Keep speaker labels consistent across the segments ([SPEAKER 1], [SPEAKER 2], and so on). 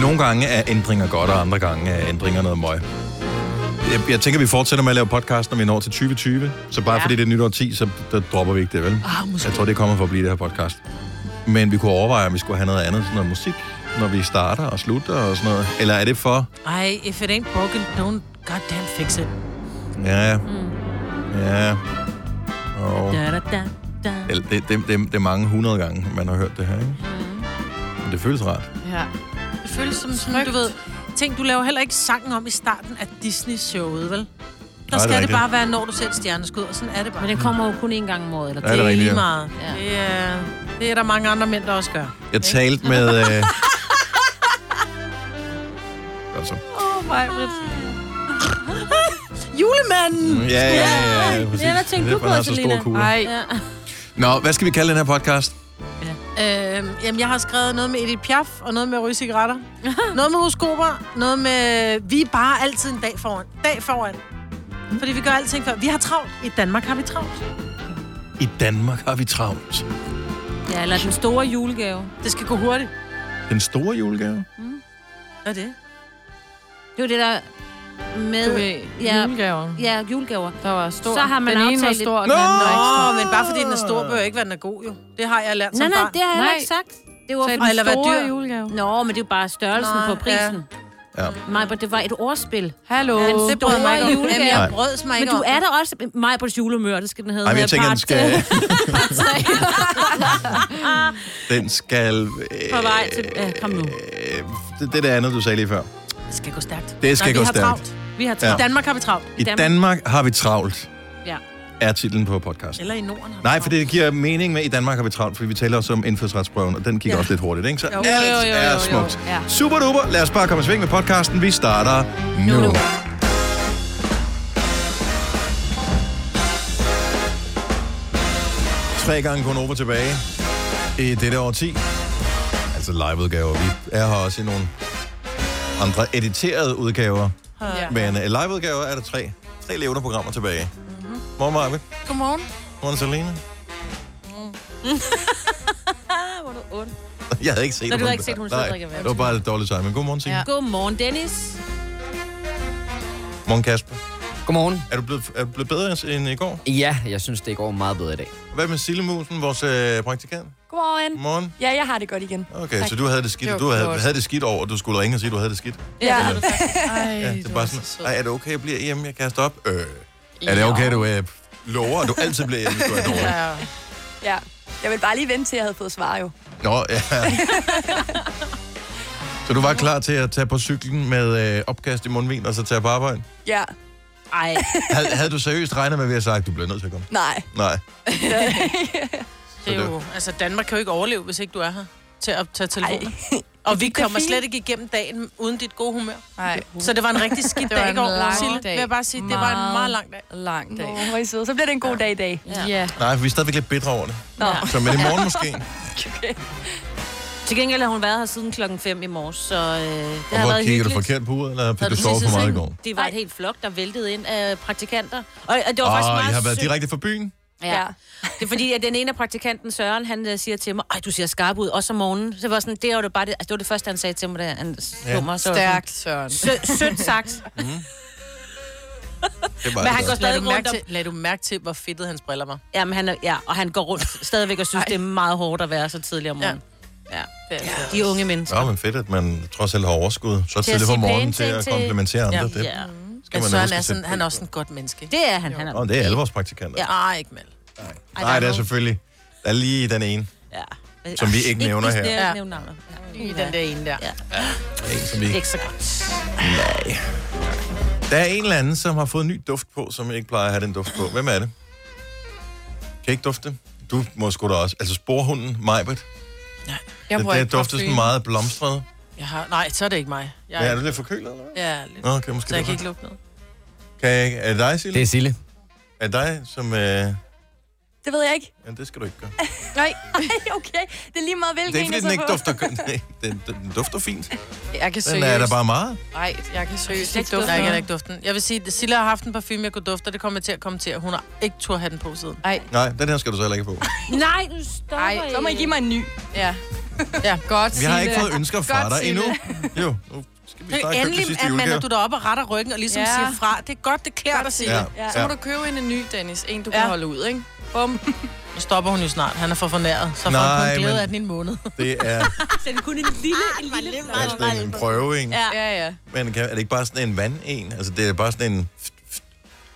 [SPEAKER 1] nogle gange er ændringer godt, og andre gange er ændringer noget møg. Jeg, jeg tænker, vi fortsætter med at lave podcast, når vi når til 2020. Så bare ja.
[SPEAKER 2] Ja.
[SPEAKER 1] fordi det er nytår 10, så der dropper vi ikke det, vel?
[SPEAKER 2] Ah, måske.
[SPEAKER 1] Jeg tror, det er kommet for at blive det her podcast. Men vi kunne overveje, om vi skulle have noget andet, sådan noget musik, når vi starter og slutter og sådan noget. Eller er det for...
[SPEAKER 3] Ej, if it ain't broken, don't goddamn fix it.
[SPEAKER 1] Ja,
[SPEAKER 2] Mm.
[SPEAKER 1] ja... Og...
[SPEAKER 3] Da, da, da, da.
[SPEAKER 1] Det, det, det, det, det er mange hundrede gange, man har hørt det her, ikke?
[SPEAKER 2] Mm.
[SPEAKER 1] Men det føles rart.
[SPEAKER 2] Ja.
[SPEAKER 3] Det føles som sådan, du ved... Ting, du laver heller ikke sangen om i starten af Disney-showet, vel? Der
[SPEAKER 1] er
[SPEAKER 3] skal det
[SPEAKER 1] rigtigt.
[SPEAKER 3] bare være, når du ser et stjerneskud, og sådan er det bare.
[SPEAKER 2] Men den kommer jo kun én gang om året. Eller
[SPEAKER 1] Ja, det
[SPEAKER 3] det
[SPEAKER 1] er
[SPEAKER 3] er
[SPEAKER 1] rigtigt,
[SPEAKER 3] lige
[SPEAKER 1] ja.
[SPEAKER 3] meget.
[SPEAKER 2] Ja.
[SPEAKER 3] Det, er, det er der mange andre mænd, der også gør.
[SPEAKER 1] Jeg talte med... Øh... altså.
[SPEAKER 3] Åh, mig, Julemanden!
[SPEAKER 1] Mm. Ja, ja, ja, ja, præcis.
[SPEAKER 2] Ja, hvad tænkte du
[SPEAKER 1] Derfor har
[SPEAKER 2] på,
[SPEAKER 1] så
[SPEAKER 2] Selina?
[SPEAKER 1] store kugler.
[SPEAKER 3] Ej.
[SPEAKER 2] Ja.
[SPEAKER 1] Nå, hvad skal vi kalde den her podcast?
[SPEAKER 3] Øhm, jamen, jeg har skrevet noget med Edith Piaf, og noget med at ryge cigaretter. noget med horoskoper, noget med... Vi er bare altid en dag foran. Dag foran. Fordi vi gør alting før. Vi har travlt. I Danmark har vi travlt.
[SPEAKER 1] I Danmark har vi travlt.
[SPEAKER 2] ja, eller den store julegave.
[SPEAKER 3] Det skal gå hurtigt.
[SPEAKER 1] Den store julegave?
[SPEAKER 3] Hvad er det?
[SPEAKER 2] Det er jo det der med...
[SPEAKER 4] Du ved,
[SPEAKER 2] ja,
[SPEAKER 4] julegaver.
[SPEAKER 2] ja, julegaver.
[SPEAKER 4] Der var stor.
[SPEAKER 2] Så har man
[SPEAKER 4] den ene
[SPEAKER 2] aftalt
[SPEAKER 4] var
[SPEAKER 2] et-
[SPEAKER 4] stor, og den anden var ikke stor.
[SPEAKER 3] Åh, men bare fordi den er stor, bør ikke være, den er god, jo. Det har jeg lært som
[SPEAKER 2] Nej, nej,
[SPEAKER 3] barn.
[SPEAKER 2] det har jeg heller
[SPEAKER 4] Nej.
[SPEAKER 2] ikke sagt. Det var
[SPEAKER 4] Så er
[SPEAKER 3] Eller hvad
[SPEAKER 4] den store
[SPEAKER 3] dyr.
[SPEAKER 4] julegave.
[SPEAKER 2] Nå, men det er jo bare størrelsen
[SPEAKER 3] Nå,
[SPEAKER 2] på prisen.
[SPEAKER 1] Ja.
[SPEAKER 2] Mig, det var et ordspil.
[SPEAKER 4] Hallo.
[SPEAKER 2] Ja, det
[SPEAKER 3] Det brød mig
[SPEAKER 2] Store
[SPEAKER 3] ikke om. Jamen,
[SPEAKER 1] julegave.
[SPEAKER 3] jeg brød mig
[SPEAKER 2] Men
[SPEAKER 3] ikke
[SPEAKER 2] du
[SPEAKER 3] om.
[SPEAKER 2] er da også mig på julemør, det skal den hedde.
[SPEAKER 1] Ej, men jeg tænker, den
[SPEAKER 2] Part
[SPEAKER 1] skal,
[SPEAKER 2] tre.
[SPEAKER 1] den skal... Øh,
[SPEAKER 2] På vej til- ja, kom nu.
[SPEAKER 1] Øh, det, det er det andet, du sagde lige før.
[SPEAKER 3] Det skal gå stærkt.
[SPEAKER 1] Det skal
[SPEAKER 3] Nej,
[SPEAKER 1] gå
[SPEAKER 3] vi
[SPEAKER 1] stærkt.
[SPEAKER 3] Har travlt.
[SPEAKER 2] Vi har
[SPEAKER 1] Ja.
[SPEAKER 3] I
[SPEAKER 2] travlt.
[SPEAKER 3] Danmark har vi travlt.
[SPEAKER 1] I
[SPEAKER 2] Danmark.
[SPEAKER 1] Danmark har vi travlt,
[SPEAKER 2] Ja.
[SPEAKER 1] er titlen på podcasten.
[SPEAKER 3] Eller i Norden har vi
[SPEAKER 1] Nej,
[SPEAKER 3] travlt.
[SPEAKER 1] for det giver mening med, at i Danmark har vi travlt, fordi vi taler også om indfødsretsprøven, og den gik ja. også lidt hurtigt, ikke? Så jo, alt jo, jo, jo, er smukt. Jo,
[SPEAKER 4] ja.
[SPEAKER 1] Super duper. Lad os bare komme i sving med podcasten. Vi starter nu. nu. Tre gange kun over tilbage i dette år 10. Altså liveudgaver. Vi er her også i nogle andre editerede udgaver.
[SPEAKER 4] Ja.
[SPEAKER 1] Men øh, liveudgaver er der tre. Tre levende programmer tilbage. Mm-hmm. Morgen, Marve.
[SPEAKER 4] Godmorgen.
[SPEAKER 1] Morgen, Selina. Jeg havde ikke set,
[SPEAKER 2] Nå,
[SPEAKER 1] at
[SPEAKER 2] du havde ikke set, hun sad og
[SPEAKER 1] Nej,
[SPEAKER 2] drikker vand.
[SPEAKER 1] Det var bare lidt dårligt timing. Godmorgen, Signe. Ja.
[SPEAKER 4] Ja.
[SPEAKER 2] Godmorgen, Dennis.
[SPEAKER 1] Morgen, Kasper.
[SPEAKER 5] Godmorgen.
[SPEAKER 1] Er du blevet, er du blevet bedre end i går?
[SPEAKER 5] Ja, jeg synes, det går meget bedre i dag.
[SPEAKER 1] Hvad med Sillemusen, vores øh, praktikant?
[SPEAKER 6] Godmorgen.
[SPEAKER 1] Morgen.
[SPEAKER 6] Ja, jeg har det godt igen.
[SPEAKER 1] Okay,
[SPEAKER 6] Tak.
[SPEAKER 1] så du havde det skidt,
[SPEAKER 4] Det var
[SPEAKER 1] du havde,
[SPEAKER 4] godt.
[SPEAKER 1] havde det skidt over, og du skulle ringe og sige, at du havde det skidt.
[SPEAKER 6] Ja.
[SPEAKER 4] Ej,
[SPEAKER 1] Ja, det er bare sådan, Ej, er det okay, jeg bliver hjemme, jeg kan stoppe? Øh, er det okay, du øh, lover, at du altid bliver hjemme, hvis du er dårlig?
[SPEAKER 4] Ja.
[SPEAKER 6] ja. Jeg vil bare lige vente til, jeg havde fået svar jo.
[SPEAKER 1] Nå, ja. Så du var klar til at tage på cyklen med øh, opkast i mundvin, og så tage på arbejde?
[SPEAKER 6] Ja.
[SPEAKER 2] Ej,
[SPEAKER 1] Havde, havde du seriøst regnet med, at vi havde sagt, du bliver nødt til at komme?
[SPEAKER 6] Nej.
[SPEAKER 1] Nej.
[SPEAKER 3] Det er jo, altså Danmark kan jo ikke overleve, hvis ikke du er her til at tage telefonen. Og vi
[SPEAKER 6] gik da
[SPEAKER 3] kommer
[SPEAKER 6] fint.
[SPEAKER 3] slet ikke igennem dagen uden dit gode humør.
[SPEAKER 4] Nej,
[SPEAKER 3] Så det var en rigtig skidt
[SPEAKER 4] Det var
[SPEAKER 3] dag i
[SPEAKER 4] en
[SPEAKER 3] går,
[SPEAKER 4] lang
[SPEAKER 3] Sille.
[SPEAKER 4] dag.
[SPEAKER 3] Vil jeg bare sige, det var en
[SPEAKER 4] Meget.
[SPEAKER 3] meget lang dag.
[SPEAKER 4] lang dag.
[SPEAKER 6] Nå, hvor er I søde. Så bliver det en god dag i dag.
[SPEAKER 4] Ja.
[SPEAKER 1] Nej, for vi er stadigvæk lidt bedre over det.
[SPEAKER 6] Nå.
[SPEAKER 1] Så men i morgen måske.
[SPEAKER 2] til gengæld har hun været her siden klokken 5 i morges, så øh, det
[SPEAKER 1] Og
[SPEAKER 2] har
[SPEAKER 1] hvor
[SPEAKER 2] været
[SPEAKER 1] kigger du
[SPEAKER 2] hyggeligt.
[SPEAKER 1] forkert på uret, eller fik
[SPEAKER 2] Havde
[SPEAKER 1] du sovet
[SPEAKER 2] tisset
[SPEAKER 1] for meget i
[SPEAKER 2] sengen?
[SPEAKER 1] går?
[SPEAKER 2] Det var et helt flok, der væltede ind af praktikanter. Og, og det var faktisk
[SPEAKER 1] Åh,
[SPEAKER 2] meget
[SPEAKER 1] Ah, I har været
[SPEAKER 2] sødt.
[SPEAKER 1] direkte fra byen?
[SPEAKER 2] Ja. Det er fordi, at den ene af praktikanten, Søren, han øh, siger til mig, ej, du ser skarp ud, også om morgenen. Så var sådan, det var det bare det, altså, det, var det første, han sagde til mig, da han slog
[SPEAKER 1] Ja.
[SPEAKER 2] ja. mig. Så var jeg
[SPEAKER 4] Stærkt, Søren.
[SPEAKER 2] sådan, "Sø- Sødt sagt.
[SPEAKER 1] Det var
[SPEAKER 2] Men han
[SPEAKER 1] det.
[SPEAKER 2] går
[SPEAKER 3] Lad
[SPEAKER 2] stadig
[SPEAKER 3] du, mærke
[SPEAKER 2] rundt og,
[SPEAKER 3] til, lad du mærke til, hvor fedtet hans briller var.
[SPEAKER 2] Jamen, han, er- ja, og han går rundt stadigvæk og synes, det er meget hårdt at være så tidlig om morgenen. Ja.
[SPEAKER 3] Det er
[SPEAKER 2] De unge mennesker.
[SPEAKER 1] Nå, men fedt, at man trods alt har overskud. Så
[SPEAKER 2] at
[SPEAKER 1] tidligt på
[SPEAKER 2] sige
[SPEAKER 1] morgenen
[SPEAKER 2] pæne
[SPEAKER 1] til
[SPEAKER 2] ting
[SPEAKER 1] at
[SPEAKER 2] til-
[SPEAKER 1] komplementere andre. Det
[SPEAKER 2] Ja.
[SPEAKER 1] skal
[SPEAKER 3] Men
[SPEAKER 1] man
[SPEAKER 3] Søren
[SPEAKER 1] huske
[SPEAKER 3] er,
[SPEAKER 1] at
[SPEAKER 3] sådan,
[SPEAKER 1] sætte
[SPEAKER 3] han
[SPEAKER 1] pris
[SPEAKER 3] er også en godt menneske.
[SPEAKER 2] Det er han. han er,
[SPEAKER 1] på. Nå, det er alle vores praktikanter.
[SPEAKER 3] Ja, ej, ikke mal.
[SPEAKER 1] Nej, det er selvfølgelig. Der er lige den ene,
[SPEAKER 2] ja.
[SPEAKER 1] som vi ikke nævner her.
[SPEAKER 2] Ja.
[SPEAKER 3] Ja.
[SPEAKER 2] Nævne navnet.
[SPEAKER 3] I den der ene der.
[SPEAKER 2] Ja.
[SPEAKER 1] En, som vi
[SPEAKER 2] Det er
[SPEAKER 1] ikke...
[SPEAKER 2] ikke så godt.
[SPEAKER 1] Der er en eller anden, som har fået en ny duft på, som ikke plejer at have den duft på. Hvem er det? Kan I ikke dufte? Du må sgu da også. Altså sporhunden, Majbert.
[SPEAKER 4] Jeg
[SPEAKER 1] Den
[SPEAKER 4] bruger
[SPEAKER 1] der
[SPEAKER 4] ikke
[SPEAKER 1] dufter sådan
[SPEAKER 4] parfume.
[SPEAKER 1] meget blomstret.
[SPEAKER 3] Jeg har, nej, så er det ikke mig. Jeg
[SPEAKER 1] Ja, er
[SPEAKER 3] er,
[SPEAKER 1] du lidt forkølet, eller hvad?
[SPEAKER 3] ja, lidt.
[SPEAKER 1] Nå, okay, måske
[SPEAKER 3] Så jeg kan
[SPEAKER 1] derfor.
[SPEAKER 3] ikke lukke noget.
[SPEAKER 1] Kan jeg ikke? Er det dig, Sille?
[SPEAKER 5] Det er Sille.
[SPEAKER 1] Er det dig, som... Øh...
[SPEAKER 6] Det ved jeg ikke.
[SPEAKER 1] Ja, det skal du ikke gøre.
[SPEAKER 4] Nej,
[SPEAKER 6] Ej, okay. Det er lige meget, hvilken
[SPEAKER 1] Det er ikke, fordi
[SPEAKER 6] jeg
[SPEAKER 1] den
[SPEAKER 6] så får.
[SPEAKER 1] ikke dufter... Nej, den, den, den dufter fint.
[SPEAKER 4] jeg kan
[SPEAKER 1] Den er der
[SPEAKER 4] seriøst.
[SPEAKER 1] bare meget.
[SPEAKER 4] Nej, jeg kan seriøst
[SPEAKER 2] Jeg
[SPEAKER 4] ikke
[SPEAKER 2] kan
[SPEAKER 4] dufte
[SPEAKER 3] Nej, jeg kan
[SPEAKER 4] noget.
[SPEAKER 3] da ikke dufte den. Jeg vil sige, at Silla har haft en parfume, jeg kunne dufte, og det kommer jeg til at kommentere. Hun har ikke tur have den på siden.
[SPEAKER 4] Ej,
[SPEAKER 1] Nej, den her skal du så heller ikke på.
[SPEAKER 2] Nej, nu stopper
[SPEAKER 4] Ej,
[SPEAKER 2] I.
[SPEAKER 6] Så må I give mig en ny.
[SPEAKER 4] ja.
[SPEAKER 3] Ja.
[SPEAKER 4] Godt,
[SPEAKER 1] Vi har
[SPEAKER 4] Signe.
[SPEAKER 1] ikke fået ønsker fra
[SPEAKER 4] Godt,
[SPEAKER 1] dig endnu.
[SPEAKER 4] Signe.
[SPEAKER 1] Jo, nu skal vi
[SPEAKER 3] Det er
[SPEAKER 1] starte købe det
[SPEAKER 3] endelig,
[SPEAKER 1] sidste
[SPEAKER 3] at man,
[SPEAKER 1] julegave.
[SPEAKER 3] når du er deroppe og retter ryggen og ligesom
[SPEAKER 4] Ja.
[SPEAKER 3] ja. siger fra. Det er godt, det klæder dig, Silla.
[SPEAKER 1] Ja,
[SPEAKER 3] Ja.
[SPEAKER 4] Så må du købe en, en ny, Dennis. En, du kan
[SPEAKER 3] Ja.
[SPEAKER 4] holde ud, ikke?
[SPEAKER 6] Bum.
[SPEAKER 3] Nu stopper hun jo snart. Han er for fornæret. Så får
[SPEAKER 1] Nej,
[SPEAKER 3] han kun glæde
[SPEAKER 1] men-
[SPEAKER 3] af den i en måned.
[SPEAKER 1] det er
[SPEAKER 2] Send kun en lille, en lille
[SPEAKER 1] er sådan en prøve, ikke?
[SPEAKER 3] Ja.
[SPEAKER 4] Ja, ja.
[SPEAKER 1] Men kan, er det ikke bare sådan en vand en? Altså, det er bare sådan en,
[SPEAKER 2] Det
[SPEAKER 1] en
[SPEAKER 2] ved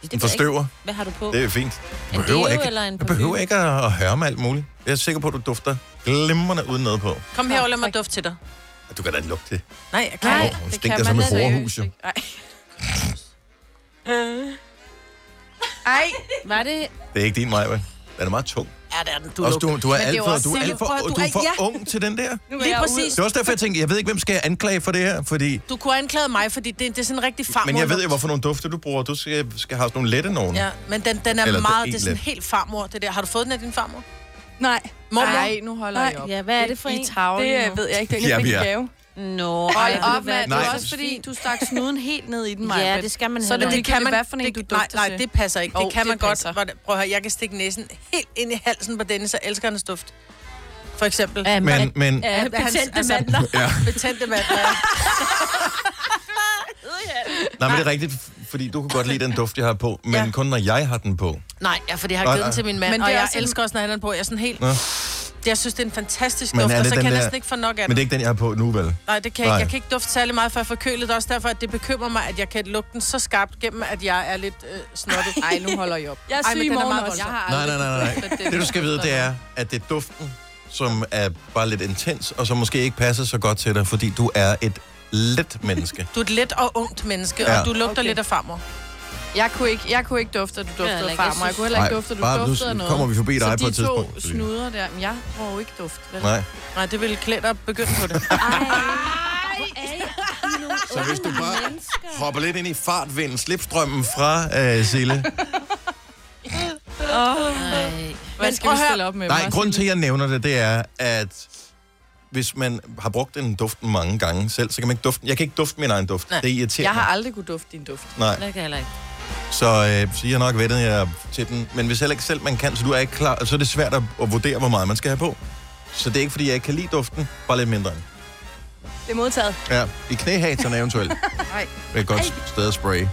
[SPEAKER 2] jeg ikke.
[SPEAKER 1] forstøver.
[SPEAKER 2] Hvad har du på?
[SPEAKER 1] Det er fint.
[SPEAKER 2] En
[SPEAKER 1] Jeg behøver
[SPEAKER 2] deo
[SPEAKER 1] ikke,
[SPEAKER 2] eller en
[SPEAKER 1] jeg behøver
[SPEAKER 2] parfume?
[SPEAKER 1] ikke at at høre med alt muligt. Jeg er sikker på, at du dufter glimrende uden noget på.
[SPEAKER 3] Kom her og lad mig
[SPEAKER 4] tak.
[SPEAKER 3] dufte til dig.
[SPEAKER 1] Du kan da lugte det.
[SPEAKER 3] Nej, jeg kan altså
[SPEAKER 4] Nej,
[SPEAKER 3] ikke.
[SPEAKER 1] Åh, hun
[SPEAKER 4] det
[SPEAKER 1] stinker
[SPEAKER 4] kan
[SPEAKER 1] som
[SPEAKER 4] man
[SPEAKER 1] et
[SPEAKER 4] da seriøst
[SPEAKER 1] roerhus, jo.
[SPEAKER 4] ikke. Ej.
[SPEAKER 3] Øh.
[SPEAKER 6] Ej,
[SPEAKER 2] Var det...
[SPEAKER 1] Det er ikke din vej, vel? Den er meget tung.
[SPEAKER 3] Ja, det er den. Du
[SPEAKER 1] Du, også, du, du er
[SPEAKER 4] Men det er
[SPEAKER 1] alt
[SPEAKER 4] jo
[SPEAKER 1] for,
[SPEAKER 4] også
[SPEAKER 1] du er alt
[SPEAKER 4] Silke.
[SPEAKER 1] for,
[SPEAKER 3] Prøv at- du
[SPEAKER 1] du er
[SPEAKER 3] er-
[SPEAKER 1] for
[SPEAKER 3] ja.
[SPEAKER 1] ung til den der.
[SPEAKER 6] nu er
[SPEAKER 3] Lige
[SPEAKER 6] jeg
[SPEAKER 3] præcis.
[SPEAKER 1] Det er også derfor, jeg tænkte, jeg ved ikke, hvem skal jeg anklage for det her, fordi...
[SPEAKER 3] Du kunne anklage mig, fordi det, det er sådan en rigtig farmor.
[SPEAKER 1] Men jeg ved jo, hvorfor nogle dufte du bruger. Du skal, skal have sådan nogle lette nogen.
[SPEAKER 3] Ja, men den, den er
[SPEAKER 1] Eller
[SPEAKER 3] Eller
[SPEAKER 1] det er
[SPEAKER 3] meget,
[SPEAKER 1] en
[SPEAKER 3] det er sådan
[SPEAKER 1] let.
[SPEAKER 3] helt farmor, det der. Har du fået den af din farmor?
[SPEAKER 6] ude. Nej,
[SPEAKER 3] Mormor?
[SPEAKER 4] Ej, nu holder
[SPEAKER 6] Nej,
[SPEAKER 4] jeg op.
[SPEAKER 2] Ja, hvad er det for en?
[SPEAKER 4] I tavlen
[SPEAKER 6] det øh,
[SPEAKER 4] nu.
[SPEAKER 6] ved jeg ikke. Det er
[SPEAKER 1] Ja,
[SPEAKER 6] ikke
[SPEAKER 1] vi
[SPEAKER 6] en
[SPEAKER 1] er.
[SPEAKER 6] gave.
[SPEAKER 2] Nå,
[SPEAKER 4] Hold
[SPEAKER 2] ej,
[SPEAKER 4] op, mand. Det
[SPEAKER 1] Nej.
[SPEAKER 4] er også fordi, du stak snuden helt ned i den, Maja.
[SPEAKER 2] Ja, det skal man
[SPEAKER 4] Så er det
[SPEAKER 2] heller
[SPEAKER 4] jo
[SPEAKER 2] ikke.
[SPEAKER 4] ligegyldigt, hvad for en du
[SPEAKER 3] nej,
[SPEAKER 4] dufter
[SPEAKER 3] nej,
[SPEAKER 4] til.
[SPEAKER 3] det passer ikke. Det
[SPEAKER 4] Jo,
[SPEAKER 3] kan man
[SPEAKER 4] det
[SPEAKER 3] godt.
[SPEAKER 4] passer.
[SPEAKER 3] Hvordan- Prøv at høre, jeg kan stikke næsen helt ind i halsen på denne, så elsker han duft. For eksempel.
[SPEAKER 2] Ja,
[SPEAKER 1] Men, men,
[SPEAKER 2] Ja, betændte
[SPEAKER 3] altså-
[SPEAKER 2] mandler.
[SPEAKER 1] ja.
[SPEAKER 3] Betændte mand. ja.
[SPEAKER 1] Nej, men det er rigtigt, fordi du kan godt lide den duft, jeg har på, men ja.
[SPEAKER 3] Ja.
[SPEAKER 1] kun når jeg har den på.
[SPEAKER 3] Nej, ja, for det har
[SPEAKER 1] Nej,
[SPEAKER 3] jeg givet den
[SPEAKER 1] nej.
[SPEAKER 3] til min mand,
[SPEAKER 4] Men det
[SPEAKER 3] og
[SPEAKER 4] er
[SPEAKER 3] jeg
[SPEAKER 4] også en-
[SPEAKER 3] elsker også, når han er på. Jeg er sådan helt...
[SPEAKER 1] Nå.
[SPEAKER 3] Jeg synes, det er en fantastisk
[SPEAKER 1] Men
[SPEAKER 3] duft,
[SPEAKER 1] er
[SPEAKER 3] og
[SPEAKER 1] det
[SPEAKER 3] så kan
[SPEAKER 1] den
[SPEAKER 3] jeg
[SPEAKER 1] der-
[SPEAKER 3] næsten ikke få nok af
[SPEAKER 1] Men det
[SPEAKER 3] den.
[SPEAKER 1] er ikke den, jeg har på nu, vel?
[SPEAKER 3] Nej, det kan jeg ikke.
[SPEAKER 1] Nej.
[SPEAKER 3] Jeg kan ikke dufte særlig meget, for jeg er forkølet. Det er Også derfor, at det bekymrer mig, at jeg kan lugte den så skarpt gennem, at jeg er lidt øh, snottet.
[SPEAKER 4] Ej, nu holder jeg op.
[SPEAKER 6] Jeg er
[SPEAKER 3] Ej,
[SPEAKER 6] syg i
[SPEAKER 3] men den er
[SPEAKER 6] morgen
[SPEAKER 3] meget
[SPEAKER 6] også.
[SPEAKER 3] voldsom.
[SPEAKER 1] Nej,
[SPEAKER 4] har
[SPEAKER 1] nej, nej,
[SPEAKER 4] duftet
[SPEAKER 1] nej. Det, du skal vide, det er, at det er duften, som er bare lidt intens, og som måske ikke passer så godt til dig, fordi du er et let menneske.
[SPEAKER 3] Du er et let og ungt menneske,
[SPEAKER 1] Ja.
[SPEAKER 3] og du lugter
[SPEAKER 6] Okay.
[SPEAKER 3] lidt af farmor.
[SPEAKER 4] Jeg kunne ikke, jeg kunne ikke dufte, at du
[SPEAKER 2] heller
[SPEAKER 4] duftede
[SPEAKER 2] ikke. Jeg
[SPEAKER 4] farmor. Jeg
[SPEAKER 2] synes-
[SPEAKER 4] kunne heller ikke
[SPEAKER 1] Nej,
[SPEAKER 4] dufte, at du
[SPEAKER 1] bare nu
[SPEAKER 4] duftede af noget.
[SPEAKER 1] kommer vi forbi dig
[SPEAKER 4] så
[SPEAKER 1] på et
[SPEAKER 4] de to
[SPEAKER 1] tidspunkt, Selina.
[SPEAKER 4] snuder der, men jeg må jo ikke dufte. vel?
[SPEAKER 1] Nej.
[SPEAKER 3] Nej, det ville klæde dig at begynde på det.
[SPEAKER 1] Så hvis du bare hopper lidt ind i fartvinden, slipstrømmen fra øh, Sille.
[SPEAKER 4] Hvad skal vi stille op med?
[SPEAKER 1] Nej,
[SPEAKER 4] Bare
[SPEAKER 1] grunden til,
[SPEAKER 4] sige
[SPEAKER 1] at jeg nævner det, det er, at hvis man har brugt den duften mange gange selv, så kan man ikke dufte Jeg kan ikke dufte min egen duft.
[SPEAKER 3] Nej.
[SPEAKER 1] Det
[SPEAKER 4] lidt.
[SPEAKER 1] irriterer
[SPEAKER 4] Jeg har
[SPEAKER 1] mig.
[SPEAKER 4] aldrig kunne dufte din duft.
[SPEAKER 1] Nej.
[SPEAKER 2] Det kan jeg heller ikke.
[SPEAKER 1] Så, øh, så I har nok vendet jer til den. Men hvis heller ikke selv man kan, så du er ikke klar, så er det svært at, at vurdere, hvor meget man skal have på. Så det er ikke, fordi jeg ikke kan lide duften, bare lidt mindre. end.
[SPEAKER 6] Det er modtaget.
[SPEAKER 1] Ja, i knæhaterne eventuelt.
[SPEAKER 4] Nej.
[SPEAKER 1] Det er et godt sted at spraye.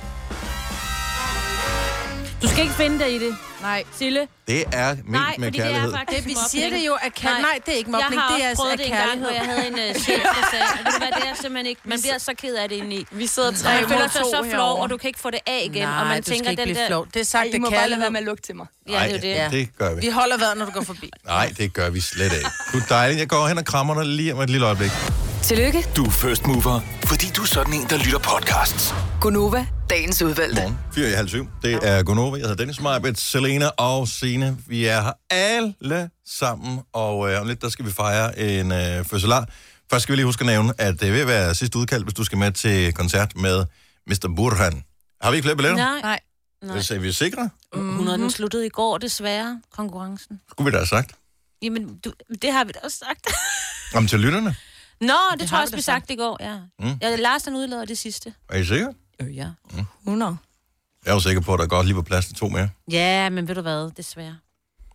[SPEAKER 2] Du skal ikke finde dig i det,
[SPEAKER 4] Nej.
[SPEAKER 2] Sille.
[SPEAKER 1] Det er ment
[SPEAKER 2] Nej,
[SPEAKER 1] med
[SPEAKER 2] fordi det
[SPEAKER 1] kærlighed.
[SPEAKER 2] er faktisk
[SPEAKER 3] Vi
[SPEAKER 2] mobning.
[SPEAKER 3] siger det jo af
[SPEAKER 2] Nej.
[SPEAKER 3] kærlighed. Nej, det er ikke
[SPEAKER 2] Jeg
[SPEAKER 3] mobning,
[SPEAKER 2] har
[SPEAKER 3] det
[SPEAKER 2] også
[SPEAKER 3] er altså
[SPEAKER 2] prøvet
[SPEAKER 3] af
[SPEAKER 2] det en gang, hvor jeg
[SPEAKER 3] kærlighed.
[SPEAKER 2] havde en uh, chef, der sagde, at det, var, det er simpelthen ikke, man bliver så ked af det indeni.
[SPEAKER 4] Vi sidder tre
[SPEAKER 2] Man føler
[SPEAKER 4] mod
[SPEAKER 2] sig
[SPEAKER 4] to
[SPEAKER 2] så flov,
[SPEAKER 4] herovre.
[SPEAKER 2] og du kan ikke få det af igen,
[SPEAKER 3] Nej,
[SPEAKER 2] og man
[SPEAKER 3] du
[SPEAKER 2] tænker,
[SPEAKER 3] skal ikke
[SPEAKER 2] den
[SPEAKER 3] blive
[SPEAKER 2] der...
[SPEAKER 3] flov. Det er sagt,
[SPEAKER 6] Ej, I
[SPEAKER 3] det
[SPEAKER 6] må
[SPEAKER 3] er
[SPEAKER 6] bare lade være med
[SPEAKER 3] kærlighed.
[SPEAKER 6] at lugte til mig.
[SPEAKER 2] Ja, det er jo det.
[SPEAKER 1] Ej, det gør vi.
[SPEAKER 3] Vi holder vejret, når du går forbi.
[SPEAKER 1] Nej, det gør vi slet ikke. Du er dejlig. Jeg går hen og krammer dig lige om et lille øjeblik.
[SPEAKER 7] Tillykke,
[SPEAKER 8] Du er first mover, fordi du er sådan en, der lytter podcasts.
[SPEAKER 7] Gunova, dagens udvalgte.
[SPEAKER 1] Godmorgen. 4 i halv syv. Det er Gunova. Jeg hedder Dennis Meibet, Selena og Sine. Vi er her alle sammen, og øh, om lidt der skal vi fejre en øh, fødselar. Først skal vi lige huske at nævne, at det vil være sidste udkald, hvis du skal med til koncert med Mr. Burhan. Har vi ikke flere billetter?
[SPEAKER 2] Nej, Mm-hmm.
[SPEAKER 4] Nej.
[SPEAKER 2] nej.
[SPEAKER 1] Så er vi sikre?
[SPEAKER 2] 100 den sluttede i går, desværre, konkurrencen.
[SPEAKER 1] Skulle vi da have sagt.
[SPEAKER 2] Jamen, du, det har vi da også sagt.
[SPEAKER 1] Om til lytterne.
[SPEAKER 2] Nå, det, det tror
[SPEAKER 3] har
[SPEAKER 2] jeg
[SPEAKER 3] vi
[SPEAKER 2] også,
[SPEAKER 3] da
[SPEAKER 2] vi
[SPEAKER 3] sagt.
[SPEAKER 2] sagt i går, ja. Mm. ja Lars, han udlader det sidste.
[SPEAKER 1] Er I sikre?
[SPEAKER 2] Øh, ja.
[SPEAKER 1] Mm.
[SPEAKER 4] 100.
[SPEAKER 1] Jeg er jo sikker på, at der godt lige var plads til to mere.
[SPEAKER 2] Ja, men ved du hvad, desværre.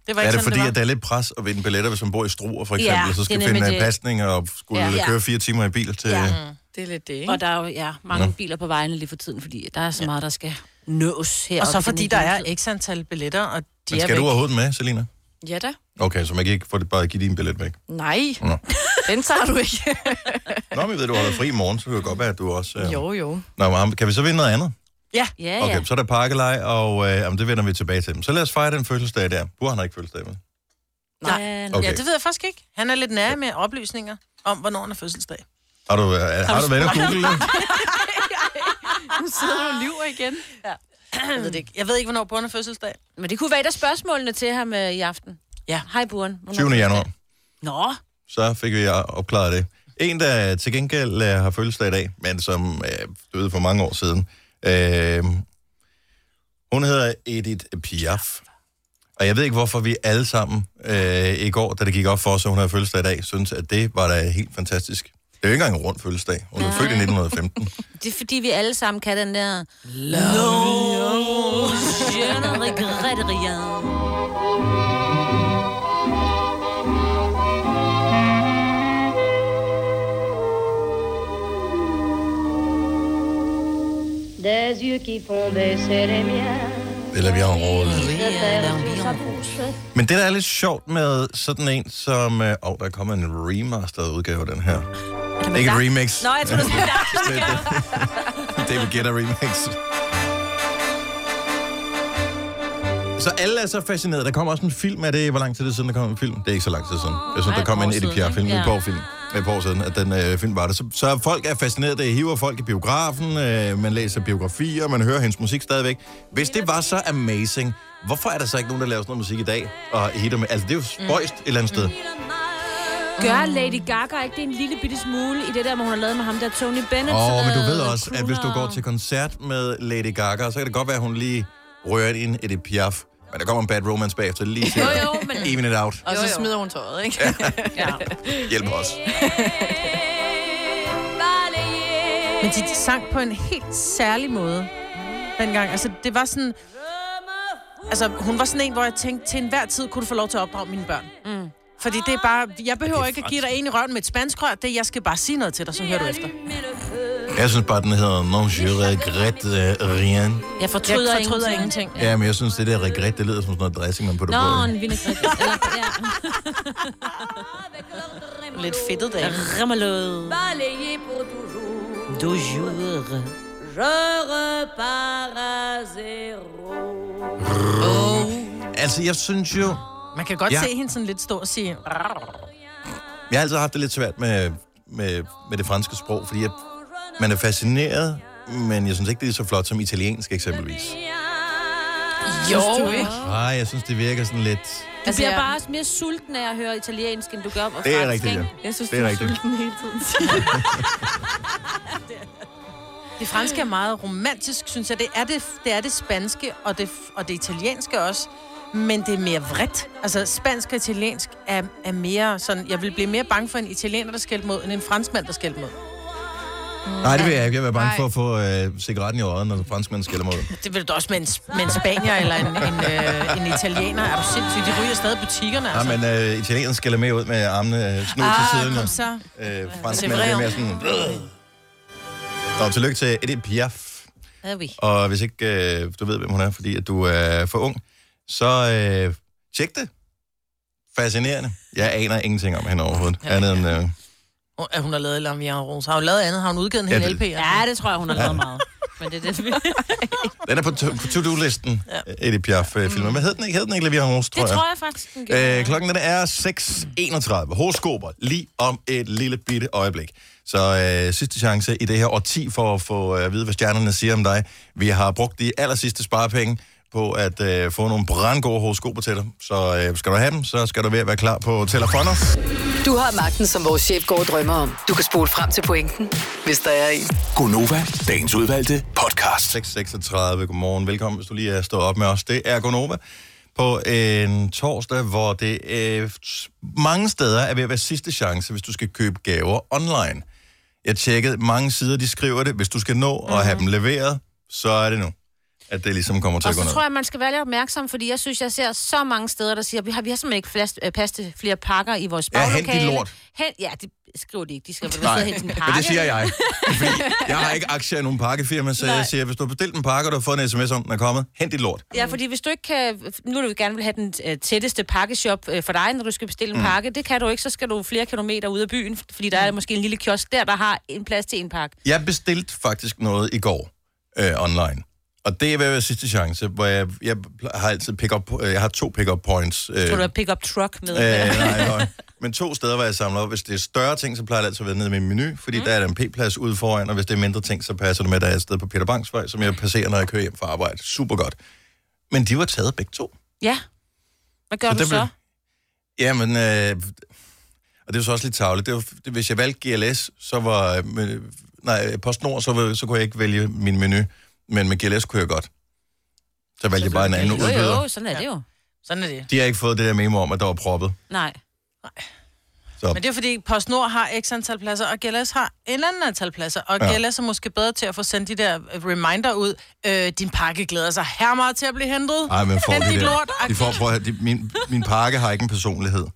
[SPEAKER 3] Det var
[SPEAKER 1] Er
[SPEAKER 3] ikke sådan,
[SPEAKER 1] det fordi,
[SPEAKER 3] det var.
[SPEAKER 1] at der er lidt pres at vinde billetter, hvis man bor i Struer for eksempel,
[SPEAKER 2] Ja,
[SPEAKER 1] og så skal
[SPEAKER 2] det er
[SPEAKER 1] finde
[SPEAKER 2] nemlig
[SPEAKER 1] en
[SPEAKER 2] det.
[SPEAKER 1] pasning og skulle
[SPEAKER 2] Ja.
[SPEAKER 1] køre fire timer i bil til...
[SPEAKER 2] Ja. Mm.
[SPEAKER 4] Det er lidt det,
[SPEAKER 2] Og
[SPEAKER 4] ikke?
[SPEAKER 2] der er jo ja, mange ja. biler på vejene lige for tiden, fordi der er så meget, der skal nås her.
[SPEAKER 3] Og så fordi der er x antal billetter, og de
[SPEAKER 1] Men
[SPEAKER 3] er
[SPEAKER 1] skal du
[SPEAKER 3] væk.
[SPEAKER 1] overhovedet med, Selina?
[SPEAKER 4] Ja da.
[SPEAKER 1] Okay, så man kan ikke få det bare at give din billet væk.
[SPEAKER 4] Nej,
[SPEAKER 1] Nå.
[SPEAKER 4] den tager du ikke.
[SPEAKER 1] Nå, men jeg ved, du holder fri i morgen, så kan det godt være, at du også... Øh...
[SPEAKER 4] Jo, jo.
[SPEAKER 1] Nå, men ham- kan vi så vinde noget andet?
[SPEAKER 2] Ja, ja.
[SPEAKER 1] Okay, så er der pakkelej, og øh, jamen, det vender vi tilbage til. Så lad os fejre den fødselsdag der. Du har ikke fødselsdag, vel?
[SPEAKER 2] Nej.
[SPEAKER 1] Okay.
[SPEAKER 3] Ja, det ved jeg faktisk ikke. Han er lidt nær med oplysninger om, hvornår han er fødselsdag.
[SPEAKER 1] Har du, øh, har du været inde og google det?
[SPEAKER 4] Nu sidder du og lyver igen.
[SPEAKER 3] Jeg ved, det ikke. jeg ved ikke, hvornår Born er fødselsdag.
[SPEAKER 2] Men det kunne være et af spørgsmålene til ham øh, i aften.
[SPEAKER 3] Ja.
[SPEAKER 2] Hej, Buren. Hvornår-
[SPEAKER 1] 20. januar.
[SPEAKER 2] Nå,
[SPEAKER 1] Så fik vi opklaret det. En, der til gengæld øh, har fødselsdag i dag, men som øh, døde for mange år siden. Øh, hun hedder Edith Piaf. Og Og jeg ved ikke, hvorfor vi alle sammen øh, i går, da det gik op for os, at hun havde fødselsdag i dag, synes at det var da helt fantastisk. Det er jo ikke engang en rund fødselsdag. Hun er født i 1915.
[SPEAKER 2] Det er fordi, vi alle sammen kan den der... Love je ne regrette rien.
[SPEAKER 9] Des yeux qui font baisser les miens.
[SPEAKER 1] Eller vi har en rolle.
[SPEAKER 9] Se faire sur sa bouche.
[SPEAKER 1] Men det, der er lidt sjovt med sådan en som... Åh, øh, oh, der er kommet en remasteret udgave af den her. Ikke et remix.
[SPEAKER 2] Nå, jeg tror, du skulle
[SPEAKER 1] Det er det. David Guetta remix. Så alle er så fascineret. Der kom også en film af det. Hvor lang tid er det siden, der kom en film? Det er ikke så lang tid siden. Jeg
[SPEAKER 2] Ej,
[SPEAKER 1] synes, der
[SPEAKER 2] et
[SPEAKER 1] kom
[SPEAKER 2] år
[SPEAKER 1] en Eddie
[SPEAKER 2] siden,
[SPEAKER 1] Pierre-film,
[SPEAKER 2] ikke?
[SPEAKER 1] ja.
[SPEAKER 2] Ja.
[SPEAKER 1] en bogfilm et par år siden, at den øh, film var der. Så, så folk er fascineret, det hiver folk i biografen, øh, man læser biografier, man hører hendes musik stadigvæk. Hvis det var så amazing, hvorfor er der så ikke nogen, der laver sådan noget musik i dag? Og hitter med, altså det er jo spøjst et eller andet sted.
[SPEAKER 2] Gør Lady Gaga ikke det en lille bitte smule i det der, hvor hun har lavet med ham der Tony Bennett?
[SPEAKER 1] Åh, oh,
[SPEAKER 2] sådan
[SPEAKER 1] men du ved
[SPEAKER 2] noget
[SPEAKER 1] også, at hvis du går
[SPEAKER 2] cooler-
[SPEAKER 1] til koncert med Lady Gaga, så kan det godt være, at hun lige rører ind i en Edith Piaf. Men der kommer en bad romance bagefter lige til.
[SPEAKER 2] Jo, jo, men...
[SPEAKER 1] Even it out.
[SPEAKER 4] Og
[SPEAKER 6] Jo,
[SPEAKER 4] så
[SPEAKER 6] jo.
[SPEAKER 4] smider hun tøjet, ikke?
[SPEAKER 2] Ja.
[SPEAKER 1] Hjælp os.
[SPEAKER 3] Men de sang på en helt særlig måde dengang. Altså, det var sådan... Altså, hun var sådan en, hvor jeg tænkte, til enhver tid kunne du få lov til at opdrage mine børn. Mm. Fordi det er bare... Jeg behøver ikke at give dig en i røven med et spansk rør. Det, jeg skal bare sige noget til dig, så hører du efter.
[SPEAKER 1] Jeg synes bare, den hedder Non je regrette øh, rien.
[SPEAKER 2] Jeg fortryder,
[SPEAKER 3] Jeg fortryder
[SPEAKER 2] ingenting.
[SPEAKER 1] Ja, men jeg synes, det der regret, det lyder som sådan noget dressing, man putter
[SPEAKER 2] Nå,
[SPEAKER 1] på.
[SPEAKER 2] en vinaigrette. Eller, ja.
[SPEAKER 3] Lidt fedtet dag.
[SPEAKER 2] Remmelød.
[SPEAKER 9] Balayé pour toujours.
[SPEAKER 2] Du jure.
[SPEAKER 9] Je repars à zéro.
[SPEAKER 1] Altså, jeg synes jo...
[SPEAKER 3] Man kan godt
[SPEAKER 1] Ja.
[SPEAKER 3] ja. se hende sådan lidt stå og sige...
[SPEAKER 1] Jeg har altid haft det lidt svært med, med, med det franske sprog, fordi jeg, man er fascineret, men jeg synes ikke, det er så flot som italiensk eksempelvis.
[SPEAKER 4] Jo, ikke?
[SPEAKER 1] Nej, jeg synes, det virker sådan lidt...
[SPEAKER 2] Du altså, bliver
[SPEAKER 4] jeg-
[SPEAKER 2] bare også mere sulten af at høre italiensk, end du gør på
[SPEAKER 1] Det er
[SPEAKER 2] fransk,
[SPEAKER 1] rigtigt, ja.
[SPEAKER 2] ikke?
[SPEAKER 6] Jeg synes,
[SPEAKER 1] Det er rigtigt.
[SPEAKER 6] sulten hele tiden.
[SPEAKER 3] Det franske er meget romantisk, synes jeg. Det er det, det, er det spanske, og det, og det italienske også. Men det er mere vredt. Altså, spansk og italiensk er, er mere sådan... Jeg vil blive mere bange for en italiener, der skælder mod, end en franskmand, der skælder mod.
[SPEAKER 1] Nej, det vil jeg ikke. Jeg vil være bange
[SPEAKER 6] Nej.
[SPEAKER 1] for at få øh, cigaretten i øjet, når franskmænd skælder mod.
[SPEAKER 3] Mm. Det vil du også med en, sp- med en spanier eller en, en, øh, en italiener. Er du sindssyg? De ryger stadig i butikkerne,
[SPEAKER 1] Nej,
[SPEAKER 3] altså.
[SPEAKER 1] men øh, italienerne skælder mere ud med armene øh, snu til siden.
[SPEAKER 3] Ah, kom så. Altså,
[SPEAKER 1] Øh, franskmænd
[SPEAKER 3] Sevrer.
[SPEAKER 1] er mere sådan... Øh. Nå, tillykke til Edith Piaf.
[SPEAKER 2] Er vi.
[SPEAKER 1] Og hvis ikke øh, du ved, hvem hun er, fordi at du er for ung, så øh, tjek det. Fascinerende. Jeg aner ingenting om hende overhovedet. Ja, andet end, øh,
[SPEAKER 3] Hun- At hun har lavet Lamia Rose. Har hun lavet andet? Har hun udgivet en hel
[SPEAKER 1] Ja, det-
[SPEAKER 3] LP? Altså?
[SPEAKER 2] Ja, det tror jeg, hun har lavet meget. Men det er det, vi...
[SPEAKER 1] den er på, to- på to-do-listen, ja. Edith Piaf-filmen. Hvad hed den ikke? Hed den ikke Levian Rose, tror
[SPEAKER 2] Mm. Det
[SPEAKER 1] jeg?
[SPEAKER 2] tror jeg faktisk, den gjorde.
[SPEAKER 1] Øh, klokken den er 6.31. Horoskoper lige om et lille bitte øjeblik. Så øh, sidste chance i det her årti for at få øh, at vide, hvad stjernerne siger om dig. Vi har brugt de aller sidste sparepenge på at øh, få nogle brandgode horoskoper til dig. Så øh, skal du have dem, så skal du ved at være klar på telefoner.
[SPEAKER 7] Du har magten, som vores chef går og drømmer om. Du kan spole frem til pointen, hvis der er en.
[SPEAKER 8] Gonova, dagens udvalgte podcast.
[SPEAKER 1] 6.36. Godmorgen. Velkommen, hvis du lige er stået op med os. Det er Gonova på en torsdag, hvor det øh, mange steder er ved at være sidste chance, hvis du skal købe gaver online. Jeg tjekkede mange sider, de skriver det. Hvis du skal nå at have dem leveret, så er det nu, at det ligesom kommer
[SPEAKER 2] Mhm.
[SPEAKER 1] til
[SPEAKER 2] Og
[SPEAKER 1] at gå
[SPEAKER 2] så
[SPEAKER 1] ned.
[SPEAKER 2] tror jeg, man skal være lidt opmærksom, fordi jeg synes, jeg ser så mange steder, der siger, vi har, vi har simpelthen ikke plads, øh, plads til flere pakker i vores
[SPEAKER 1] Ja, hent
[SPEAKER 2] baglokale.
[SPEAKER 1] dit lort.
[SPEAKER 2] Hen, ja, det skriver de ikke. De skal
[SPEAKER 1] Nej,
[SPEAKER 2] vel hente en pakke.
[SPEAKER 1] men det siger jeg. Fordi jeg har ikke aktier i nogen pakkefirma, så jeg siger, hvis du har bestilt en pakke, og du har fået en sms om, den er kommet, hent dit lort.
[SPEAKER 2] Ja, fordi hvis du ikke kan... Nu vil du gerne vil have den øh, tætteste pakkeshop øh, for dig, når du skal bestille en mm. pakke. Det kan du ikke, så skal du flere kilometer ud af byen, fordi der
[SPEAKER 1] Mm.
[SPEAKER 2] er måske en lille kiosk der, der har en plads til en pakke.
[SPEAKER 1] Jeg bestilte faktisk noget i går øh, online. Og det er ved at være sidste chance, hvor jeg, jeg har altid pick-up, øh, jeg har to pick-up points. Øh,
[SPEAKER 2] Så du har pick-up truck med.
[SPEAKER 1] øh,
[SPEAKER 2] Øh.
[SPEAKER 1] nej, nej. Men to steder, hvor jeg samler op. Hvis det er større ting, så plejer det altid at være nede i min menu, fordi mm. der er der en p-plads ude foran, og hvis det er mindre ting, så passer det med, at der er et sted på Peter Bangs vej, som jeg passerer, når jeg kører hjem fra arbejde. Super godt. Men de var taget begge to.
[SPEAKER 2] Ja. Hvad gør så du
[SPEAKER 1] der
[SPEAKER 2] så?
[SPEAKER 1] blev- Jamen, øh, og det var så også lidt tavligt. Det var, det, hvis jeg valgte GLS, så var... øh, men, øh, nej, PostNord, så, var, så kunne jeg ikke vælge min menu. Men med GLS kunne jeg godt. Så valgte jeg bare en anden
[SPEAKER 2] Jo,
[SPEAKER 1] udbyder.
[SPEAKER 2] jo, sådan er det jo.
[SPEAKER 3] Sådan er det.
[SPEAKER 1] De har ikke fået det der memo om, at der var proppet.
[SPEAKER 2] Nej.
[SPEAKER 1] Så.
[SPEAKER 3] Men det er fordi, PostNord har x antal pladser, og GLS har en anden antal pladser. Og
[SPEAKER 1] Ja.
[SPEAKER 3] ja. GLS er måske bedre til at få sendt de der øh, reminder ud. Øh, din pakke glæder sig her meget til at blive hentet.
[SPEAKER 1] Ej, men får
[SPEAKER 3] Hent
[SPEAKER 1] de
[SPEAKER 3] dit
[SPEAKER 1] der.
[SPEAKER 3] lort.
[SPEAKER 1] De får, prøv at, høre, de, min, min pakke har ikke en personlighed.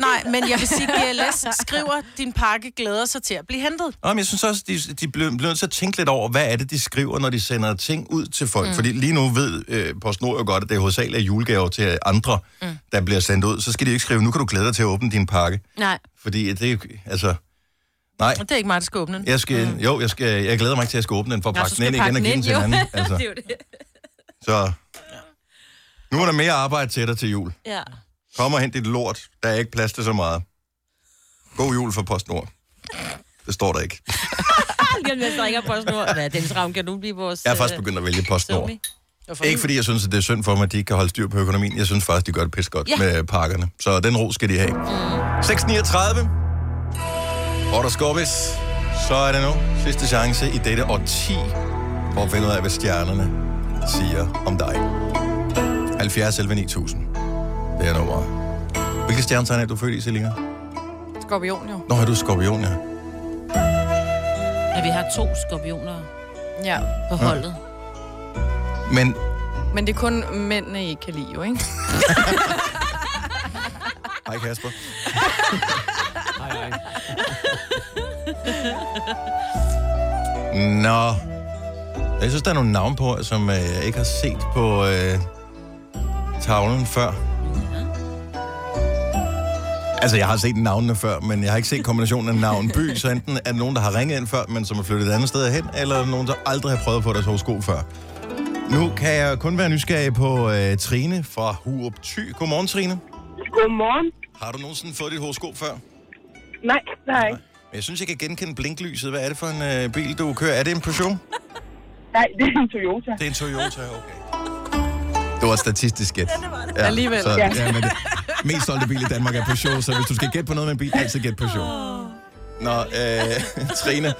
[SPEAKER 3] Nej, men jeg vil sige, GLS skriver, din pakke glæder sig til at blive hentet.
[SPEAKER 1] Nå, men jeg synes også, de, de bliver bliver nødt til at tænke lidt over, hvad er det, de skriver, når de sender ting ud til folk. Mm. Fordi lige nu ved øh, PostNord jo godt, at det er hovedsageligt er julegaver til andre, mm. der bliver sendt ud. Så skal de ikke skrive, nu kan du glæde dig til at åbne din pakke.
[SPEAKER 2] Nej.
[SPEAKER 1] Fordi det er jo- altså... Nej,
[SPEAKER 3] Og det er ikke mig, der skal åbne den.
[SPEAKER 1] jeg skal, mm. jo, jeg, skal, jeg glæder mig ikke til, at jeg skal åbne den for at
[SPEAKER 2] Nå,
[SPEAKER 1] pakke
[SPEAKER 2] så
[SPEAKER 1] den
[SPEAKER 2] skal
[SPEAKER 1] ind igen og
[SPEAKER 2] pakke
[SPEAKER 1] give den
[SPEAKER 2] ind,
[SPEAKER 1] til en
[SPEAKER 2] jo. det er
[SPEAKER 1] anden. Altså,
[SPEAKER 2] jo det.
[SPEAKER 1] så nu er der mere arbejde til dig til jul.
[SPEAKER 2] Ja.
[SPEAKER 1] Kom og hent dit lort. Der er ikke plads til så meget. God jul for PostNord. Det står der ikke.
[SPEAKER 2] Lige om lidt, så ringer PostNord. Hvad, Dennis Ravn, kan du blive vores...
[SPEAKER 1] Jeg er faktisk
[SPEAKER 2] øh,
[SPEAKER 1] begyndt at vælge PostNord.
[SPEAKER 2] zombie?
[SPEAKER 3] Hvorfor?
[SPEAKER 1] Ikke fordi jeg synes, at det er synd for mig, at de ikke kan holde styr på økonomien. Jeg synes faktisk, de gør det pis godt ja.
[SPEAKER 2] Ja.
[SPEAKER 1] med pakkerne. Så den ro skal de have. 6.39. Og der skorpes. Så er det nu sidste chance i dette årti for at finde ud af, hvad stjernerne siger om dig. 70 11 9000. Det er nummeret. Hvilke stjernetegn er du født i, Selina?
[SPEAKER 6] Skorpion jo.
[SPEAKER 1] Nå, er du skorpion, ja.
[SPEAKER 2] Men vi har to skorpioner
[SPEAKER 6] Ja.
[SPEAKER 2] på holdet.
[SPEAKER 1] Men
[SPEAKER 6] Men det er kun mændene, I ikke kan lide jo, ikke?
[SPEAKER 1] Hej Kasper.
[SPEAKER 5] Hej, hej.
[SPEAKER 1] Nå. Jeg synes, der er nogle navne på, som øh, jeg ikke har set på øh, tavlen før. Altså, jeg har set navnene før, men jeg har ikke set kombinationen af navn by, så enten er det nogen, der har ringet ind før, men som er flyttet et andet sted hen, eller nogen, der aldrig har prøvet at få deres horoskop før. Nu kan jeg kun være nysgerrig på øh, Trine fra Hurup Thy. Godmorgen, Trine.
[SPEAKER 10] Godmorgen.
[SPEAKER 1] Har du nogensinde fået dit horoskop før?
[SPEAKER 10] Nej, det har jeg ikke.
[SPEAKER 1] Men Jeg synes, jeg kan genkende blinklyset. Hvad er det for en øh, bil, du kører? Er det en Peugeot?
[SPEAKER 10] Nej, det er en Toyota.
[SPEAKER 1] Det er en Toyota, okay. Det var et statistisk gæt. Ja,
[SPEAKER 6] Alligevel.
[SPEAKER 1] Så,
[SPEAKER 10] Ja.
[SPEAKER 1] ja, men det mest solgte bil i Danmark er Peugeot, så hvis du skal gætte på noget med en bil, altid gæt Peugeot. Nå, øh, Trine,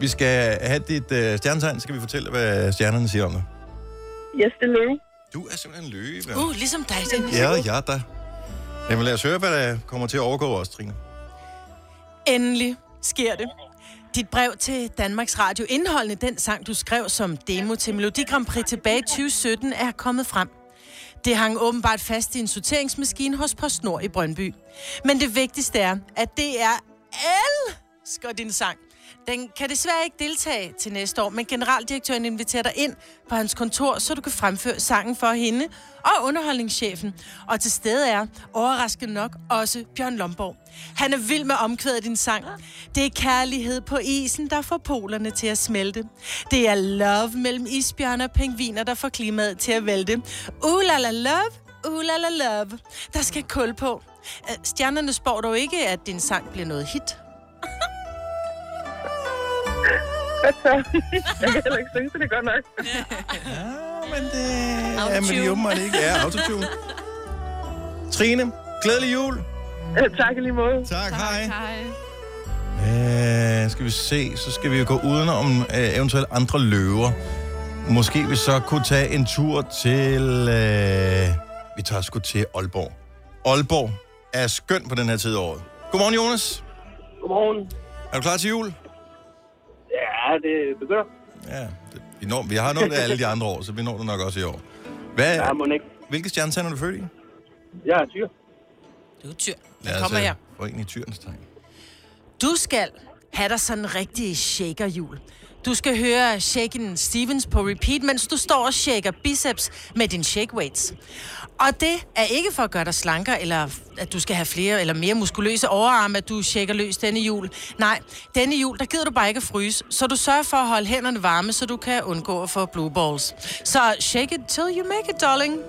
[SPEAKER 1] vi skal have dit øh, stjernetegn, så skal vi fortælle, hvad stjernerne siger om dig.
[SPEAKER 10] Yes, det er løve.
[SPEAKER 1] Du er simpelthen løve.
[SPEAKER 3] Uh, ligesom dig, Dennis.
[SPEAKER 1] Ja, ja da. Jamen lad os høre, hvad der kommer til at overgå os, Trine.
[SPEAKER 3] Endelig sker det. Dit brev til Danmarks Radio indholdende den sang, du skrev som demo til Melodi Grand Prix tilbage i 2017, er kommet frem. Det hang åbenbart fast i en sorteringsmaskine hos PostNord i Brøndby. Men det vigtigste er, at det er elsker din sang. Den kan desværre ikke deltage til næste år, men generaldirektøren inviterer dig ind på hans kontor, så du kan fremføre sangen for hende og underholdningschefen. Og til stede er, overraskende nok, også Bjørn Lomborg. Han er vild med omkvædet af din sang. Det er kærlighed på isen, der får polerne til at smelte. Det er love mellem isbjørne og pingviner, der får klimaet til at vælte. Uh la la love, Uh, la, la, love. Der skal kul på. Øh, Stjernerne spår dog ikke, at din sang bliver noget hit.
[SPEAKER 10] Godt så. Jeg kan heller ikke synge, så det er godt nok.
[SPEAKER 1] men det er
[SPEAKER 2] Autotune.
[SPEAKER 1] med åbenbart ikke. Ja, autotune. Trine, glædelig jul.
[SPEAKER 10] Øh, Tak i lige måde.
[SPEAKER 1] Tak, tak hej.
[SPEAKER 6] Hej.
[SPEAKER 1] Øh, skal vi se, så skal vi jo gå udenom øh, eventuelt andre løver. Måske vi så kunne tage en tur til... Øh, vi tager sgu til Aalborg. Aalborg er skøn på den her tid af året. Godmorgen, Jonas.
[SPEAKER 10] Godmorgen.
[SPEAKER 1] Er du klar til jul?
[SPEAKER 10] Ja, det begynder.
[SPEAKER 1] Ja, det, vi, når, vi har nået det alle de andre år, så vi når det nok også i år. Hvad,
[SPEAKER 10] Ja, må ikke.
[SPEAKER 1] hvilke stjernetegn er du født i?
[SPEAKER 10] Jeg er tyr.
[SPEAKER 3] Du er tyr.
[SPEAKER 1] Lad
[SPEAKER 3] kommer
[SPEAKER 1] øh,
[SPEAKER 3] her.
[SPEAKER 1] Få en i tyrens tegn.
[SPEAKER 3] Du skal have dig sådan en rigtig shakerhjul. Du skal høre Shaken Stevens på repeat, mens du står og shaker biceps med din shake weights. Og det er ikke for at gøre dig slankere, eller at du skal have flere eller mere muskuløse overarme, at du shaker løs denne jul. Nej, denne jul, der gider du bare ikke at fryse, så du sørger for at holde hænderne varme, så du kan undgå at få blue balls. Så shake it till you make it, darling.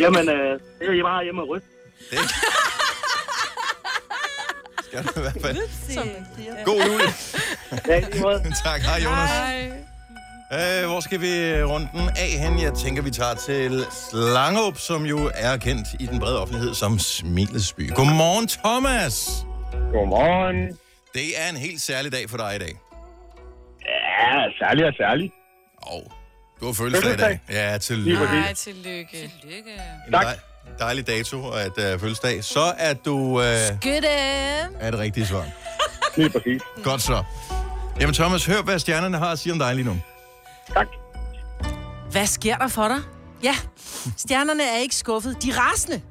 [SPEAKER 10] Jamen, øh, jeg er bare hjemme og ryste.
[SPEAKER 1] Det skal du i hvert fald. God jul.
[SPEAKER 10] Ja, i lige måde.
[SPEAKER 1] tak, hej Jonas. Hej. Øh, hvor skal vi runde den af hen? Jeg tænker, vi tager til Slangerup, som jo er kendt i den brede offentlighed som Smilets by. Godmorgen, Thomas.
[SPEAKER 10] Godmorgen.
[SPEAKER 1] Det er en helt særlig dag for dig i dag.
[SPEAKER 10] Ja, særlig og særlig.
[SPEAKER 1] Og du God fødselsdag i dag. Ja,
[SPEAKER 6] Lige
[SPEAKER 1] tillykke.
[SPEAKER 6] Nej, tillykke.
[SPEAKER 2] Tillykke.
[SPEAKER 1] En dej, dejlig dato at øh, fødselsdag. Så er du... Øh,
[SPEAKER 6] Good
[SPEAKER 1] er det rigtige svar. Lige præcis. Godt så. Jamen Thomas, hør hvad stjernerne har at sige om dig lige nu.
[SPEAKER 3] Hvad sker der for dig? Ja, stjernerne er ikke skuffet. De er rasende.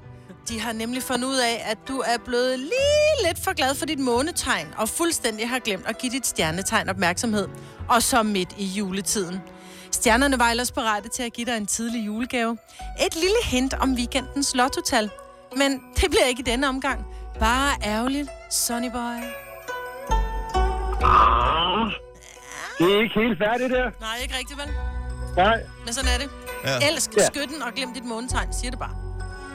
[SPEAKER 3] De har nemlig fundet ud af, at du er blevet lige lidt for glad for dit månetegn, og fuldstændig har glemt at give dit stjernetegn opmærksomhed. Og så midt i juletiden. Stjernerne var ellers berettet til at give dig en tidlig julegave. Et lille hint om weekendens lottotal. Men det bliver ikke i denne omgang. Bare ærgerligt, Sonny Boy.
[SPEAKER 11] Ah, det er ikke helt færdigt der.
[SPEAKER 3] Nej, ikke rigtigt, vel?
[SPEAKER 11] Nej.
[SPEAKER 3] Men sådan er det.
[SPEAKER 11] Ja.
[SPEAKER 3] Ja. Elsk
[SPEAKER 11] Ja.
[SPEAKER 3] skytten og glem dit månetegn, siger det bare.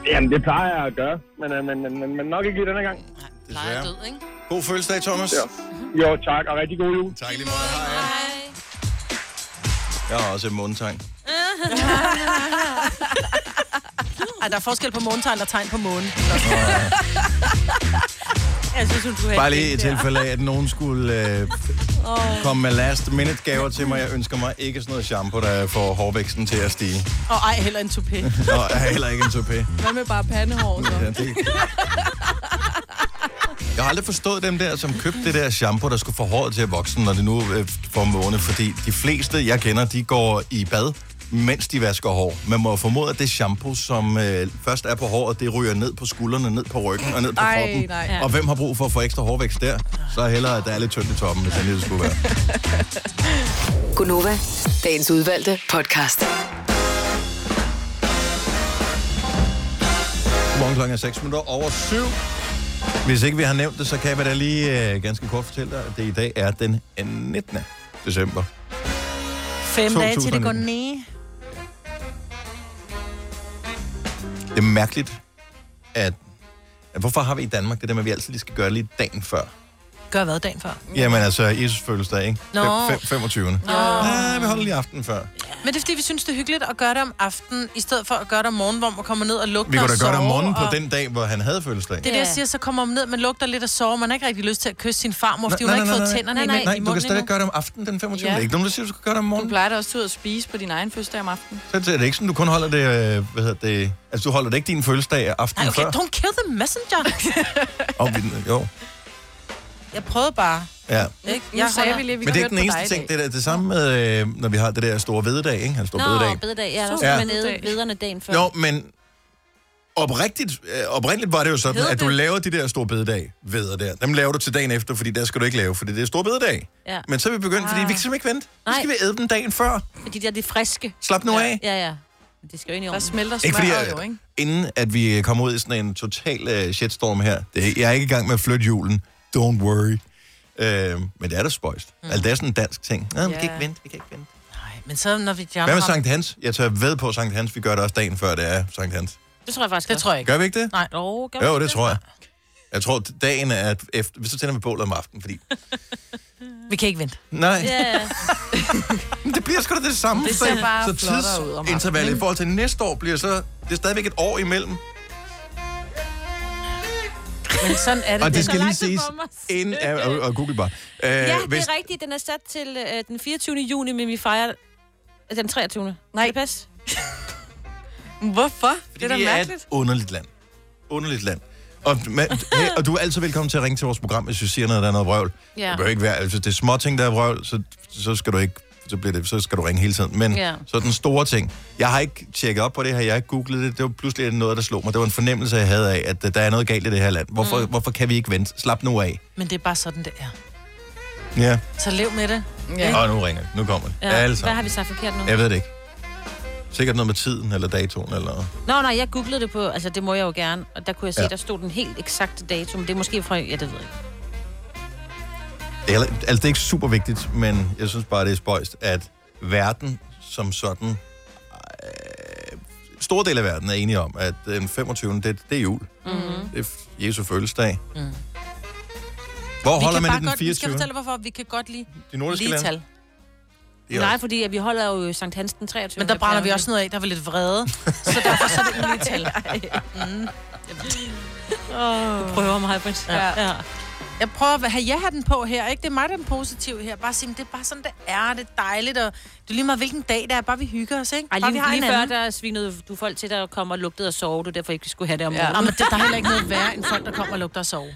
[SPEAKER 11] Jamen, det plejer jeg at gøre, men, øh, men, men, men, men nok ikke lige denne gang.
[SPEAKER 1] Desværre. God fødselsdag, Thomas.
[SPEAKER 11] Ja. Jo, tak, og rigtig god jul.
[SPEAKER 1] Tak lige meget. Jeg har også et månetegn.
[SPEAKER 3] Ej, der er forskel på månetegn og tegn på månen. Jeg synes, hun skulle have
[SPEAKER 1] Bare lige i
[SPEAKER 3] et der.
[SPEAKER 1] tilfælde af, at nogen skulle øh, komme med last minute gaver til mig. Jeg ønsker mig ikke sådan noget shampoo, der får hårvæksten til at stige.
[SPEAKER 3] Og ej, heller en toupé.
[SPEAKER 1] Nå, jeg har heller ikke en toupé.
[SPEAKER 6] Hvad med bare pandehår, så?
[SPEAKER 1] Ja, det... Jeg har aldrig forstået dem der, som købte det der shampoo, der skulle få håret til at vokse, når det nu øh, får måne, fordi de fleste, jeg kender, de går i bad, mens de vasker hår. Man må formode, at det shampoo, som øh, først er på håret, det ryger ned på skuldrene, ned på ryggen og ned på
[SPEAKER 6] Ej,
[SPEAKER 1] kroppen.
[SPEAKER 6] nej.
[SPEAKER 1] Og hvem har brug for at få ekstra hårvækst der? Så er hellere, at der er lidt tyndt i toppen, hvis det lige skulle være.
[SPEAKER 7] Gunova, dagens udvalgte podcast.
[SPEAKER 1] Godmorgen klokken er 6 minutter over 7. Hvis ikke vi har nævnt det, så kan jeg da lige øh, ganske kort fortælle dig, at det i dag er den 19. december.
[SPEAKER 3] Fem dage til det går
[SPEAKER 1] 2019.
[SPEAKER 3] ned.
[SPEAKER 1] Det er mærkeligt, at, at hvorfor har vi i Danmark det der med, at vi altid lige skal gøre det lige dagen før?
[SPEAKER 3] Gør hvad dagen før?
[SPEAKER 1] Jamen altså, Jesus fødselsdag, ikke?
[SPEAKER 3] Nå.
[SPEAKER 1] Fem- fem- 25. Nå. Ja, vi holder lige aftenen før.
[SPEAKER 3] Men det er fordi, vi synes, det er hyggeligt at gøre det om aftenen, i stedet for at gøre det om morgenen, hvor man kommer ned og lugter
[SPEAKER 1] Vi kunne
[SPEAKER 3] og
[SPEAKER 1] da gøre det om
[SPEAKER 3] sover,
[SPEAKER 1] morgenen på
[SPEAKER 3] og...
[SPEAKER 1] den dag, hvor han havde fødselsdag.
[SPEAKER 3] Det er det, jeg siger, så kommer man ned, man lugter lidt og sover, man har ikke rigtig lyst til at kysse sin farmor, fordi
[SPEAKER 1] Nej,
[SPEAKER 3] hun har
[SPEAKER 1] nej,
[SPEAKER 3] ikke
[SPEAKER 1] nej,
[SPEAKER 3] fået
[SPEAKER 1] nej.
[SPEAKER 3] tænderne
[SPEAKER 1] Nej,
[SPEAKER 3] i,
[SPEAKER 1] nej,
[SPEAKER 3] i
[SPEAKER 1] du
[SPEAKER 3] munden.
[SPEAKER 1] kan stadig gøre det om aftenen den 25. Ja. Ikke nogen, der siger, du skal gøre det om
[SPEAKER 6] Du
[SPEAKER 1] morgenen.
[SPEAKER 6] plejer da også til at spise på din egen fødselsdag om aftenen.
[SPEAKER 1] Så er det ikke sådan, du kun holder det, øh, hvad hedder det, altså du holder det ikke din fødselsdag aftenen
[SPEAKER 3] Nej, okay,
[SPEAKER 1] før.
[SPEAKER 3] don't kill the messenger.
[SPEAKER 1] Og vi, jo,
[SPEAKER 3] jeg prøvede bare.
[SPEAKER 1] ja.
[SPEAKER 3] Ikke?
[SPEAKER 6] Nu sagde vi lige, at vi
[SPEAKER 1] Men det er
[SPEAKER 6] kørte
[SPEAKER 1] ikke den
[SPEAKER 6] på
[SPEAKER 1] eneste
[SPEAKER 6] dig i
[SPEAKER 1] ting, det er det samme med, øh, når vi har det der store vededag, ikke? Han store
[SPEAKER 2] Nå,
[SPEAKER 1] bededag.
[SPEAKER 2] bededag. Ja, der
[SPEAKER 1] Ja.
[SPEAKER 2] skal man æde vederne dagen før.
[SPEAKER 1] Jo, men oprigtigt, øh, oprindeligt var det jo sådan,
[SPEAKER 2] Hedder
[SPEAKER 1] at du
[SPEAKER 2] det?
[SPEAKER 1] laver de der store bededag veder der. Dem laver du til dagen efter, fordi der skal du ikke lave, fordi det er store bededag.
[SPEAKER 2] Ja.
[SPEAKER 1] Men så er vi begyndt, fordi vi kan simpelthen ikke vente. Nu skal vi æde dem dagen før.
[SPEAKER 2] Fordi de er de friske.
[SPEAKER 1] Slap nu
[SPEAKER 2] ja.
[SPEAKER 1] af.
[SPEAKER 2] Ja, ja. Men Det skal jo ind i ovnen. Der
[SPEAKER 6] smelter
[SPEAKER 1] Ikke fordi, jeg, inden at vi kommer ud i sådan en total øh, shitstorm her, det, jeg er ikke i gang med at flytte julen. Don't worry. Øh, men det er da spøjst. Mm. Altså, det er sådan en dansk ting. Ja, man kan ikke vente. vi kan ikke vente.
[SPEAKER 3] Nej, men så når vi... de andre
[SPEAKER 1] Hvad med
[SPEAKER 3] har-
[SPEAKER 1] Sankt Hans? Jeg tør ved på Sankt Hans. Vi gør det også dagen før, det er Sankt Hans.
[SPEAKER 2] Det tror jeg faktisk
[SPEAKER 3] Det tror jeg ikke.
[SPEAKER 1] Gør vi ikke det?
[SPEAKER 3] Nej. Jo, gør
[SPEAKER 1] Jo, det tror jeg. Jeg tror, dagen er at efter... Så tænder vi bålet om aftenen, fordi...
[SPEAKER 3] Vi kan ikke vente.
[SPEAKER 1] Nej.
[SPEAKER 2] Ja.
[SPEAKER 1] Men det bliver sgu da det samme.
[SPEAKER 6] Det ser
[SPEAKER 1] så-
[SPEAKER 6] bare
[SPEAKER 1] så
[SPEAKER 6] flottere ud om aftenen,
[SPEAKER 1] tidsintervallet i forhold til næste år bliver så... Det er stadigvæk et år imellem.
[SPEAKER 3] Men sådan er det.
[SPEAKER 1] og
[SPEAKER 3] er
[SPEAKER 1] det skal
[SPEAKER 3] så
[SPEAKER 1] lige
[SPEAKER 3] langt
[SPEAKER 1] siges,
[SPEAKER 2] for mig.
[SPEAKER 1] inden, og, og Google bare. Øh,
[SPEAKER 2] Ja, det er rigtigt. Den er sat til øh, den 24. juni, men vi fejrer den 23. Nej. Kan det passe?
[SPEAKER 6] Hvorfor?
[SPEAKER 1] Det er, et underligt land. Underligt land. Og, man, hey, og du er altid velkommen til at ringe til vores program, hvis du siger noget, der er noget vrøvl.
[SPEAKER 2] Ja.
[SPEAKER 1] Det behøver ikke være, altså det er små ting, der er vrøvl, så, så skal du ikke så, bliver det, så skal du ringe hele tiden. Men
[SPEAKER 2] Ja.
[SPEAKER 1] ja. så den store ting. Jeg har ikke tjekket op på det her, jeg har ikke googlet det. Det var pludselig noget, der slog mig. Det var en fornemmelse, jeg havde af, at øh, der er noget galt i det her land. Hvorfor, mm. hvorfor kan vi ikke vente? Slap nu af.
[SPEAKER 3] Men det er bare sådan, det er.
[SPEAKER 1] Ja.
[SPEAKER 3] Så lev med det.
[SPEAKER 1] ja. Og nu ringer det. Nu kommer det. Ja. Alle
[SPEAKER 2] Hvad har
[SPEAKER 1] sammen.
[SPEAKER 2] vi sagt forkert nu?
[SPEAKER 1] Jeg ved det ikke. Sikkert noget med tiden, eller datoen, eller...
[SPEAKER 2] Nå, nej, jeg googlede det på, altså det må jeg jo gerne, og der kunne jeg se,
[SPEAKER 1] Ja.
[SPEAKER 2] ja. der stod den helt eksakte dato, men det er måske fra, ja, det ved jeg ikke.
[SPEAKER 1] Det er, heller- altså, det er ikke super vigtigt, men jeg synes bare, det er spøjst, at verden som sådan... Øh, stor del af verden er enige om, at den 25. Det, det er jul.
[SPEAKER 3] Mm-hmm.
[SPEAKER 1] Det er f- Jesu fødselsdag.
[SPEAKER 3] Mm.
[SPEAKER 1] Hvor holder man det den
[SPEAKER 3] godt, Vi skal
[SPEAKER 1] 24.?
[SPEAKER 3] fortælle, hvorfor vi kan godt lide
[SPEAKER 1] De nordiske
[SPEAKER 3] lige
[SPEAKER 1] lande.
[SPEAKER 3] tal.
[SPEAKER 1] Det er
[SPEAKER 2] Nej, fordi at vi holder jo Sankt Hans den 23.
[SPEAKER 3] Men der brænder vi også noget af, der er vi lidt vrede. Så derfor så er det lige tal. Mm.
[SPEAKER 2] Mm-hmm. Du prøver mig, Britt. Ja. ja.
[SPEAKER 3] Jeg prøver at have ja-hatten på her, ikke? Det er mig, der er den positive her. Bare sige, men det er bare sådan, det er. Det er dejligt, og det er lige meget, hvilken dag det er. Bare vi hygger os, ikke?
[SPEAKER 2] Ej,
[SPEAKER 3] bare,
[SPEAKER 2] lige,
[SPEAKER 3] vi har
[SPEAKER 2] lige før,
[SPEAKER 3] hinanden.
[SPEAKER 2] der svinede du folk til, der kom og lugtede og sove. Du derfor ikke skulle have det om
[SPEAKER 3] Ja, men det, der er heller ikke noget værre, end folk, der kommer og lugter og sover.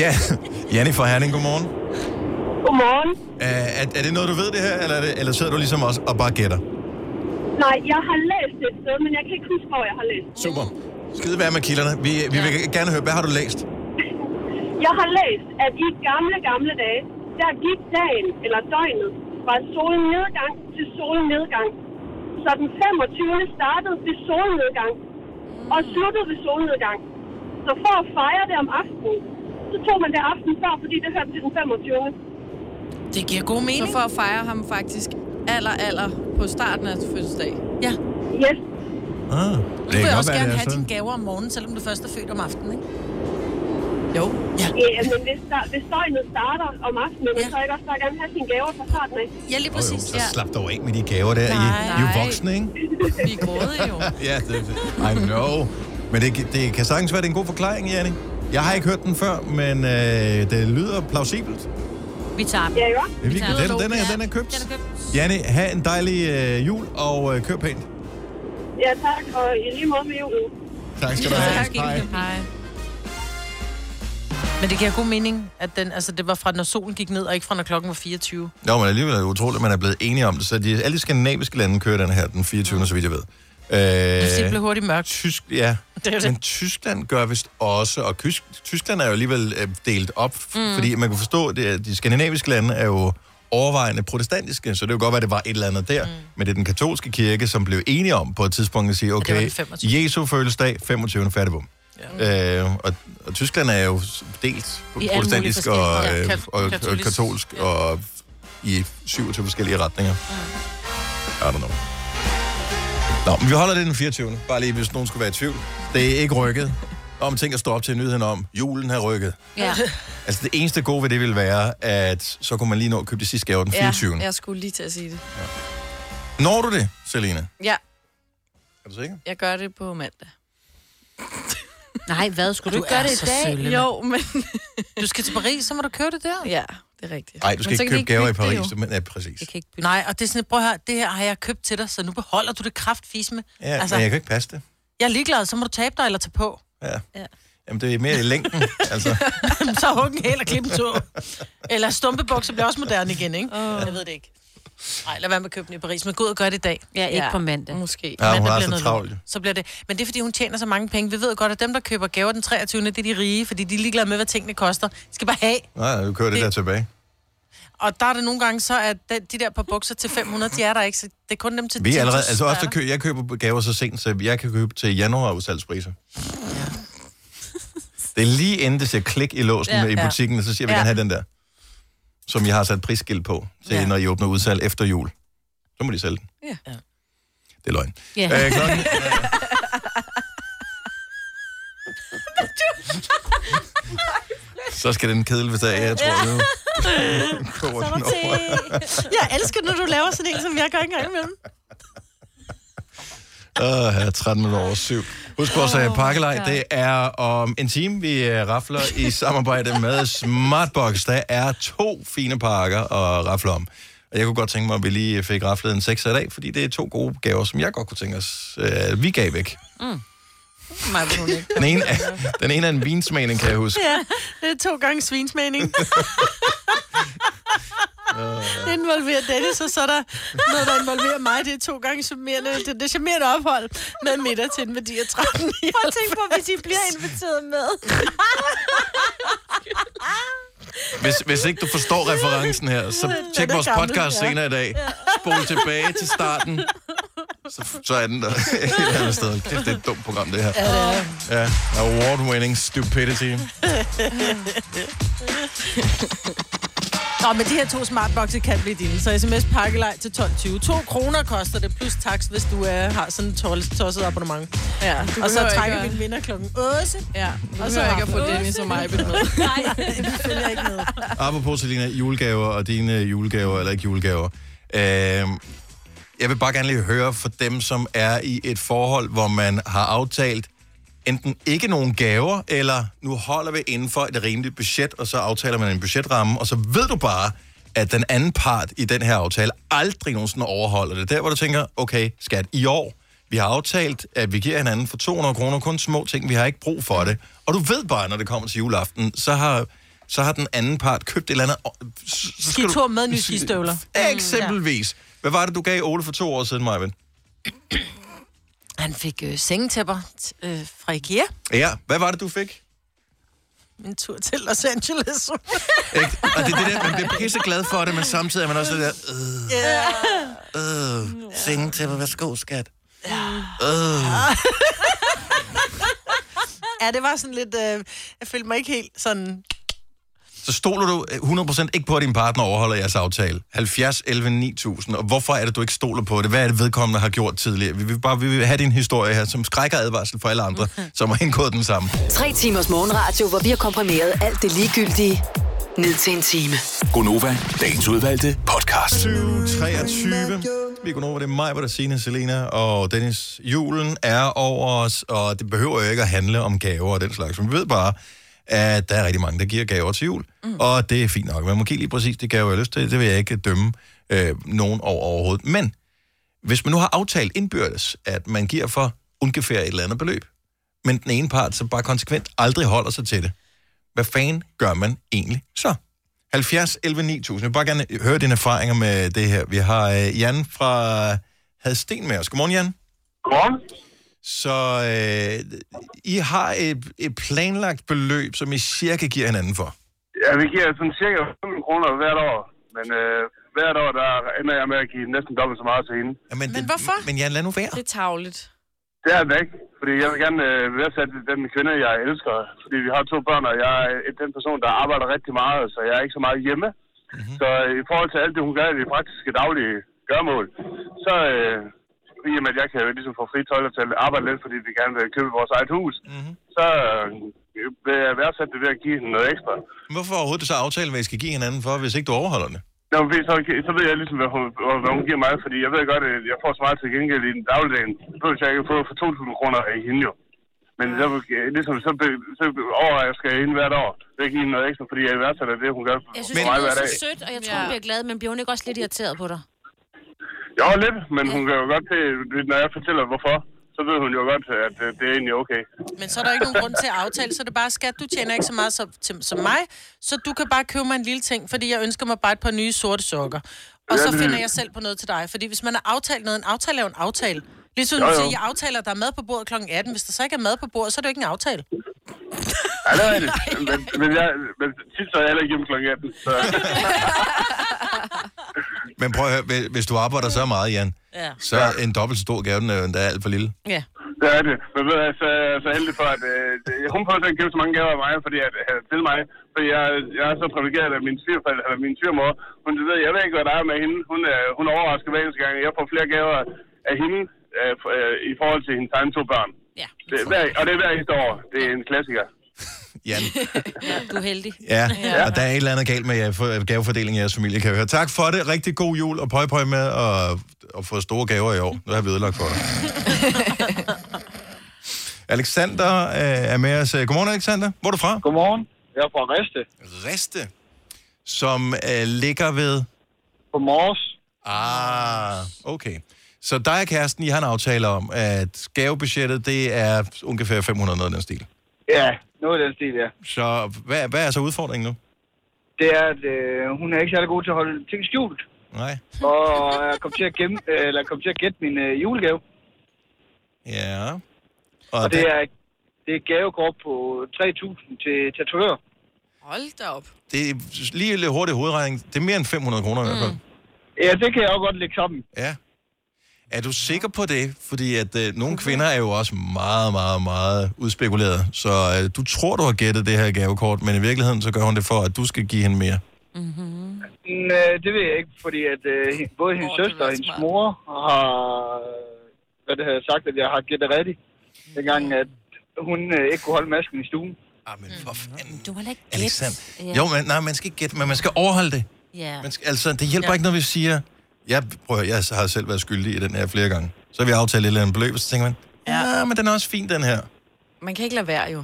[SPEAKER 1] Ja, Janni fra Herning, godmorgen.
[SPEAKER 10] Godmorgen.
[SPEAKER 1] Er, er, er det noget, du ved det her, eller, er det, eller sidder du ligesom os og bare gætter?
[SPEAKER 10] Nej, jeg har læst det et sted, men jeg kan ikke huske, hvor jeg har læst.
[SPEAKER 1] Super. Skide være med kilderne. Vi, vi ja. vil gerne høre, hvad har du læst?
[SPEAKER 10] Jeg har læst, at i gamle, gamle dage, der gik dagen, eller døgnet, fra solnedgang til solnedgang. Så den 25. startede ved solnedgang, og sluttede ved solnedgang. Så for at fejre det om aftenen, så tog man det aften før, fordi det hørte til den 25.
[SPEAKER 3] Det giver god mening.
[SPEAKER 6] Så for at fejre ham faktisk aller, aller på starten af hans fødselsdag.
[SPEAKER 3] Ja.
[SPEAKER 10] Yes.
[SPEAKER 1] Ah,
[SPEAKER 3] Du vil også gerne have dine gaver om morgenen, selvom du først er født om aftenen, ikke? Jo. Ja.
[SPEAKER 10] Ja, men hvis, der, hvis døgnet starter om aftenen, ja. så er det også bare gerne have sine gaver fra starten af.
[SPEAKER 3] Ja, lige
[SPEAKER 1] Jo, så slap dog af med de gaver der. I, I er jo
[SPEAKER 10] Nej.
[SPEAKER 1] voksne, ikke?
[SPEAKER 10] Vi er grådige jo.
[SPEAKER 1] ja, det, det- I know. Men det, det kan sagtens være, det er en god forklaring, Janni. Jeg har ikke hørt den før, men øh, det lyder plausibelt.
[SPEAKER 2] Vi tager den.
[SPEAKER 10] Ja, jo.
[SPEAKER 1] er virkelig- den- den er- den er købt.
[SPEAKER 2] Den er købt.
[SPEAKER 1] Janni, have en dejlig øh, jul, og øh, kør pænt.
[SPEAKER 10] Ja, tak, og i lige måde med julen.
[SPEAKER 1] Tak skal du have.
[SPEAKER 3] Hej. Men det giver god mening, at den, altså, det var fra, når solen gik ned, og ikke fra, når klokken var 24.
[SPEAKER 1] Jo, men alligevel er det utroligt, at man er blevet enige om det. Så de, alle de skandinaviske lande kører den her den 24. så vidt jeg ved. Øh,
[SPEAKER 3] Det blev hurtigt mørkt.
[SPEAKER 1] Tysk, ja.
[SPEAKER 3] Det er det.
[SPEAKER 1] Men Tyskland gør vist også, og Kysk, Tyskland er jo alligevel øh, delt op, mm.
[SPEAKER 12] Mm.
[SPEAKER 1] fordi man kan forstå, at det er- de skandinaviske lande er jo overvejende protestantiske, så det kan godt være, at det var et eller andet der. Mm. Men det er den katolske kirke, som blev enige om på et tidspunkt at sige,
[SPEAKER 12] var
[SPEAKER 1] okay,
[SPEAKER 12] den 25..
[SPEAKER 1] Jesu fødselsdag, 25. fattigbom. Ja. Øh, og, og Tyskland er jo s- delt på
[SPEAKER 12] I alle
[SPEAKER 1] protestantisk
[SPEAKER 12] mulige
[SPEAKER 1] og,
[SPEAKER 12] forskellige-
[SPEAKER 1] øh,
[SPEAKER 12] Ja,
[SPEAKER 1] og, og
[SPEAKER 12] kat- katolisk.
[SPEAKER 1] katolsk, ja. og i 27 forskellige retninger. I don't know. Nå, men vi holder det den 24. Bare lige, hvis nogen skulle være i tvivl. Det er ikke rykket. Om ting at stå op til nyheden om. Julen har rykket.
[SPEAKER 6] Ja.
[SPEAKER 1] Altså, det eneste gode ved det ville være, at så kunne man lige nå at købe de sidste gaver den 24.
[SPEAKER 6] Ja, jeg skulle lige til at sige det.
[SPEAKER 1] Når du det, Selina?
[SPEAKER 6] Ja,
[SPEAKER 1] Er du sikker?
[SPEAKER 6] jeg gør det på mandag.
[SPEAKER 2] Nej, hvad? Skulle du,
[SPEAKER 6] Du
[SPEAKER 2] ikke gøre
[SPEAKER 6] er
[SPEAKER 2] det i
[SPEAKER 6] så
[SPEAKER 2] dag?
[SPEAKER 6] sølle, mand. Jo, men...
[SPEAKER 3] du skal til Paris, så må du køre det der.
[SPEAKER 6] Ja, det er rigtigt.
[SPEAKER 1] Nej, du skal ikke købe gaver i Paris. Det, men, ja, præcis.
[SPEAKER 2] Jeg
[SPEAKER 1] Ja,
[SPEAKER 2] kan ikke
[SPEAKER 3] bytte. Nej, og det er sådan, prøv at høre, det her har jeg købt til dig, så nu beholder du det kraftfisme.
[SPEAKER 1] altså... men jeg kan ikke passe det.
[SPEAKER 3] jeg er ligeglad, så må du tabe dig eller tage på.
[SPEAKER 1] Ja. ja. Jamen, det er mere i længden. altså,
[SPEAKER 3] så hug en hæl og klip en tå. Eller stumpebukser bliver også moderne igen, ikke? Oh. Jeg ved det ikke. Nej, lad være med at købe den i Paris, men gå ud og gør det i dag.
[SPEAKER 2] Ja, ikke på mandag.
[SPEAKER 6] Måske.
[SPEAKER 1] Ja, hun
[SPEAKER 3] Mandag
[SPEAKER 1] har
[SPEAKER 3] bliver
[SPEAKER 1] så
[SPEAKER 3] noget
[SPEAKER 1] travlt,
[SPEAKER 3] lort.
[SPEAKER 1] jo.
[SPEAKER 3] Så bliver det. Men det er, fordi hun tjener så mange penge. Vi ved jo godt, at dem, der køber gaver den 23. det er de rige, fordi de er ligeglade med, hvad tingene koster. De skal bare have.
[SPEAKER 1] nej, du kører det, det der tilbage.
[SPEAKER 3] Og der er det nogle gange så, at den- de der par bukser til 500, de er der ikke. Så det er kun dem til
[SPEAKER 1] Vi er
[SPEAKER 3] 10.000,
[SPEAKER 1] allerede, altså
[SPEAKER 3] der
[SPEAKER 1] ofte
[SPEAKER 3] er
[SPEAKER 1] kø, jeg køber gaver så sent, så jeg kan købe til januar udsalgspriser. Det er lige inden det siger klik i låsen
[SPEAKER 12] Ja.
[SPEAKER 1] ja, i
[SPEAKER 12] Ja.
[SPEAKER 1] butikken, og så siger vi
[SPEAKER 12] Ja.
[SPEAKER 1] ja. gerne have den der, som jeg har sat prisskilt på, til
[SPEAKER 12] Ja.
[SPEAKER 1] ja. når I åbner udsalg efter jul. Så må de sælge den.
[SPEAKER 6] Ja.
[SPEAKER 1] Det er løgn.
[SPEAKER 12] Ja.
[SPEAKER 1] Øh, klokken, så skal den kedel, hvis der er, jeg tror. Ja. Kommer den over.
[SPEAKER 3] Jeg elsker, når du laver sådan en, som jeg gør en gang imellem.
[SPEAKER 1] Åh, her er 13 minutter over syv. Husk vores oh, pakkelej, det er om en time, vi øh, rafler i samarbejde med Smartbox. Der er to fine pakker at rafle om. Og jeg kunne godt tænke mig, at vi lige fik raflet en 6 i dag, fordi det er to gode gaver, som jeg godt kunne tænke os, øh, vi gav væk.
[SPEAKER 3] Mm. Nej, det er hun ikke.
[SPEAKER 1] Den ene er, den ene er en vinsmagning, kan jeg huske.
[SPEAKER 3] Ja, det er to gange svinsmening.
[SPEAKER 1] Øh,
[SPEAKER 3] det involverer Dennis, og så er der noget, der involverer mig. Det er to gange charmerende, det, det er charmerende ophold med middag til en værdi af 13. Prøv at tænke på, hvis I bliver inviteret med.
[SPEAKER 1] Hvis, hvis ikke du forstår referencen her, så tjek
[SPEAKER 12] Den er
[SPEAKER 1] vores
[SPEAKER 12] gammel,
[SPEAKER 1] podcast
[SPEAKER 12] ja.
[SPEAKER 1] senere i dag. Spol tilbage til starten. Så, så er den der et eller andet sted. Kæft, det er et dumt program, det her.
[SPEAKER 12] Ja, det
[SPEAKER 1] Ja, award-winning stupidity.
[SPEAKER 3] Nå, men de her to smartboxe kan blive dine, så sms pakkelej til 12.20. 2 kroner koster det, plus tax, hvis du øh, har sådan en tol- tosset abonnement.
[SPEAKER 6] Ja, du
[SPEAKER 3] og så
[SPEAKER 6] behøver
[SPEAKER 3] trækker vi
[SPEAKER 6] ikke
[SPEAKER 3] en
[SPEAKER 6] at-
[SPEAKER 3] vinder klokken 8.
[SPEAKER 6] Ja,
[SPEAKER 3] og
[SPEAKER 6] behøver ikke at få
[SPEAKER 3] Affen.
[SPEAKER 6] Dennis og mig med.
[SPEAKER 3] Nej, vi følger ikke med.
[SPEAKER 1] Apropos, Selina, julegaver og dine julegaver, eller ikke julegaver. Øhm, jeg vil bare gerne lige høre for dem, som er i et forhold, hvor man har aftalt, enten ikke nogen gaver, eller nu holder vi inden for et rimeligt budget, og så aftaler man en budgetramme, og så ved du bare, at den anden part i den her aftale aldrig nogensinde overholder det. Der, hvor du tænker, okay, skat, i år, vi har aftalt, at vi giver hinanden for 200 kroner kun små ting, vi har ikke brug for det. Og du ved bare, når det kommer til juleaften, så har, så har den anden part købt et eller andet... og så- så skal du-
[SPEAKER 3] Skitur med nye skistøvler.
[SPEAKER 1] Eksempelvis. Hvad var det, du gav Ole for to år siden, Marvin?
[SPEAKER 3] Han fik øh, sengetæpper t- øh, fra IKEA.
[SPEAKER 1] Ja, hvad var det, du fik?
[SPEAKER 3] En tur til Los Angeles.
[SPEAKER 1] Ikke? Og det er det der, man bliver pisseglad for det, men samtidig er man også det der,
[SPEAKER 3] Ja.
[SPEAKER 1] øh, øh, sengetæpper, værsgo, skat. Øh.
[SPEAKER 3] ja, det var sådan lidt... Øh, jeg følte mig ikke helt sådan...
[SPEAKER 1] Så stoler du øh, 100% ikke på, at din partner overholder jeres aftale. 70, 11, 9000. Og hvorfor er det, du ikke stoler på det? Hvad er det, vedkommende har gjort tidligere? Vi vil bare vi vil have din historie her, som skrækker advarsel for alle andre, som har indgået den samme.
[SPEAKER 7] Tre timers morgenradio, hvor vi har komprimeret alt det ligegyldige ned til en time.
[SPEAKER 8] Gonova, dagens udvalgte podcast.
[SPEAKER 1] 23. Vi går over det er mig, hvor der Signe, Selena og Dennis. Julen er over os, og det behøver jo ikke at handle om gaver og den slags. Men vi ved bare, at der er rigtig mange, der giver gaver til jul. Mm. Og det er fint nok. Man må give lige præcis de gaver, jeg har lyst til. Det vil jeg ikke dømme øh, nogen over overhovedet. Men hvis man nu har aftalt indbyrdes, at man giver for ungefær et eller andet beløb, men den ene part så bare konsekvent aldrig holder sig til det, hvad fanden gør man egentlig så? 70 11 9000. Jeg vil bare gerne høre dine erfaringer med det her. Vi har øh, Jan fra Hadsten med os. Godmorgen, Jan. Godmorgen. Så øh, I har et, et planlagt beløb, som I cirka giver hinanden for.
[SPEAKER 11] Ja, vi giver sådan cirka 500 kroner hvert år, men øh, hvert år, der ender jeg med at give næsten dobbelt så meget til hende.
[SPEAKER 1] Jamen,
[SPEAKER 11] men hvorfor?
[SPEAKER 1] Men Jan, lad nu være.
[SPEAKER 6] Det er tavligt.
[SPEAKER 11] Det er det ikke, fordi jeg vil gerne øh, værdsætte den kvinde, jeg elsker. Fordi vi har to børn, og jeg er den person, der arbejder rigtig meget, så jeg er ikke så meget hjemme. Mm-hmm. Så øh, i forhold til alt det, hun gør i det praktiske daglige gørmål, så øh, i og med, at jeg kan jo ligesom få fri tøjler til at arbejde lidt, fordi vi gerne vil købe vores eget hus, mm-hmm. så øh, vil jeg værdsætte det ved at give hende noget ekstra.
[SPEAKER 1] Men Hvorfor overhovedet så aftale, hvad I skal give hinanden for, hvis ikke du overholder det?
[SPEAKER 11] Nå, men så, så ved jeg ligesom, hvad hun, hvad hvad hun giver mig, fordi jeg ved godt, at jeg får så meget til gengæld i den dagligdagen. Det behøver jeg ikke at få for 2.000 kroner af hende jo. Men så, ligesom, så, be, så overrasker jeg hende hvert år. Det giver hende noget ekstra, fordi jeg værdsætter det, hun gør
[SPEAKER 2] Jeg synes,
[SPEAKER 11] for
[SPEAKER 2] men,
[SPEAKER 11] mig
[SPEAKER 2] det
[SPEAKER 11] hver
[SPEAKER 2] er
[SPEAKER 11] dag.
[SPEAKER 2] så sødt, og jeg tror, hun bliver glad, men bliver hun ikke også lidt irriteret på dig?
[SPEAKER 11] Jo, lidt, men hun kan jo godt til, når jeg fortæller hvorfor, så ved hun jo godt, at øh, det er egentlig okay.
[SPEAKER 3] Men så er der ikke nogen grund til at aftale, så er det bare, skat, du tjener ikke så meget som, til, som mig, så du kan bare købe mig en lille ting, fordi jeg ønsker mig bare et par nye sorte sokker. Og
[SPEAKER 11] Ja,
[SPEAKER 3] så
[SPEAKER 11] det-
[SPEAKER 3] finder jeg selv på noget til dig. Fordi hvis man har aftalt noget, en aftale er jo en aftale. Ligesom
[SPEAKER 11] Jo,
[SPEAKER 3] du
[SPEAKER 11] jo.
[SPEAKER 3] siger, jeg aftaler, at der er mad på bordet kl. 18. Hvis der så ikke er mad på bordet, så er det jo ikke en aftale.
[SPEAKER 11] Ja, det er rigtigt. Men, men, jeg, men tit så er jeg heller ikke hjemme kl. 18. Så.
[SPEAKER 1] Men prøv at høre, hvis- hvis du arbejder så meget, Jan,
[SPEAKER 3] Ja.
[SPEAKER 1] så er en dobbelt så stor gave, den er, den er alt for lille.
[SPEAKER 3] Ja.
[SPEAKER 11] Det er det. Men ved jeg, så, så heldig for, at øh, det- hun prøver at give så mange gaver af mig, fordi at, øh, til mig. Fordi jeg, jeg er så privilegeret af min svigerforældre, eller min svigermor. Hun du ved, jeg ved ikke, hvad der er med hende. Hun, øh, hun overrasker hver eneste gang. Jeg får flere gaver af hende øh, f- øh, i forhold til hendes egne to børn.
[SPEAKER 2] Ja.
[SPEAKER 11] Det, er hver, og det er hver eneste år. Det er en klassiker.
[SPEAKER 1] Jan.
[SPEAKER 2] Ja, du er heldig.
[SPEAKER 1] Ja, ja, og der er et eller andet galt med jer, for, gavefordelingen i jeres familie, kan jeg høre. Tak for det. Rigtig god jul, og pøj pøj med at, at få store gaver i år. Nu har vi ødelagt for dig. Alexander øh, er med os. Godmorgen, Alexander. Hvor er du fra?
[SPEAKER 12] Godmorgen. Jeg er fra Riste.
[SPEAKER 1] Riste, som øh, ligger ved...
[SPEAKER 12] På Mors.
[SPEAKER 1] Ah, okay. Så dig og kæresten, I har en aftale om, at gavebudgettet, det er ungefær 500 noget af den stil.
[SPEAKER 12] Ja, noget af den stil, ja.
[SPEAKER 1] Så hvad, hvad er så udfordringen nu?
[SPEAKER 12] Det er, at øh, hun er ikke særlig god til at holde ting skjult.
[SPEAKER 1] Nej.
[SPEAKER 12] Og jeg kom til at, gemme, øh, eller kom til at gætte min øh, julegave.
[SPEAKER 1] Ja.
[SPEAKER 12] Og, og det, er, det er et gavekort på 3.000 til tatovør.
[SPEAKER 6] Hold da op.
[SPEAKER 1] det er lige lidt hurtig hovedregning. Det er mere end 500 kroner mm. i hvert fald.
[SPEAKER 12] Ja, det kan jeg jo godt lægge sammen.
[SPEAKER 1] Ja. Er du sikker på det? Fordi at øh, nogle kvinder er jo også meget, meget, meget udspekuleret. Så øh, du tror, du har gættet det her gavekort, men i virkeligheden så gør hun det for, at du skal give hende mere.
[SPEAKER 12] Men, øh, det ved jeg ikke, fordi at, øh, hen- både hendes søster og hendes mor har øh, hvad det havde sagt, at jeg har gættet rigtigt. Dengang, at hun øh, ikke kunne holde masken i stuen.
[SPEAKER 1] Ah, men for fanden.
[SPEAKER 2] Du har ikke
[SPEAKER 1] Alexander.
[SPEAKER 2] Ja.
[SPEAKER 1] Jo, men, nej, man skal ikke gætte, men man skal overholde det.
[SPEAKER 2] Ja.
[SPEAKER 1] Man skal, altså, det hjælper ja. ikke, når vi siger... Jeg, prøver, jeg har selv været skyldig i den her flere gange. Så har vi aftalt et eller andet beløb, og så tænker man, ja, men den er også fin, den her.
[SPEAKER 6] Man kan ikke lade være, jo.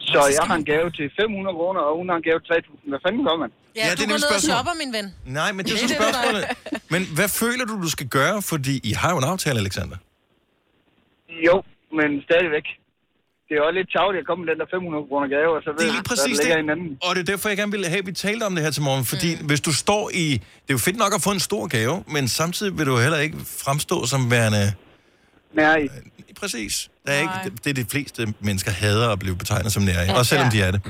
[SPEAKER 12] Så jeg har en gave til 500 kroner, og hun har en gave til 3.000. Hvad fanden gør man?
[SPEAKER 1] Ja, det er nemlig spørgsmålet.
[SPEAKER 3] min ven.
[SPEAKER 1] Nej, men det er så spørgsmålet. Men hvad føler du, du skal gøre? Fordi I har jo en aftale, Alexander.
[SPEAKER 12] Jo, men stadigvæk. Det er jo lidt tavligt at komme med den der 500 kroner gave, og så ved
[SPEAKER 1] Det er lige
[SPEAKER 12] man,
[SPEAKER 1] præcis
[SPEAKER 12] der ligger en
[SPEAKER 1] det.
[SPEAKER 12] anden.
[SPEAKER 1] Og det er derfor, jeg gerne ville have, at vi talte om det her til morgen. Fordi mm. hvis du står i... Det er jo fedt nok at få en stor gave, men samtidig vil du heller ikke fremstå som værende... Øh,
[SPEAKER 12] Nej.
[SPEAKER 1] Præcis. Der er ikke, det er de fleste mennesker hader at blive betegnet som nære. Ja, også selvom ja. de er det.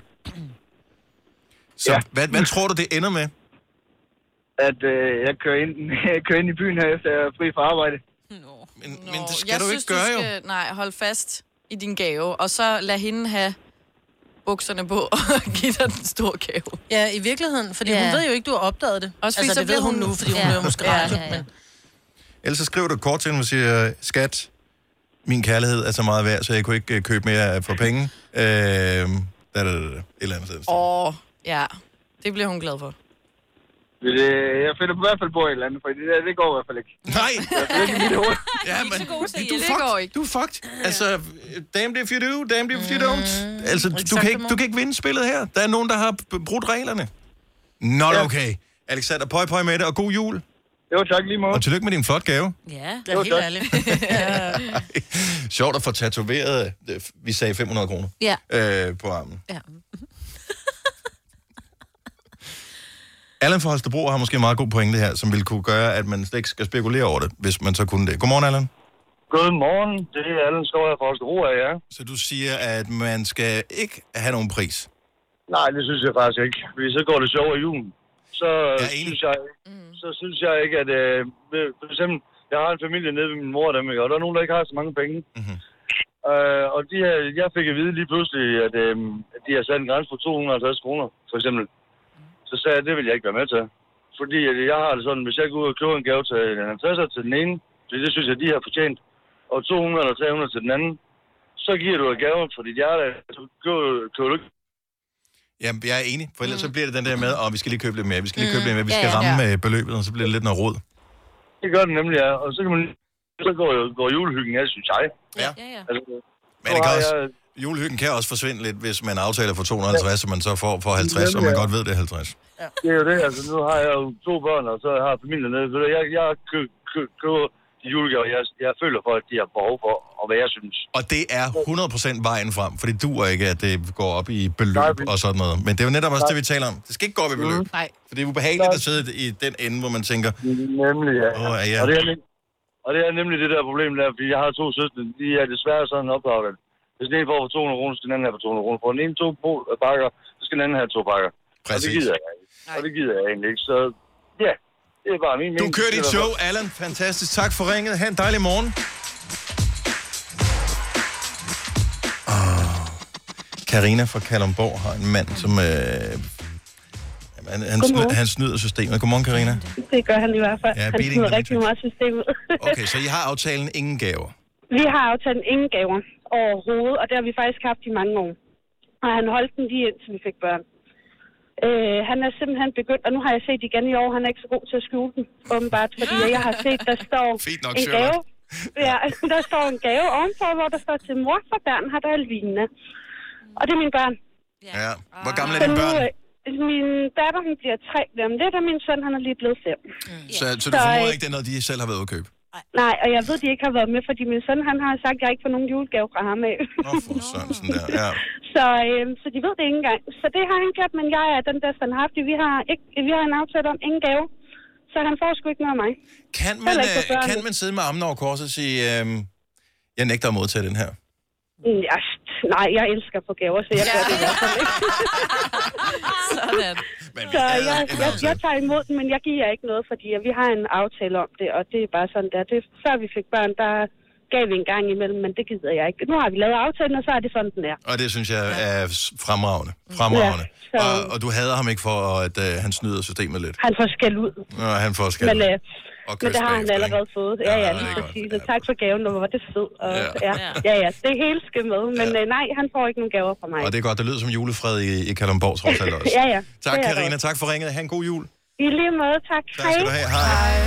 [SPEAKER 1] Så ja. hvad, hvad tror du, det ender med?
[SPEAKER 12] At øh, jeg, kører ind, jeg kører ind i byen her, efter jeg er fri fra arbejde.
[SPEAKER 6] Nå,
[SPEAKER 1] men det skal
[SPEAKER 6] jeg
[SPEAKER 1] du
[SPEAKER 6] synes,
[SPEAKER 1] ikke gøre,
[SPEAKER 6] du
[SPEAKER 1] jo.
[SPEAKER 6] skal, Nej, hold fast i din gave, og så lad hende have bukserne på og give dig den store gave.
[SPEAKER 3] Ja, i virkeligheden, fordi hun ved jo ikke, du har opdaget det.
[SPEAKER 6] Også fordi
[SPEAKER 3] altså,
[SPEAKER 6] så
[SPEAKER 3] det ved
[SPEAKER 6] bliver
[SPEAKER 3] hun
[SPEAKER 6] hun-
[SPEAKER 3] nu, fordi hun
[SPEAKER 6] Ja.
[SPEAKER 3] hører måske
[SPEAKER 6] Ja,
[SPEAKER 3] radio,
[SPEAKER 6] ja, ja.
[SPEAKER 3] men...
[SPEAKER 1] Ellers så skriver du et kort til hende og siger, skat, min kærlighed er så meget værd, så jeg kunne ikke øh, købe mere for penge. Øh, da, da, da, da, et eller andet sted.
[SPEAKER 6] Åh, oh, ja. Det bliver hun glad for.
[SPEAKER 12] Øh, Jeg finder i hvert fald på et eller andet, for det, der, det går i hvert fald ikke.
[SPEAKER 1] Nej!
[SPEAKER 12] Ja, men
[SPEAKER 1] Du er fucked. Du er fucked. Altså, damn if you do, damn if you don't. Altså, du, du, kan ikke, du kan ikke vinde spillet her. Der er nogen, der har b- brudt reglerne. Not
[SPEAKER 12] Ja.
[SPEAKER 1] okay. Alexander, pøj pøj med det, og god jul.
[SPEAKER 12] Jo, tak lige måde.
[SPEAKER 1] Og tillykke med din flot gave.
[SPEAKER 2] Ja,
[SPEAKER 3] det er helt ærligt.
[SPEAKER 1] Sjovt at få tatoveret, øh, vi sagde 500 kroner
[SPEAKER 2] Ja.
[SPEAKER 1] øh, på armen.
[SPEAKER 2] Ja.
[SPEAKER 1] Allan fra Holstebro har måske en meget god pointe her, som ville kunne gøre, at man slet ikke skal spekulere over det, hvis man så kunne det. Godmorgen, Allan.
[SPEAKER 12] Godmorgen, det er Allen Skov her fra Holstebro, er ja.
[SPEAKER 1] Så du siger, at man skal ikke have nogen pris.
[SPEAKER 12] Nej, det synes jeg faktisk ikke. Fordi så går det sjovere i julen. Så,
[SPEAKER 1] Jeg
[SPEAKER 12] jeg
[SPEAKER 1] er enig.
[SPEAKER 12] synes jeg, så synes jeg ikke, at... Øh, ved- for eksempel, jeg har en familie nede ved min mor og dem, ikke? og der er nogen, der ikke har så mange penge.
[SPEAKER 1] Mm-hmm.
[SPEAKER 12] Øh, og de her, jeg fik at vide lige pludselig, at, øh, at de har sat en grænse på 250 kroner, for eksempel. Så sagde jeg, det vil jeg ikke være med til. Fordi at jeg har det sådan, hvis jeg går ud og køber en gave til en 50'er til den ene, det, det synes jeg, de har fortjent, og 200 eller 300 til den anden, så giver du en gave for dit hjerte, så køber- køber du ikke
[SPEAKER 1] Jamen, jeg er enig, for ellers mm. så bliver det den der med, at vi skal lige købe lidt mere, vi skal lige købe lidt mere, vi
[SPEAKER 12] Mm. Ja,
[SPEAKER 1] skal
[SPEAKER 12] ja.
[SPEAKER 1] ramme ja. beløbet, og så bliver det lidt noget råd.
[SPEAKER 12] Det gør den nemlig, ja. Og så kan man så går, går julehyggen af, synes jeg.
[SPEAKER 1] Ja.
[SPEAKER 2] ja.
[SPEAKER 12] Altså,
[SPEAKER 1] Men det kan også, julehyggen kan også forsvinde lidt, hvis man aftaler for 250, og man så får for 50, og man
[SPEAKER 12] Nemlig, ja.
[SPEAKER 1] godt ved, det er 50.
[SPEAKER 12] det er jo det. Altså, nu har jeg jo to børn, og så har jeg familien nede. Så jeg, jeg kø- kø- køber de julegaver, jeg, jeg føler for, at de har behov for, og hvad jeg synes.
[SPEAKER 1] Og det er 100% vejen frem, for det duer ikke, at det går op i beløb
[SPEAKER 12] Nej,
[SPEAKER 1] og sådan noget. Men det er jo netop også
[SPEAKER 12] Nej. Mm.
[SPEAKER 1] det, vi taler om. Det skal ikke gå op i beløb.
[SPEAKER 6] Nej.
[SPEAKER 1] For det er ubehageligt at sidde i den ende, hvor man tænker,
[SPEAKER 12] Nemlig, ja.
[SPEAKER 1] åh, er
[SPEAKER 12] Og, det
[SPEAKER 1] jeg...
[SPEAKER 12] er, nem- og det er nemlig det der problem der, fordi jeg har to søstre, de er desværre sådan opdraget. at Hvis den ene får for 200 kroner, så skal den anden have for 200 kroner. Får den ene to po- pakker, så skal den anden have to pakker. Og det
[SPEAKER 1] Præcis.
[SPEAKER 12] gider jeg ikke. Og det gider jeg egentlig ikke. Så ja, det er bare min
[SPEAKER 1] Du
[SPEAKER 12] mening.
[SPEAKER 1] kører
[SPEAKER 12] Det
[SPEAKER 1] dit
[SPEAKER 12] er
[SPEAKER 1] show,
[SPEAKER 12] derfor-
[SPEAKER 1] Allan. Fantastisk. Tak for ringet. Ha' en dejlig morgen. Ah. Karina fra Kalumborg har en mand, som... Øh, jamen, han, han, snyder,
[SPEAKER 13] Godmorgen.
[SPEAKER 1] han snyder systemet. Godmorgen, Karina.
[SPEAKER 13] Det gør han i hvert fald.
[SPEAKER 1] Ja,
[SPEAKER 13] Ja, han
[SPEAKER 1] beating
[SPEAKER 13] smider
[SPEAKER 1] the
[SPEAKER 13] rigtig meget systemet.
[SPEAKER 1] Okay, så I har aftalen ingen gaver.
[SPEAKER 13] vi har aftalt ingen gaver overhovedet, og det har vi faktisk haft i mange år. Og han holdt den lige indtil vi fik børn. Øh, han er simpelthen begyndt, og nu har jeg set igen i år, han er ikke så god til at skjule den, åbenbart, fordi jeg har set, der står
[SPEAKER 1] Fint nok,
[SPEAKER 13] en
[SPEAKER 1] Sherlock.
[SPEAKER 13] gave. Ja, der står en gave ovenfor, hvor der står til mor for Bernhard og Alvina. Og det er mine børn.
[SPEAKER 1] Ja. Hvor gamle er
[SPEAKER 13] Så
[SPEAKER 1] dine
[SPEAKER 13] nu,
[SPEAKER 1] børn?
[SPEAKER 13] øh, Min datter, hun bliver tre lige om lidt, og min søn, han er lige blevet fem.
[SPEAKER 1] Så, så
[SPEAKER 13] Så,
[SPEAKER 1] du formoder
[SPEAKER 13] øh,
[SPEAKER 1] ikke, det er noget, de selv har været ude at købe?
[SPEAKER 13] Nej, og jeg ved, de ikke har været med, fordi min søn han har sagt, at jeg ikke får nogen julegave fra ham af.
[SPEAKER 1] Sådan der. Ja.
[SPEAKER 13] så, øhm, så de ved det ikke engang. Så det har han gjort, men jeg er den der standhaftige. Vi har, ikke, vi har en aftale om ingen gave. Så han får sgu ikke noget af mig.
[SPEAKER 1] Kan man,
[SPEAKER 13] Heller ikke for
[SPEAKER 1] øh,
[SPEAKER 13] børnene.
[SPEAKER 1] kan man sidde med armene over korset og sige, øh, jeg nægter at modtage den her?
[SPEAKER 13] Mm, Ja, st- nej, jeg elsker at få gaver, så jeg gør det i hvert fald ikke.
[SPEAKER 4] Ah,
[SPEAKER 6] Sådan.
[SPEAKER 13] Så jeg, jeg, jeg tager imod den, men jeg giver ikke noget, fordi vi har en aftale om det, og det er bare sådan der. Det, før vi fik børn, der gav vi en gang imellem, men det gider jeg ikke. Nu har vi lavet aftalen, og så er det sådan, den er.
[SPEAKER 1] Og det synes jeg er s- fremragende. Fremragende.
[SPEAKER 13] Ja, så-
[SPEAKER 1] og, og du hader ham ikke for, at øh, han snyder systemet lidt.
[SPEAKER 13] Han får skæld ud.
[SPEAKER 1] Nå, han får skæld.
[SPEAKER 13] Men,
[SPEAKER 1] ud.
[SPEAKER 13] øh,
[SPEAKER 1] Og
[SPEAKER 13] men
[SPEAKER 1] kys
[SPEAKER 13] det har han
[SPEAKER 1] bagefter,
[SPEAKER 13] allerede fået. Ja, ja,
[SPEAKER 1] det er
[SPEAKER 13] lige
[SPEAKER 1] godt.
[SPEAKER 13] præcis. Og tak for gaven, og hvor var det fed. Og,
[SPEAKER 1] Ja.
[SPEAKER 13] ja. Ja, ja, ja, det hele skal med. Men øh, nej, han får ikke nogen gaver fra mig.
[SPEAKER 1] Og det er godt, det lyder som julefred i, i Kalundborg, trods alt også.
[SPEAKER 13] Ja, ja.
[SPEAKER 1] Tak,
[SPEAKER 13] Det er
[SPEAKER 1] Karina. Tak for ringet. Ha' en god jul.
[SPEAKER 13] I lige måde, tak.
[SPEAKER 1] Tak skal du have. Hej.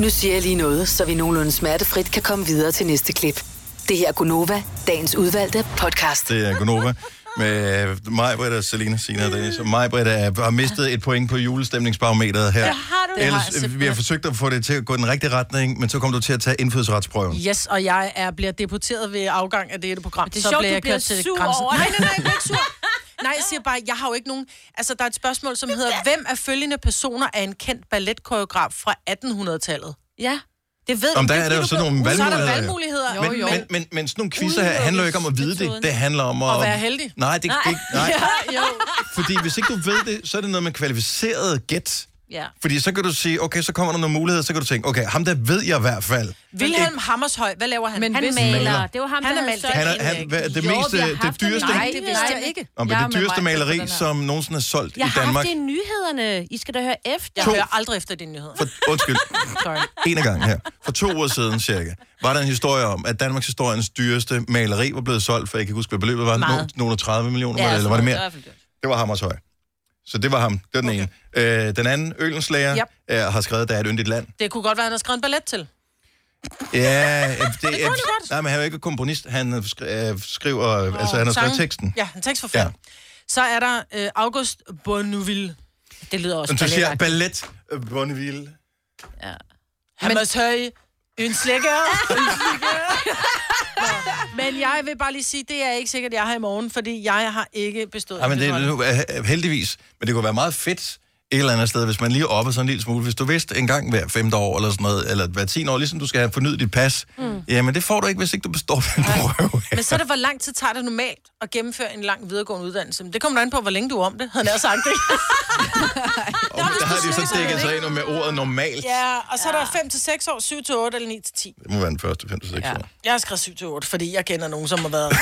[SPEAKER 7] Nu siger jeg lige noget, så vi nogenlunde smertefrit kan komme videre til næste klip. Det her er Gunova, dagens udvalgte podcast.
[SPEAKER 1] Det er Gonova med øh, mig, Britt og Selina, Sina og Dennis. Mig, Britt, har mistet et point på julestemningsbarometeret her.
[SPEAKER 3] Det har du. Det har jeg
[SPEAKER 1] Ellers, øh,
[SPEAKER 3] simpelthen.
[SPEAKER 1] vi har forsøgt at få det til at gå i den rigtige retning, men så kom du til at tage indfødsretsprøven.
[SPEAKER 3] Yes, og jeg er, bliver deporteret ved afgang af dette program.
[SPEAKER 2] Det er sjovt, du
[SPEAKER 3] jeg
[SPEAKER 2] bliver
[SPEAKER 3] kørt til
[SPEAKER 2] sur
[SPEAKER 3] grænsen.
[SPEAKER 2] over det.
[SPEAKER 3] Nej, nej, nej, jeg bliver ikke sur. Nej, jeg siger bare, jeg har jo ikke nogen... Altså, der er et spørgsmål, som hedder, hvem af følgende personer er en kendt balletkoreograf fra 1800-tallet?
[SPEAKER 2] Ja, det ved
[SPEAKER 1] Om der er der jo sådan nogle
[SPEAKER 3] Så
[SPEAKER 1] valgmuligheder.
[SPEAKER 3] er der
[SPEAKER 1] jo.
[SPEAKER 3] valgmuligheder.
[SPEAKER 1] Men, Men, men, men sådan nogle quizzer her handler jo ikke om at vide det. Det handler om at...
[SPEAKER 3] At være heldig.
[SPEAKER 1] Nej, det, det nej.
[SPEAKER 3] Ja, jo.
[SPEAKER 1] Fordi hvis ikke du ved det, så er det noget med kvalificeret gæt.
[SPEAKER 3] Ja.
[SPEAKER 1] Fordi så kan du sige, okay, så kommer der nogle muligheder, så kan du tænke, okay, ham der ved jeg i hvert fald.
[SPEAKER 3] Vilhelm Hammershøj, hvad laver han?
[SPEAKER 2] Men han
[SPEAKER 1] hvis-
[SPEAKER 2] maler.
[SPEAKER 1] Maler.
[SPEAKER 2] Det var ham,
[SPEAKER 3] Han
[SPEAKER 2] der
[SPEAKER 3] er
[SPEAKER 2] havde
[SPEAKER 3] malet.
[SPEAKER 2] solgt
[SPEAKER 1] Han er,
[SPEAKER 2] en-
[SPEAKER 1] han, hvad- det
[SPEAKER 2] Jo,
[SPEAKER 1] mest,
[SPEAKER 2] vi har
[SPEAKER 1] øh,
[SPEAKER 2] haft
[SPEAKER 1] det
[SPEAKER 2] en-
[SPEAKER 1] dyreste,
[SPEAKER 2] Nej, det vidste jeg ikke.
[SPEAKER 1] om det,
[SPEAKER 2] Jeg er
[SPEAKER 1] det
[SPEAKER 2] med
[SPEAKER 1] dyreste
[SPEAKER 2] mig på
[SPEAKER 1] maleri,
[SPEAKER 2] den her.
[SPEAKER 1] som nogensinde er solgt
[SPEAKER 2] Jeg har
[SPEAKER 1] i
[SPEAKER 2] haft
[SPEAKER 1] Danmark.
[SPEAKER 2] det i nyhederne. I skal da høre efter.
[SPEAKER 1] Jeg To. hører
[SPEAKER 3] aldrig efter dine nyheder.
[SPEAKER 1] For, undskyld. En af gangen her. For to uger siden cirka, var der en historie om, at Danmarks historiens dyreste maleri var blevet solgt, for jeg kan ikke huske, hvad beløbet var.
[SPEAKER 3] Meget.
[SPEAKER 1] Nogle- Nogle 30 millioner,
[SPEAKER 3] Ja,
[SPEAKER 1] ja, eller var det
[SPEAKER 3] sådan
[SPEAKER 1] mere?
[SPEAKER 3] noget. Det var i hvert fald
[SPEAKER 1] Det var Hammershøj. Så det var ham. Det var den okay. ene. Øh, den anden, Ølenslager,
[SPEAKER 3] Yep.
[SPEAKER 1] yep. øh, har skrevet, der er et yndigt land.
[SPEAKER 3] Det kunne godt være, han har skrevet en ballet til.
[SPEAKER 1] Ja, øh, det,
[SPEAKER 3] kunne han
[SPEAKER 1] det
[SPEAKER 3] jo
[SPEAKER 1] er,
[SPEAKER 3] godt.
[SPEAKER 1] nej, men han er jo ikke komponist. Han øh, skri- øh, skriver, oh, altså han har skrevet
[SPEAKER 3] Sange.
[SPEAKER 1] teksten.
[SPEAKER 3] Ja, en tekstforfatter. Ja.
[SPEAKER 1] Ja.
[SPEAKER 3] Så er der øh, August Bonneville. Det lyder
[SPEAKER 1] Men du siger ballet, øh, Bonneville.
[SPEAKER 3] Ja. Han må tage en slikker. Men jeg vil bare lige sige, det er ikke sikkert, jeg har i morgen, fordi jeg har ikke bestået.
[SPEAKER 1] Ja, men det er nu, øh, heldigvis. Men det kunne være meget fedt et eller andet sted, hvis man lige opper sådan en lille smule. Hvis du vidste en gang hver femte år, eller sådan noget, eller hver tiende år, ligesom du skal have fornyet dit pas.
[SPEAKER 3] Mm.
[SPEAKER 1] Mm. Jamen, det får du ikke, hvis ikke du består den prøve.
[SPEAKER 3] Men så er det, hvor lang tid tager det normalt at gennemføre en lang videregående uddannelse? Men det kommer da an på, hvor længe du er om det, havde jeg nær sagt det.
[SPEAKER 1] Og der har de jo så dækket sig ind med ordet normalt.
[SPEAKER 3] ja, og så er der 5 til 6 år, 7 til 8 eller 9 til 10.
[SPEAKER 1] Det må være den første femte, seks
[SPEAKER 3] Ja.
[SPEAKER 1] år.
[SPEAKER 3] Jeg har skrevet 7 til 8, fordi jeg kender nogen, som har været...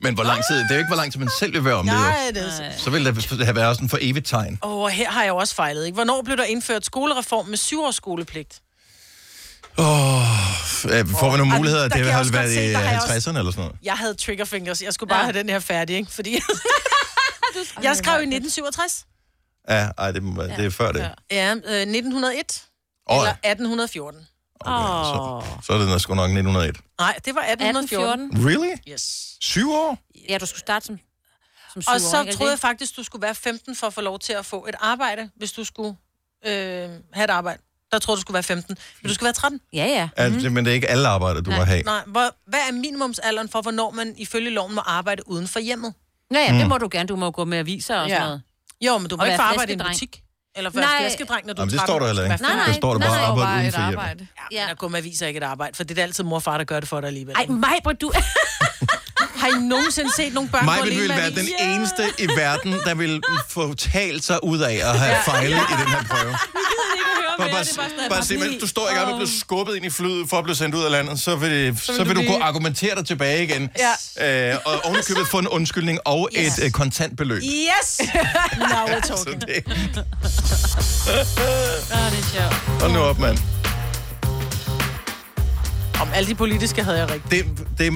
[SPEAKER 1] Men hvor lang tid? Det er jo ikke, hvor lang tid man selv vil være om det. jo.
[SPEAKER 3] Nej, det er
[SPEAKER 1] Så vil der have været sådan en for evigt tegn.
[SPEAKER 3] Åh, oh, her har jeg også fejlet, ikke? Hvornår blev der indført skolereform med syvårs skolepligt?
[SPEAKER 1] Åh, øh, får vi nogle
[SPEAKER 3] Ej,
[SPEAKER 1] muligheder?
[SPEAKER 3] der
[SPEAKER 1] Det
[SPEAKER 3] kan jeg også
[SPEAKER 1] har
[SPEAKER 3] godt
[SPEAKER 1] været
[SPEAKER 3] se,
[SPEAKER 1] i
[SPEAKER 3] der har jeg
[SPEAKER 1] 50'erne
[SPEAKER 3] også-
[SPEAKER 1] eller sådan noget.
[SPEAKER 3] Jeg havde triggerfingers. Jeg skulle bare ja. have den her færdig, ikke? Fordi... jeg skrev i 1967.
[SPEAKER 1] Ja, ej, det, må være, det er før det.
[SPEAKER 3] Ja, øh, 1901.
[SPEAKER 1] Åh,
[SPEAKER 3] Eller 1814. Åh. Oh.
[SPEAKER 1] Så er det nok sgu nok 1901.
[SPEAKER 3] Nej, det var 1814.
[SPEAKER 2] 1814.
[SPEAKER 1] Really?
[SPEAKER 3] Yes.
[SPEAKER 1] Syv år?
[SPEAKER 2] Ja, du skulle starte som, som syvårig,
[SPEAKER 3] Og så
[SPEAKER 2] ikke?
[SPEAKER 3] troede jeg faktisk, du skulle være 15 for at få lov til at få et arbejde, hvis du skulle øh, have et arbejde. Der troede du skulle være 15. Men du skulle være 13.
[SPEAKER 2] Ja, ja.
[SPEAKER 1] Ja, det, men det er ikke alle arbejder, du må have.
[SPEAKER 3] Mhm. Nej, hvor, hvad er minimumsalderen for, hvornår man ifølge loven må arbejde uden for hjemmet?
[SPEAKER 2] Ja, ja, det
[SPEAKER 1] Mm.
[SPEAKER 2] må du gerne. Du må jo gå med aviser og
[SPEAKER 3] Ja.
[SPEAKER 2] sådan noget.
[SPEAKER 3] Jo, men du må
[SPEAKER 2] Og
[SPEAKER 3] ikke få
[SPEAKER 2] være
[SPEAKER 3] arbejde i en
[SPEAKER 2] flæskedreng.
[SPEAKER 3] butik. Eller være
[SPEAKER 2] Nej.
[SPEAKER 3] flæskedreng, når du
[SPEAKER 1] Jamen, det
[SPEAKER 3] er 13.
[SPEAKER 1] står der heller ikke.
[SPEAKER 3] Hvad fanden?
[SPEAKER 1] Der står der bare arbejde uden for hjemmet.
[SPEAKER 3] Ja, men at gå med aviser er ikke et arbejde, for det er altid mor og far, der gør det for dig alligevel.
[SPEAKER 2] Ej, mig, hvor du...
[SPEAKER 3] Har I nogensinde set nogle børn,
[SPEAKER 1] Mig
[SPEAKER 3] gå alene
[SPEAKER 1] vil
[SPEAKER 3] med
[SPEAKER 1] være
[SPEAKER 3] avis?
[SPEAKER 1] den eneste i verden, der vil få talt sig ud af at have fejlet i den her prøve. Bare, bare, bare se, men du står i gang med at blive skubbet ind i flyet for at blive sendt ud af landet, så vil, så vil du
[SPEAKER 3] blive-
[SPEAKER 1] kunne argumentere dig tilbage igen.
[SPEAKER 3] Ja.
[SPEAKER 1] Øh, og ovenikøbet få en undskyldning og
[SPEAKER 3] Yes.
[SPEAKER 1] et øh, kontantbeløb.
[SPEAKER 3] Yes! Now we're
[SPEAKER 1] Så
[SPEAKER 3] talking.
[SPEAKER 1] Altså, det,
[SPEAKER 3] Åh, Ah, det er sjovt.
[SPEAKER 1] hold nu op, mand.
[SPEAKER 3] Om alle de politiske havde jeg rigtigt.
[SPEAKER 1] det, det,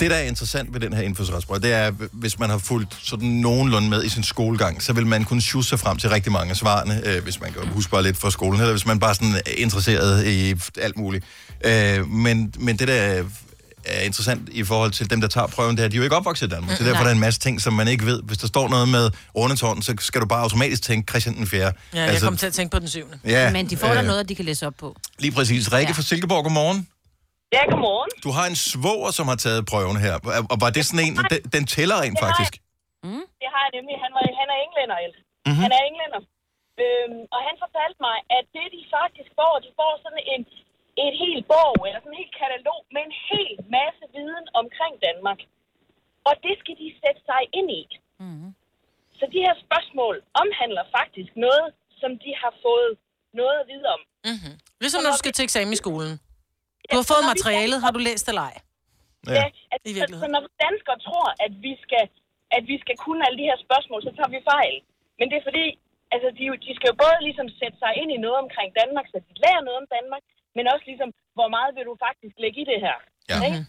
[SPEAKER 1] det, der er interessant ved den her indfødsretsprøve, det er, hvis man har fulgt sådan nogenlunde med i sin skolegang, så vil man kunne sjusse sig frem til rigtig mange af svarene, øh, hvis man kan huske bare lidt fra skolen, eller hvis man bare sådan er interesseret i alt muligt. Øh, men, men det, der er interessant i forhold til dem, der tager prøven, det er, at de er jo ikke opvokset i Danmark. Så
[SPEAKER 14] Mm,
[SPEAKER 1] derfor
[SPEAKER 14] nej.
[SPEAKER 1] er der en masse ting, som man ikke ved. Hvis der står noget med rundetårn, så skal du bare automatisk tænke Christian den 4.
[SPEAKER 3] Ja, jeg kom til at tænke på den syvende.
[SPEAKER 1] Ja,
[SPEAKER 2] Men de får da
[SPEAKER 1] øh,
[SPEAKER 2] noget, de kan læse op på.
[SPEAKER 1] Lige præcis. Rikke ja. fra Silkeborg, godmorgen.
[SPEAKER 15] Ja, godmorgen.
[SPEAKER 1] Du har en svoger, som har taget prøven her. Og- Og var det sådan en, den, den tæller rent
[SPEAKER 15] Det har
[SPEAKER 1] faktisk?
[SPEAKER 15] Mm. Det har jeg nemlig. Han, var, han er englænder, Else. Mm-hmm.
[SPEAKER 1] Mhm.
[SPEAKER 15] Han er englænder. Øhm, og han fortalte mig, at det de faktisk får, de får sådan en, et helt bog, eller sådan en helt katalog, med en hel masse viden omkring Danmark. Og det skal de sætte sig ind i. Mm-hmm. Så de her spørgsmål omhandler faktisk noget, som de har fået noget at vide om.
[SPEAKER 3] Mm-hmm. Ligesom når du skal til eksamen i skolen. Du har fået materialet, har du læst det eller ej?
[SPEAKER 15] Ja. Altså, I så, så når vi danskere tror, at vi skal, at vi skal kunne alle de her spørgsmål, så tager vi fejl. Men det er fordi, altså, de, jo- de skal jo både ligesom sætte sig ind i noget omkring Danmark,
[SPEAKER 3] Mhm.
[SPEAKER 15] så de lærer noget om Danmark, men også ligesom, hvor meget vil du faktisk lægge i det her?
[SPEAKER 1] Ja.
[SPEAKER 15] Ikke?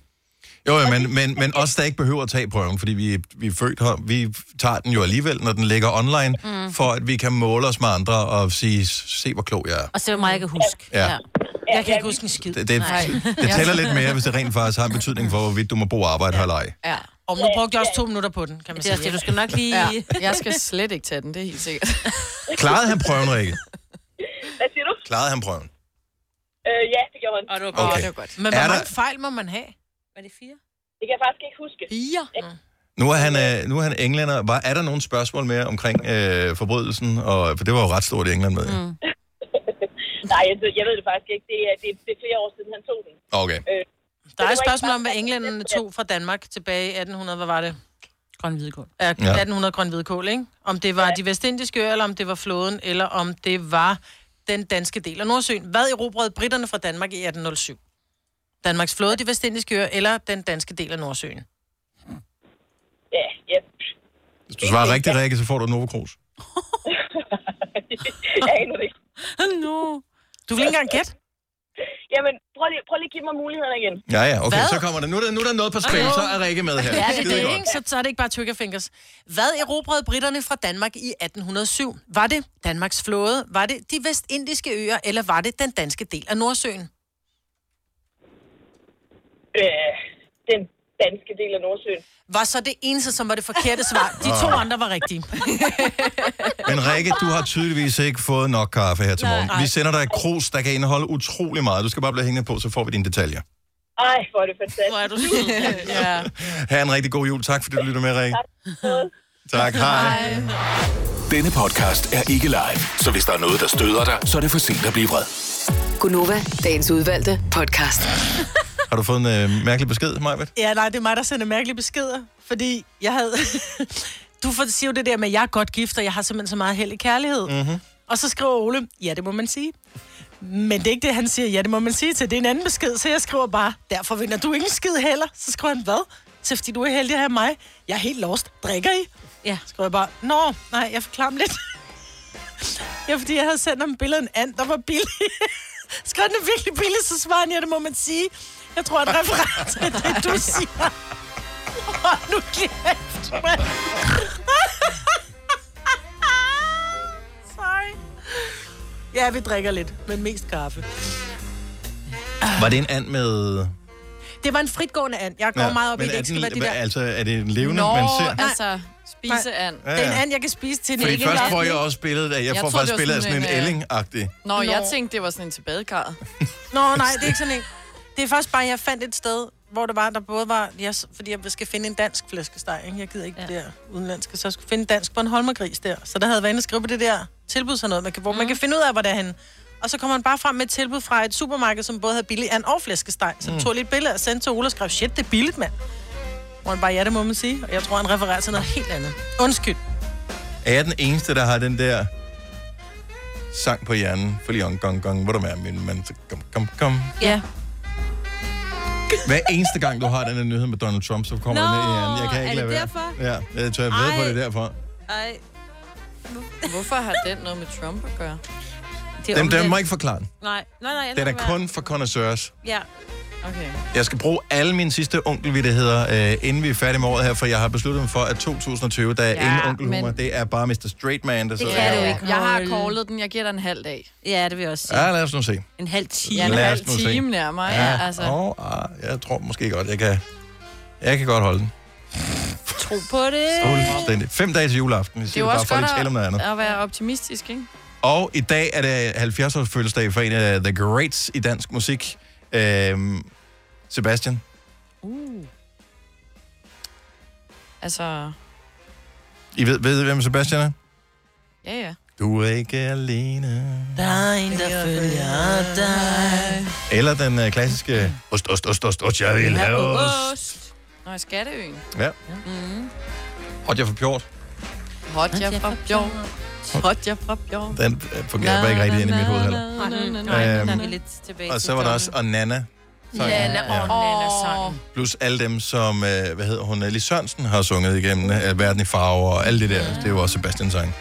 [SPEAKER 1] Jo, ja, men, men, men os, der ikke behøver at tage prøven, fordi vi, vi er født her, vi tager den jo alligevel, når den ligger online, mm.
[SPEAKER 15] Mhm.
[SPEAKER 2] Mm.
[SPEAKER 1] for at vi kan måle os med andre og sige, se hvor klog jeg er.
[SPEAKER 2] Og så meget, jeg kan huske.
[SPEAKER 1] Ja.
[SPEAKER 3] Jeg kan ikke huske en skid.
[SPEAKER 1] Det, det, det tæller lidt mere, hvis det rent faktisk har en betydning for, hvorvidt du må bo og arbejde her eller ej.
[SPEAKER 6] Ja.
[SPEAKER 3] Og nu brugte jeg også to minutter på den, kan man
[SPEAKER 6] Det er også
[SPEAKER 3] sige.
[SPEAKER 6] det, du skal nok lige-
[SPEAKER 3] Jeg skal slet ikke tage den, det er helt sikkert.
[SPEAKER 1] Klarede han prøven, Rikke?
[SPEAKER 15] Hvad siger du?
[SPEAKER 1] Klarede han prøven?
[SPEAKER 15] Øh, ja, det gjorde han.
[SPEAKER 2] Og det var
[SPEAKER 1] godt. Okay. Åh, det var godt.
[SPEAKER 3] Men hvor
[SPEAKER 1] Er der-
[SPEAKER 3] mange fejl må man have? Mm.
[SPEAKER 2] Var det fire?
[SPEAKER 15] Det kan jeg faktisk ikke huske.
[SPEAKER 6] Fire?
[SPEAKER 1] Nu er han, øh, nu er han englænder. Var, er der nogle spørgsmål mere omkring øh, forbrydelsen? Og, for det var jo ret stort i England med. Mm.
[SPEAKER 15] Nej, jeg, jeg ved det faktisk ikke. Det er, det, det er flere år siden, han tog den.
[SPEAKER 1] Okay.
[SPEAKER 15] Øh,
[SPEAKER 3] Der er et spørgsmål om, hvad englænderne tog fra Danmark tilbage i 1800, hvad var det?
[SPEAKER 2] Grøn hvidkål.
[SPEAKER 3] Ja, 1800 grøn hvidkål, ikke? Om det var de vestindiske øer, eller om det var flåden, eller om det var den danske del af Nordsøen. Hvad erobrede britterne fra Danmark i 1807? Danmarks flåde, de vestindiske øer, eller den danske del af Nordsøen?
[SPEAKER 15] ja, ja.
[SPEAKER 1] Hvis du svarer rigtigt, Rikke, så får du et Novo Cruz.
[SPEAKER 15] jeg aner det ikke.
[SPEAKER 3] no. Du vil ikke engang gætte?
[SPEAKER 15] Jamen, prøv lige, prøv lige at give mig mulighederne igen.
[SPEAKER 1] Ja, ja, okay,
[SPEAKER 3] Hvad?
[SPEAKER 1] så kommer det. Nu er der, nu er der noget på spil,
[SPEAKER 3] Okay.
[SPEAKER 1] så er Rikke med
[SPEAKER 3] Ja,
[SPEAKER 1] her.
[SPEAKER 3] det er
[SPEAKER 1] Skide
[SPEAKER 3] det,
[SPEAKER 1] godt.
[SPEAKER 3] ikke? Så, så er det ikke bare trigger fingers. Hvad erobrede britterne fra Danmark i 1807? Var det Danmarks flåde? Var det de vestindiske øer? Eller var det den danske del af Nordsøen?
[SPEAKER 15] Øh, den danske del af Nordsøen.
[SPEAKER 3] Var så det eneste, som var det forkerte svar. De to
[SPEAKER 1] Ah.
[SPEAKER 3] andre var rigtige.
[SPEAKER 1] Men Rikke, du har tydeligvis ikke fået nok kaffe her til
[SPEAKER 3] Nej.
[SPEAKER 1] morgen.
[SPEAKER 3] Nej.
[SPEAKER 1] Vi sender dig et krus, der kan indeholde utrolig meget. Du skal bare blive hængende på, så får vi dine detaljer.
[SPEAKER 15] Ej, hvor er det fantastisk. Hvor er du sød.
[SPEAKER 3] ja.
[SPEAKER 1] Ha' en rigtig god jul. Tak fordi du lytter med, Rikke. Tak, hej.
[SPEAKER 8] Denne podcast er ikke live, så hvis der er noget, der støder dig, så er det for sent at blive vred.
[SPEAKER 7] Gunova, dagens udvalgte podcast.
[SPEAKER 1] Har du fået en øh, mærkelig besked, Majbet?
[SPEAKER 3] Ja, nej, det er mig, der sender mærkelige beskeder, fordi jeg havde... du får- siger jo det der med, at jeg er godt gift, og jeg har simpelthen så meget held i kærlighed.
[SPEAKER 1] Mhm.
[SPEAKER 3] Og så skriver Ole, ja, det må man sige. Men det er ikke det, han siger, ja, det må man sige til. Det er en anden besked, så jeg skriver bare, derfor vinder du ikke en skid heller. Så skriver han, hvad? Så fordi du er heldig at have mig. Jeg er helt lost. Drikker I?
[SPEAKER 2] Ja.
[SPEAKER 3] Så skriver jeg bare, nå, nej, jeg forklarer ham lidt. ja, fordi jeg havde sendt ham billedet af en and, der var billig. skrev den er virkelig billig, så svarer han, ja, det må man sige. Jeg tror, at referat er det, du siger. Hold nu kæft, mand. Sorry. Ja, vi drikker lidt, men mest kaffe. Ah.
[SPEAKER 1] Var det en and med...
[SPEAKER 3] Det var en fritgående and. Jeg går ja, meget op i,
[SPEAKER 1] men
[SPEAKER 3] det
[SPEAKER 1] er
[SPEAKER 3] ikke skal
[SPEAKER 1] den-
[SPEAKER 3] være de
[SPEAKER 1] hvad-
[SPEAKER 3] der...
[SPEAKER 1] Altså, er det en levende,
[SPEAKER 3] Nå,
[SPEAKER 1] man ser?
[SPEAKER 3] nej.
[SPEAKER 6] Altså, spiseand.
[SPEAKER 1] Ja, ja.
[SPEAKER 3] Det er en and, jeg kan spise til den
[SPEAKER 1] Fordi
[SPEAKER 3] ikke
[SPEAKER 1] først
[SPEAKER 3] er
[SPEAKER 1] får jeg
[SPEAKER 3] latterlig.
[SPEAKER 1] også billedet af, jeg,
[SPEAKER 6] Jeg
[SPEAKER 1] får
[SPEAKER 6] troede,
[SPEAKER 1] faktisk
[SPEAKER 6] det var
[SPEAKER 1] billedet af sådan
[SPEAKER 6] sådan en,
[SPEAKER 1] en,
[SPEAKER 6] øh,
[SPEAKER 1] elling-agtig.
[SPEAKER 6] Nå, jeg
[SPEAKER 3] Nå.
[SPEAKER 6] tænkte, det var sådan en til badekarret.
[SPEAKER 3] Nå, nej, det er ikke sådan en. Det er faktisk bare, jeg fandt et sted, hvor det var, der både var... Jeg, fordi jeg skal finde en dansk flæskesteg, ikke? Jeg gider ikke ja. det der udenlandske. Så jeg skulle finde en dansk på en holmergris der. Så der havde jeg været inde og skrive på det der tilbud, sådan noget, man kan, hvor mm. man kan finde ud af, hvor det er henne. Og så kommer han bare frem med et tilbud fra et supermarked, som både havde billig and og flæskesteg. Så
[SPEAKER 6] Mm.
[SPEAKER 3] mm. tog jeg lige et billede og sendte til Ole og skrev, shit, det er billigt, mand. Hvor han bare, ja, det må man sige. Og jeg tror, han refererer til noget helt andet. Undskyld.
[SPEAKER 1] Er jeg den eneste, der har den der sang på hjernen? For lige gong, gong, hvor du er min mand. så Kom, kom, kom.
[SPEAKER 2] Ja.
[SPEAKER 1] Hver eneste gang, du har den her nyhed med Donald Trump, så kommer
[SPEAKER 2] Nå,
[SPEAKER 1] den ned i hjernen. Jeg kan
[SPEAKER 6] er
[SPEAKER 1] ikke
[SPEAKER 6] det
[SPEAKER 1] lade være.
[SPEAKER 6] derfor?
[SPEAKER 1] Ja, jeg tør jeg ved på
[SPEAKER 6] Ej.
[SPEAKER 1] det er derfor.
[SPEAKER 6] Ej. Hvorfor har den noget med Trump at gøre?
[SPEAKER 1] Det dem, dem må ikke forklare den.
[SPEAKER 2] Nej, nej, nej. jeg
[SPEAKER 1] Det er da
[SPEAKER 2] lader være.
[SPEAKER 1] kun for connoisseurs.
[SPEAKER 2] Ja.
[SPEAKER 6] Okay.
[SPEAKER 1] Jeg skal bruge alle mine sidste onkelvittigheder, øh, inden vi er færdige med året her, for jeg har besluttet mig for, at 2020, der er
[SPEAKER 6] Ja,
[SPEAKER 1] ja, ingen onkelhumor.
[SPEAKER 6] men-
[SPEAKER 1] Det er bare Mr. Straight Man, der
[SPEAKER 6] Det
[SPEAKER 1] sidder
[SPEAKER 6] kan
[SPEAKER 1] herovre.
[SPEAKER 6] du ikke. Jeg har callet den. Jeg giver dig en halv dag.
[SPEAKER 2] Ja, det vil jeg også
[SPEAKER 1] Ja, lad os nu se.
[SPEAKER 2] En halv time.
[SPEAKER 6] Ja, en
[SPEAKER 1] Lad os
[SPEAKER 6] halv
[SPEAKER 1] nu se.
[SPEAKER 6] time nærmere. Ja,
[SPEAKER 1] Ja,
[SPEAKER 6] altså.
[SPEAKER 1] og, ah, jeg tror måske godt, jeg kan, jeg kan godt holde den.
[SPEAKER 6] Tro på det.
[SPEAKER 1] Fuldstændig. Fem dage til juleaften, hvis
[SPEAKER 6] Det er
[SPEAKER 1] det
[SPEAKER 6] jo
[SPEAKER 1] bare
[SPEAKER 6] også
[SPEAKER 1] for at tale om noget
[SPEAKER 6] godt
[SPEAKER 1] andet.
[SPEAKER 6] at, at være optimistisk, ikke?
[SPEAKER 1] Og i dag er det 70 års fødselsdag for en af The Greats i dansk musik. Øhm, Sebastian.
[SPEAKER 6] Uh. Altså,
[SPEAKER 1] I ved, ved I, hvem Sebastian er?
[SPEAKER 6] ja ja.
[SPEAKER 1] Du er ikke alene.
[SPEAKER 3] Der er en, der følger dig.
[SPEAKER 1] Eller den øh, klassiske... Ost, ost, ost, ost, ost, jeg vil have ost.
[SPEAKER 6] ost. Nå, i Skatteøen.
[SPEAKER 1] Ja.
[SPEAKER 6] Mm.
[SPEAKER 1] Hot, jeg for pjort.
[SPEAKER 6] Hot, jeg fra Bjørn. Hot, jeg fra Bjørn.
[SPEAKER 1] Den øh, fungerer bare ikke rigtig ind i mit hoved heller.
[SPEAKER 6] Nej, nej, nej, nej,
[SPEAKER 1] Øhm,
[SPEAKER 6] nej, vi er lidt tilbage
[SPEAKER 1] Og
[SPEAKER 6] til
[SPEAKER 1] så var der
[SPEAKER 6] John.
[SPEAKER 1] også og Nana. Sangen. Ja.
[SPEAKER 6] Nana-sang.
[SPEAKER 1] Plus alle dem, som, øh, hvad hedder hun, Ellie Sørensen har sunget igennem øh, Verden i farver og alt det der. Det er jo også Sebastians sang.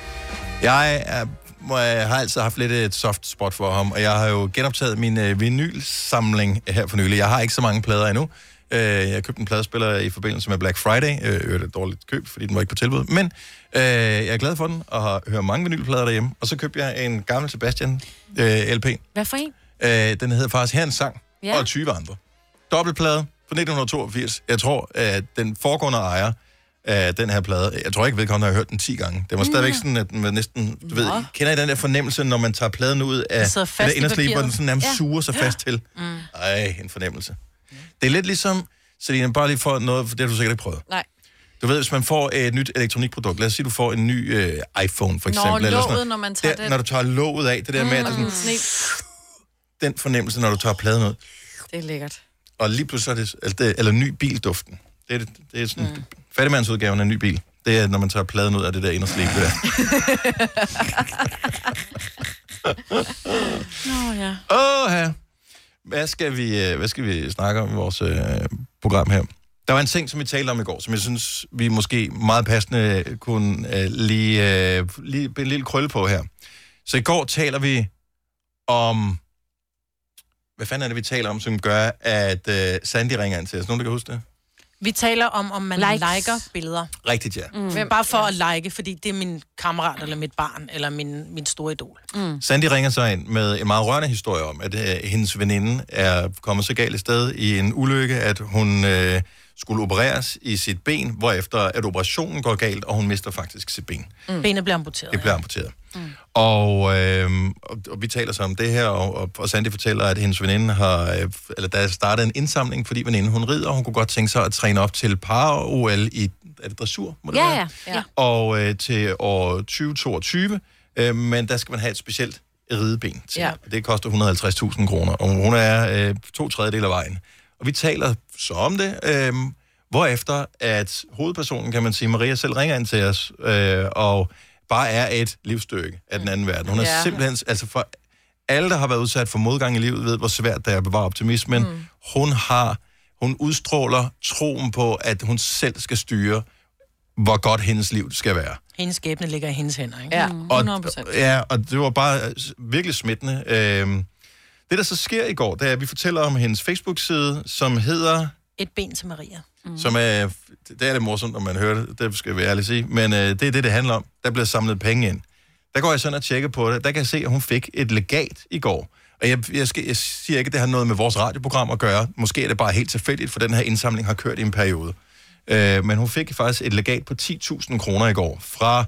[SPEAKER 1] Jeg er, må, jeg har altid haft lidt et soft spot for ham, og jeg har jo genoptaget min øh, vinylsamling her for nylig. Jeg har ikke så mange plader endnu, Øh, jeg købte en pladespiller i forbindelse med Black Friday. Øh, øvrigt et dårligt køb, fordi den var ikke på tilbud. Men øh, jeg er glad for den, og har hørt mange vinylplader derhjemme. Og så købte jeg en gammel Sebastian øh, LP.
[SPEAKER 2] Hvad for en?
[SPEAKER 1] Øh, den hedder faktisk Her er en sang,
[SPEAKER 2] Ja.
[SPEAKER 1] ja. og 20 andre. Dobbeltplade fra 1982. Jeg tror, at den foregående ejer af den her plade, jeg tror ikke, vedkommende har hørt den 10 gange. Den var stadigvæk sådan, at den var næsten, du ved, kender I den der fornemmelse, når man tager pladen ud af
[SPEAKER 3] Den sidder fast i
[SPEAKER 1] den inderslibe, hvor den
[SPEAKER 3] papiret.
[SPEAKER 1] sådan nærmest
[SPEAKER 3] Ja.
[SPEAKER 1] ja. suger sig fast
[SPEAKER 3] Ja.
[SPEAKER 1] til? Mm. Ej, en fornemmelse. Det er lidt ligesom, Selina, bare lige for noget, for det har du sikkert ikke prøvet.
[SPEAKER 6] Nej.
[SPEAKER 1] Du ved, hvis man får et nyt elektronikprodukt, lad os sige, du får en ny øh, iPhone for
[SPEAKER 6] Nå,
[SPEAKER 1] eksempel. eller sådan
[SPEAKER 6] låget,
[SPEAKER 1] noget.
[SPEAKER 6] når man tager
[SPEAKER 1] der,
[SPEAKER 6] den.
[SPEAKER 1] Når du tager låget af, det der mm. med, at det er sådan, den fornemmelse, når du tager pladen ud.
[SPEAKER 6] Det er lækkert.
[SPEAKER 1] Og lige pludselig er det, altså det eller ny bilduften. Det er, det, det er sådan, mm. fattigmandsudgaven af en ny bil. Det er, når man tager pladen ud af det der inderslæb der.
[SPEAKER 6] Nå ja.
[SPEAKER 1] Åh, ja. Hvad skal, vi, øh, hvad skal vi snakke om i vores øh, program her? Der var en ting, som vi talte om i går, som jeg synes, vi måske meget passende kunne øh, lige, øh, lige binde en lille krølle på her. Så i går taler vi om... Hvad fanden er det, vi taler om, som gør, at øh, Sandy ringer ind til os? Nogen, der kan huske det?
[SPEAKER 3] Vi taler om, om man
[SPEAKER 2] Likes.
[SPEAKER 3] Likes. liker billeder.
[SPEAKER 1] Rigtigt, ja.
[SPEAKER 3] Mm. Hvem? Bare for at like, fordi det er min kammerat, eller mit barn, eller min, min store idol. Mm.
[SPEAKER 1] Sandy ringer så ind med en meget rørende historie om, at øh, hendes veninde er kommet så galt et sted i en ulykke, at hun øh, skulle opereres i sit ben, hvorefter at operationen går galt, og hun mister faktisk sit ben.
[SPEAKER 3] Mm. Benet bliver amputeret.
[SPEAKER 1] Det bliver amputeret. Mm. Og, øh, og, og vi taler så om det her, og, og, og Sandy fortæller, at hendes veninde har, øh, eller der er startet en indsamling, fordi veninden hun rider, og hun kunne godt tænke sig at træne op til par-OL i, er det dressur? Må det
[SPEAKER 2] Ja,
[SPEAKER 1] være?
[SPEAKER 2] ja. ja.
[SPEAKER 1] og øh, til år 2022, øh, men der skal man have et specielt rideben til.
[SPEAKER 2] Ja.
[SPEAKER 1] Ja. Det koster 150.000 kroner, og hun er øh, to tredjedel af vejen. Og vi taler så om det, øh, hvorefter at hovedpersonen, kan man sige, Maria selv ringer ind til os, øh, og bare er et livsstykke af den anden verden. Hun er
[SPEAKER 14] Ja.
[SPEAKER 1] simpelthen, altså for alle, der har været udsat for modgang i livet, ved, hvor svært det er at bevare optimismen. Mm. Hun har, hun udstråler troen på, at hun selv skal styre, hvor godt hendes liv skal være.
[SPEAKER 3] Hendes skæbne ligger i hendes hænder, ikke? Mm.
[SPEAKER 6] Ja,
[SPEAKER 1] Og, ja, og det var bare øh, s- virkelig smittende. Øhm, det, der så sker i går, det er, at vi fortæller om hendes Facebook-side, som hedder,
[SPEAKER 3] Et ben til Maria.
[SPEAKER 1] mm. som er, det er lidt morsomt, når man hører det, det skal jeg ærligt sige, men øh, det er det, det handler om. Der bliver samlet penge ind. Der går jeg sådan og tjekker på det, der kan jeg se, at hun fik et legat i går. Og jeg, jeg, skal, jeg siger ikke, at det har noget med vores radioprogram at gøre. Måske er det bare helt tilfældigt, for den her indsamling har kørt i en periode. Øh, men hun fik faktisk et legat på 10.000 kroner i går fra...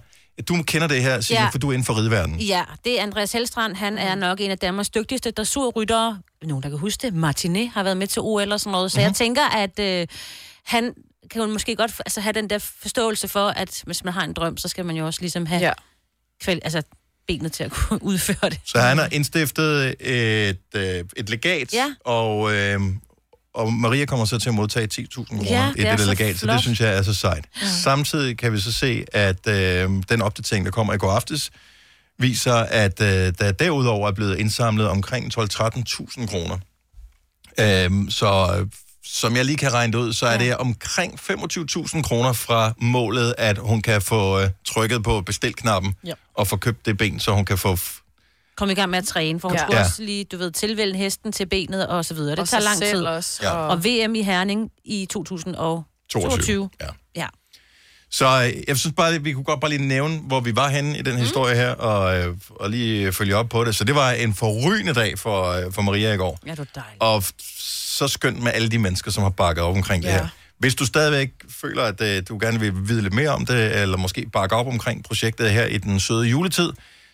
[SPEAKER 1] Du kender det her, Signe,
[SPEAKER 2] Ja.
[SPEAKER 1] ja. for du er inden for rideverdenen.
[SPEAKER 2] Ja, det er Andreas Helstrand. Han er nok en af Danmarks dygtigste dressurryttere. Nogen, der kan huske det. Martinet har været med til OL og sådan noget. Så mm-hmm. jeg tænker, at øh, han kan jo måske godt altså, have den der forståelse for, at hvis man har en drøm, så skal man jo også ligesom have ja. kval- altså, benet til at kunne udføre det.
[SPEAKER 1] Så han har indstiftet et, øh, et legat,
[SPEAKER 2] Ja.
[SPEAKER 1] og, øh, og Maria kommer så til at modtage 10.000 kroner
[SPEAKER 2] Ja,
[SPEAKER 1] ja, i
[SPEAKER 2] det er
[SPEAKER 1] det,
[SPEAKER 2] så
[SPEAKER 1] det legat, så
[SPEAKER 2] flot.
[SPEAKER 1] det synes jeg er så sejt. Ja. Samtidig kan vi så se, at øh, den opdatering, der kommer i går aftes, viser, at øh, der derudover er blevet indsamlet omkring 12-13.000 kroner. Øhm, så øh, som jeg lige kan regne det ud, så er det omkring 25.000 kroner fra målet, at hun kan få øh, trykket på bestilknappen
[SPEAKER 2] Ja.
[SPEAKER 1] og få købt det ben, så hun kan få
[SPEAKER 2] Kom i gang med at træne, for hun
[SPEAKER 1] Ja.
[SPEAKER 2] ja. skulle
[SPEAKER 1] Ja.
[SPEAKER 2] også lige, du ved, tilvælge hesten til benet og så videre. Det
[SPEAKER 6] Og
[SPEAKER 2] tager
[SPEAKER 6] sig
[SPEAKER 2] lang
[SPEAKER 6] selv
[SPEAKER 2] tid.
[SPEAKER 6] også,
[SPEAKER 1] Ja. og-
[SPEAKER 2] og... og VM i Herning i 2022.
[SPEAKER 1] 22. Ja.
[SPEAKER 2] ja.
[SPEAKER 1] Så øh, jeg synes bare, at vi kunne godt bare lige nævne, hvor vi var henne i
[SPEAKER 3] Mhm.
[SPEAKER 1] den mm. historie her, og, øh, og lige øh, følge op på det. Så det var en forrygende dag for, øh, for Maria i går.
[SPEAKER 3] Ja, du er dejlig.
[SPEAKER 1] Og f- så skønt med alle de mennesker, som har bakket op omkring ja.
[SPEAKER 3] Ja.
[SPEAKER 1] det her. Hvis du stadigvæk føler, at øh, du gerne vil vide lidt mere om det, eller måske bakke op omkring projektet her i den søde juletid,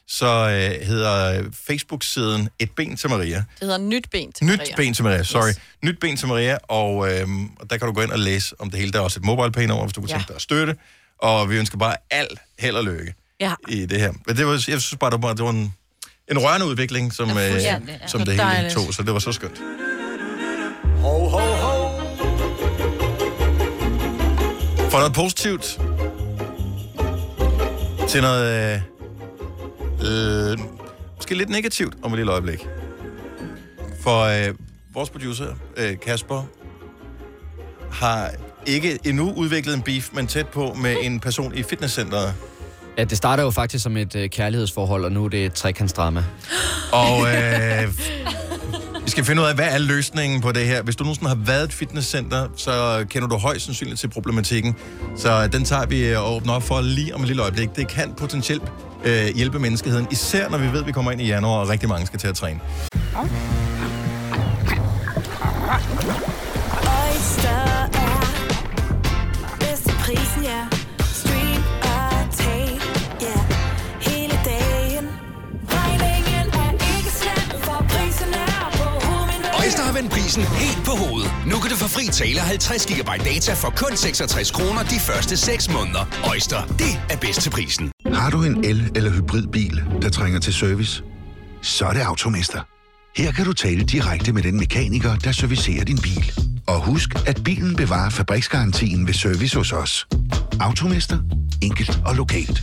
[SPEAKER 1] så øh, hedder Facebook-siden Et Ben til Maria.
[SPEAKER 6] Det hedder nyt ben til
[SPEAKER 1] Nyt
[SPEAKER 6] Maria.
[SPEAKER 1] ben til Maria, sorry. Yes. Nyt ben til Maria, og, øhm, og der kan du gå ind og læse om det hele. Der er også et mobile pay over, hvis du kunne
[SPEAKER 6] Ja.
[SPEAKER 1] ja. tænke dig at støtte. Og vi ønsker bare alt held og lykke
[SPEAKER 2] Ja.
[SPEAKER 1] i det her. Men det var, jeg synes bare, det var, det var en, en rørende udvikling, som, ja, øh,
[SPEAKER 14] fuldstændig, ja.
[SPEAKER 1] som det hele
[SPEAKER 14] Dejligt.
[SPEAKER 1] tog, så det var så skønt.
[SPEAKER 14] Ho, ho, ho.
[SPEAKER 1] Fra noget positivt til noget... Øh, øh, måske lidt negativt om et lille øjeblik. For øh, vores producer, øh, Kasper, har ikke endnu udviklet en beef, men tæt på med en person i fitnesscenteret.
[SPEAKER 5] Ja, det starter jo faktisk som et øh, kærlighedsforhold, og nu er det et trekantsdrama.
[SPEAKER 1] Og øh, Vi skal finde ud af, hvad er løsningen på det her. Hvis du nogensinde har været i et fitnesscenter, så kender du højst sandsynligt til problematikken. Så den tager vi øh, og åbner op for lige om et lille øjeblik. Det kan potentielt øh, hjælpe menneskeheden, især når vi ved, at vi kommer ind i januar, og rigtig mange skal til at træne.
[SPEAKER 4] Oyster er bedst til prisen, ja. Stream og tag, ja. Hele dagen. Regningen er ikke slem, for prisen er på hovedet.
[SPEAKER 16] Øjster har vendt prisen helt på hovedet. Nu kan du få fri tale og 50 GB data for kun 66 kroner de første 6 måneder. Øjster, det er bedst til prisen.
[SPEAKER 17] Har du en el- eller hybridbil, der trænger til service? Så er det Automester. Her kan du tale direkte med den mekaniker, der servicerer din bil. Og husk, at bilen bevarer fabriksgarantien ved service hos os. Automester. Enkelt og lokalt.